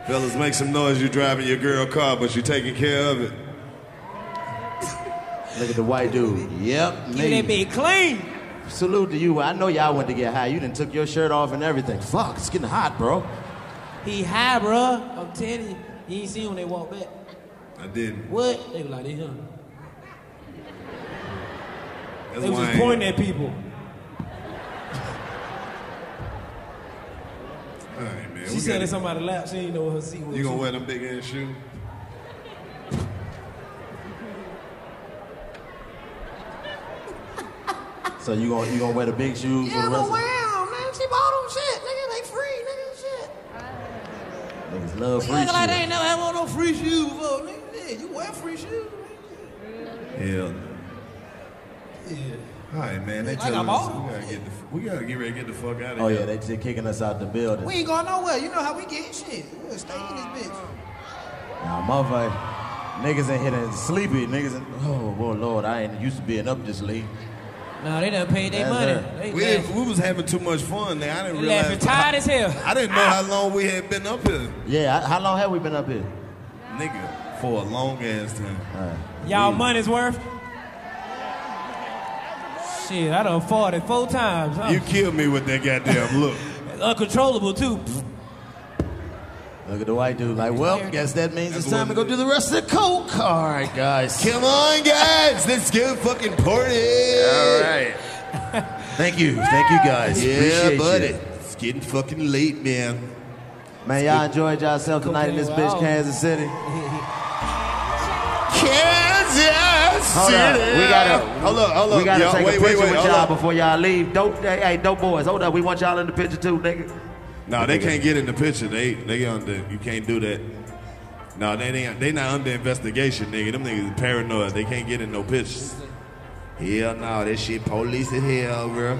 Speaker 1: Fellas, make some noise. You driving your girl car, but you taking care of it.
Speaker 3: Look at the white dude. Yep,
Speaker 1: Give that
Speaker 3: be clean. Salute to you. I know y'all went to get high. You didn't took your shirt off and everything. Fuck, it's getting hot, bro.
Speaker 4: He high, bruh. I'm telling you. You ain't seen when they walk back.
Speaker 1: I didn't.
Speaker 4: What? They were like, they him.
Speaker 1: That's
Speaker 6: They was
Speaker 1: why
Speaker 6: just
Speaker 1: I ain't-
Speaker 6: pointing at people.
Speaker 1: All right, man.
Speaker 6: She
Speaker 1: we
Speaker 6: said
Speaker 1: gotta-
Speaker 6: it's somebody lap. She didn't know what her seat was.
Speaker 1: You gonna wear them big ass shoes?
Speaker 3: So you gonna you gonna wear the big shoes?
Speaker 4: Yeah,
Speaker 3: for
Speaker 4: I'm
Speaker 3: the
Speaker 4: gonna
Speaker 3: rest of-
Speaker 4: wear 'em, man. She bought them shit. Nigga, they free. Nigga, shit.
Speaker 3: Niggas love
Speaker 4: You
Speaker 3: free
Speaker 4: acting like they ain't
Speaker 3: shoes.
Speaker 4: never had on no free shoes before, nigga. Yeah, you wear free shoes,
Speaker 1: Hell.
Speaker 4: Yeah.
Speaker 1: All right, man. They
Speaker 4: Like
Speaker 1: telling
Speaker 4: I'm
Speaker 1: us
Speaker 4: old.
Speaker 1: we gotta get the f- we gotta get ready to get the fuck out of
Speaker 3: Oh
Speaker 1: here.
Speaker 3: yeah, they just kicking us out the building.
Speaker 4: We ain't going nowhere. You know how we get shit. We're stinking this bitch.
Speaker 3: Nah, motherfucker, niggas in here and sleepy. Niggas, in, oh boy, Lord, I ain't used to being up this late.
Speaker 4: No, they done paid
Speaker 3: their money. They
Speaker 1: we,
Speaker 3: laugh.
Speaker 1: didn't- we was having too much fun. There, I didn't
Speaker 3: They
Speaker 1: realize.
Speaker 3: laughing tired as hell.
Speaker 1: I didn't know how long we had been up here,
Speaker 3: Yeah, I- how long have we been up here?
Speaker 1: nigga, for a long ass time.
Speaker 6: Y'all money's worth? Shit, I done fought it four times.
Speaker 1: You killed me with that goddamn look.
Speaker 6: Uncontrollable, too.
Speaker 3: Look at the white dude. Like, well, guess that means it's time to go do the rest of the coke. All right, guys.
Speaker 1: Come on, guys. Let's go fucking party. All right.
Speaker 3: Thank you, thank you guys.
Speaker 1: Yeah,
Speaker 3: Appreciate
Speaker 1: buddy.
Speaker 3: you.
Speaker 1: It's getting fucking late, man.
Speaker 3: Man, y'all enjoyed yourself tonight in this bitch, Kansas City.
Speaker 1: Kansas
Speaker 3: Hold up, we gotta.
Speaker 1: Hold up, hold up.
Speaker 3: We gotta
Speaker 1: y'all.
Speaker 3: take
Speaker 1: wait,
Speaker 3: a picture
Speaker 1: wait, wait,
Speaker 3: with
Speaker 1: hold
Speaker 3: y'all
Speaker 1: up.
Speaker 3: before y'all leave. Dope, hey, hey, dope boys, hold up. We want y'all in the picture too, nigga.
Speaker 1: No, they can't get in the picture. They they under. You can't do that. No, they ain't. They not under investigation, nigga. Them niggas paranoid. They can't get in no pictures. Hell no, this shit police in hell, bro.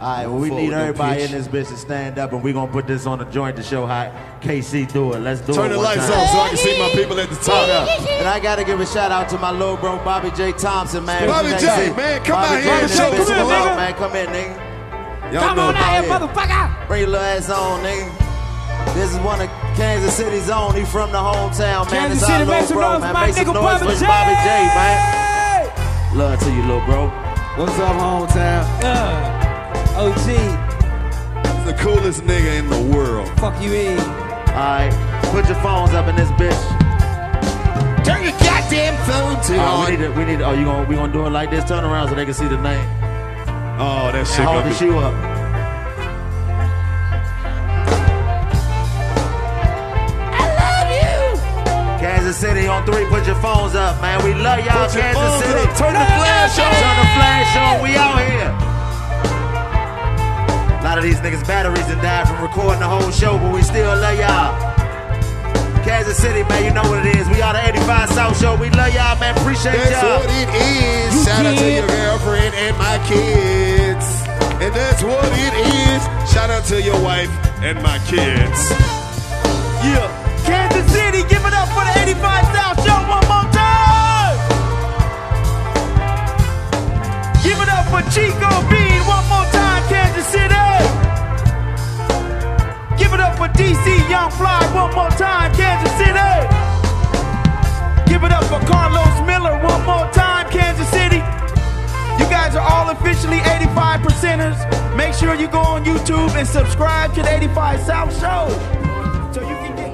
Speaker 3: All right, well, we
Speaker 1: Forward
Speaker 3: need
Speaker 1: no
Speaker 3: everybody
Speaker 1: pitch.
Speaker 3: in this bitch to stand up, and we gonna put this on the joint to show how KC do it. Let's do it.
Speaker 1: Turn the
Speaker 3: one
Speaker 1: lights
Speaker 3: time.
Speaker 1: on so I can see my people at the
Speaker 3: Turn
Speaker 1: top.
Speaker 3: up. And I gotta give a shout out to my little bro Bobby J Thompson, man.
Speaker 1: Bobby
Speaker 3: From
Speaker 1: J,
Speaker 3: KC.
Speaker 1: man, come
Speaker 3: Bobby
Speaker 1: out here
Speaker 3: J
Speaker 1: and
Speaker 3: in
Speaker 1: show us
Speaker 3: this bitch.
Speaker 1: what's
Speaker 3: Come
Speaker 1: up.
Speaker 3: on, man. Come in, nigga.
Speaker 1: Y'all Come know. on out here,
Speaker 3: motherfucker. Bring your little ass on, nigga. This is one of Kansas City's own. He from the hometown, man.
Speaker 6: Kansas
Speaker 3: it's
Speaker 6: City, make
Speaker 3: our little
Speaker 6: some
Speaker 3: bro,
Speaker 6: noise,
Speaker 3: man.
Speaker 6: my
Speaker 3: make some
Speaker 6: nigga
Speaker 3: noise
Speaker 6: Bobby
Speaker 3: for
Speaker 6: J.
Speaker 3: Bobby J, man. Love to you, little bro. What's up, hometown?
Speaker 1: OG. The coolest nigga in the world.
Speaker 3: Fuck you, E. Alright, put your phones up in this bitch.
Speaker 1: Turn your goddamn phone to
Speaker 3: All right, we need to, we need to, oh, you gonna, we gonna do it like this? Turn around so they can see the name.
Speaker 1: Oh, that shit
Speaker 3: And hold
Speaker 1: gonna
Speaker 3: the
Speaker 1: be-
Speaker 3: shoe up. Kansas City on three, put your phones up, man. We love y'all,
Speaker 1: Put your
Speaker 3: Kansas
Speaker 1: phones
Speaker 3: City.
Speaker 1: up. Turn the flash on.
Speaker 3: Turn the flash on. We out here. A lot of these niggas' batteries and died from recording the whole show, but we still love y'all. Kansas City, man, you know what it is. We are the 85 South Show. We love y'all, man. Appreciate
Speaker 1: That's
Speaker 3: y'all.
Speaker 1: what it is. Shout out to your girlfriend and my kids. And that's what it is. Shout out to your wife and my kids. Yeah.
Speaker 8: Kansas City, give it up for the 85 South Show one more time. Give it up for Chico Bean one more time, Kansas City. Give it up for DC Young Fly one more time, Kansas City. Give it up for Carlos Miller one more time, Kansas City. You guys are all officially 85 percenters. Make sure you go on YouTube and subscribe to the 85 South Show so you can get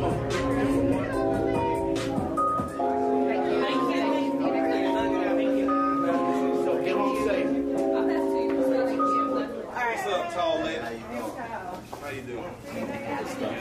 Speaker 1: What's up, tall lady? How you doing?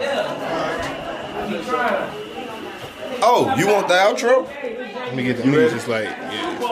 Speaker 8: Yeah.
Speaker 1: Oh, you want the outro?
Speaker 4: Let me get the music. Just like, yeah.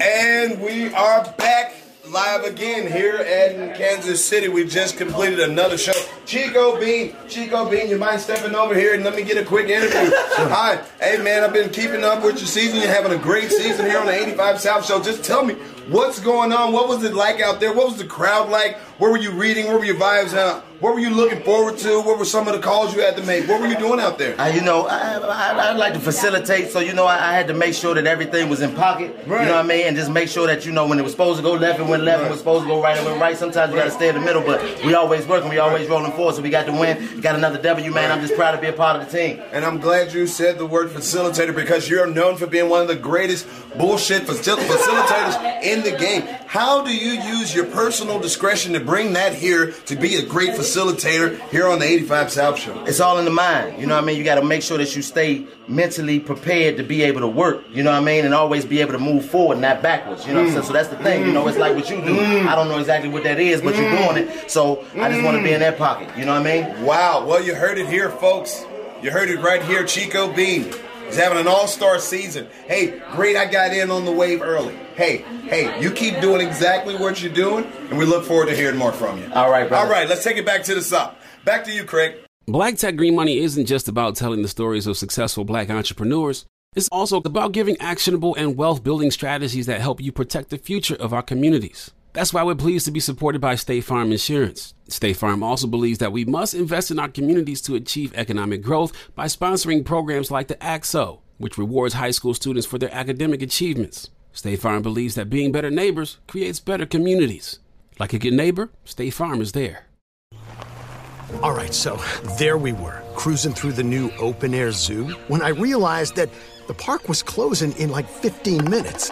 Speaker 1: And we are back live again here in Kansas City. We just completed another show. Chico Bean, Chico Bean, you mind stepping over here and let me get a quick interview? Hi, hey man, I've been keeping up with your season. You're having a great season here on the 85 South Show. Just tell me what's going on. What was it like out there? What was the crowd like? What were you reading? What were your vibes? Huh? What were you looking forward to? What were some of the calls you had to make? What were you doing out there?
Speaker 3: I, you know, I, I, I like to facilitate, so you know, I, I had to make sure that everything was in pocket. You know what I mean? And just make sure that you know when it was supposed to go left, it went left. When it was supposed to go right, it went right. Sometimes you got to stay in the middle, but we always working, we always rolling forward. So we got the win, we got another W, man. I'm just proud to be a part of the team.
Speaker 1: And I'm glad you said the word facilitator because you're known for being one of the greatest bullshit facil- facilitators in the game. How do you use your personal discretion to bring that here to be a great facilitator here on the 85 South Show?
Speaker 3: It's all in the mind. You know what I mean? You got to make sure that you stay mentally prepared to be able to work. You know what I mean? And always be able to move forward, not backwards. You know what I'm
Speaker 1: Mm.
Speaker 3: saying? So that's the thing. You know, it's like what you do.
Speaker 1: Mm.
Speaker 3: I don't know exactly what that is, but
Speaker 1: Mm.
Speaker 3: you're doing it. So I just want to be in that pocket. You know what I mean?
Speaker 1: Wow. Well, you heard it here, folks. You heard it right here. Chico Bean is having an all star season. Hey, great, I got in on the wave early. Hey, hey, you keep doing exactly what you're doing, and we look forward to hearing more from you. All right, All right, let's take it back to the top. Back to you, Craig.
Speaker 11: Black Tech Green Money isn't just about telling the stories of successful black entrepreneurs. It's also about giving actionable and wealth building strategies that help you protect the future of our communities. That's why we're pleased to be supported by State Farm Insurance. State Farm also believes that we must invest in our communities to achieve economic growth by sponsoring programs like the AXO, which rewards high school students for their academic achievements. State Farm believes that being better neighbors creates better communities. Like a good neighbor, State Farm is there.
Speaker 9: All right, so there we were, cruising through the new open air zoo, when I realized that the park was closing in like 15 minutes.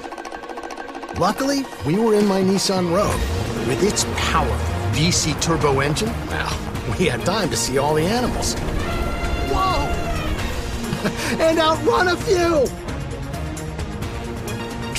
Speaker 9: Luckily, we were in my Nissan Rogue. With its powerful VC turbo engine, well, we had time to see all the animals. Whoa! and outrun a few!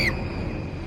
Speaker 14: screamed.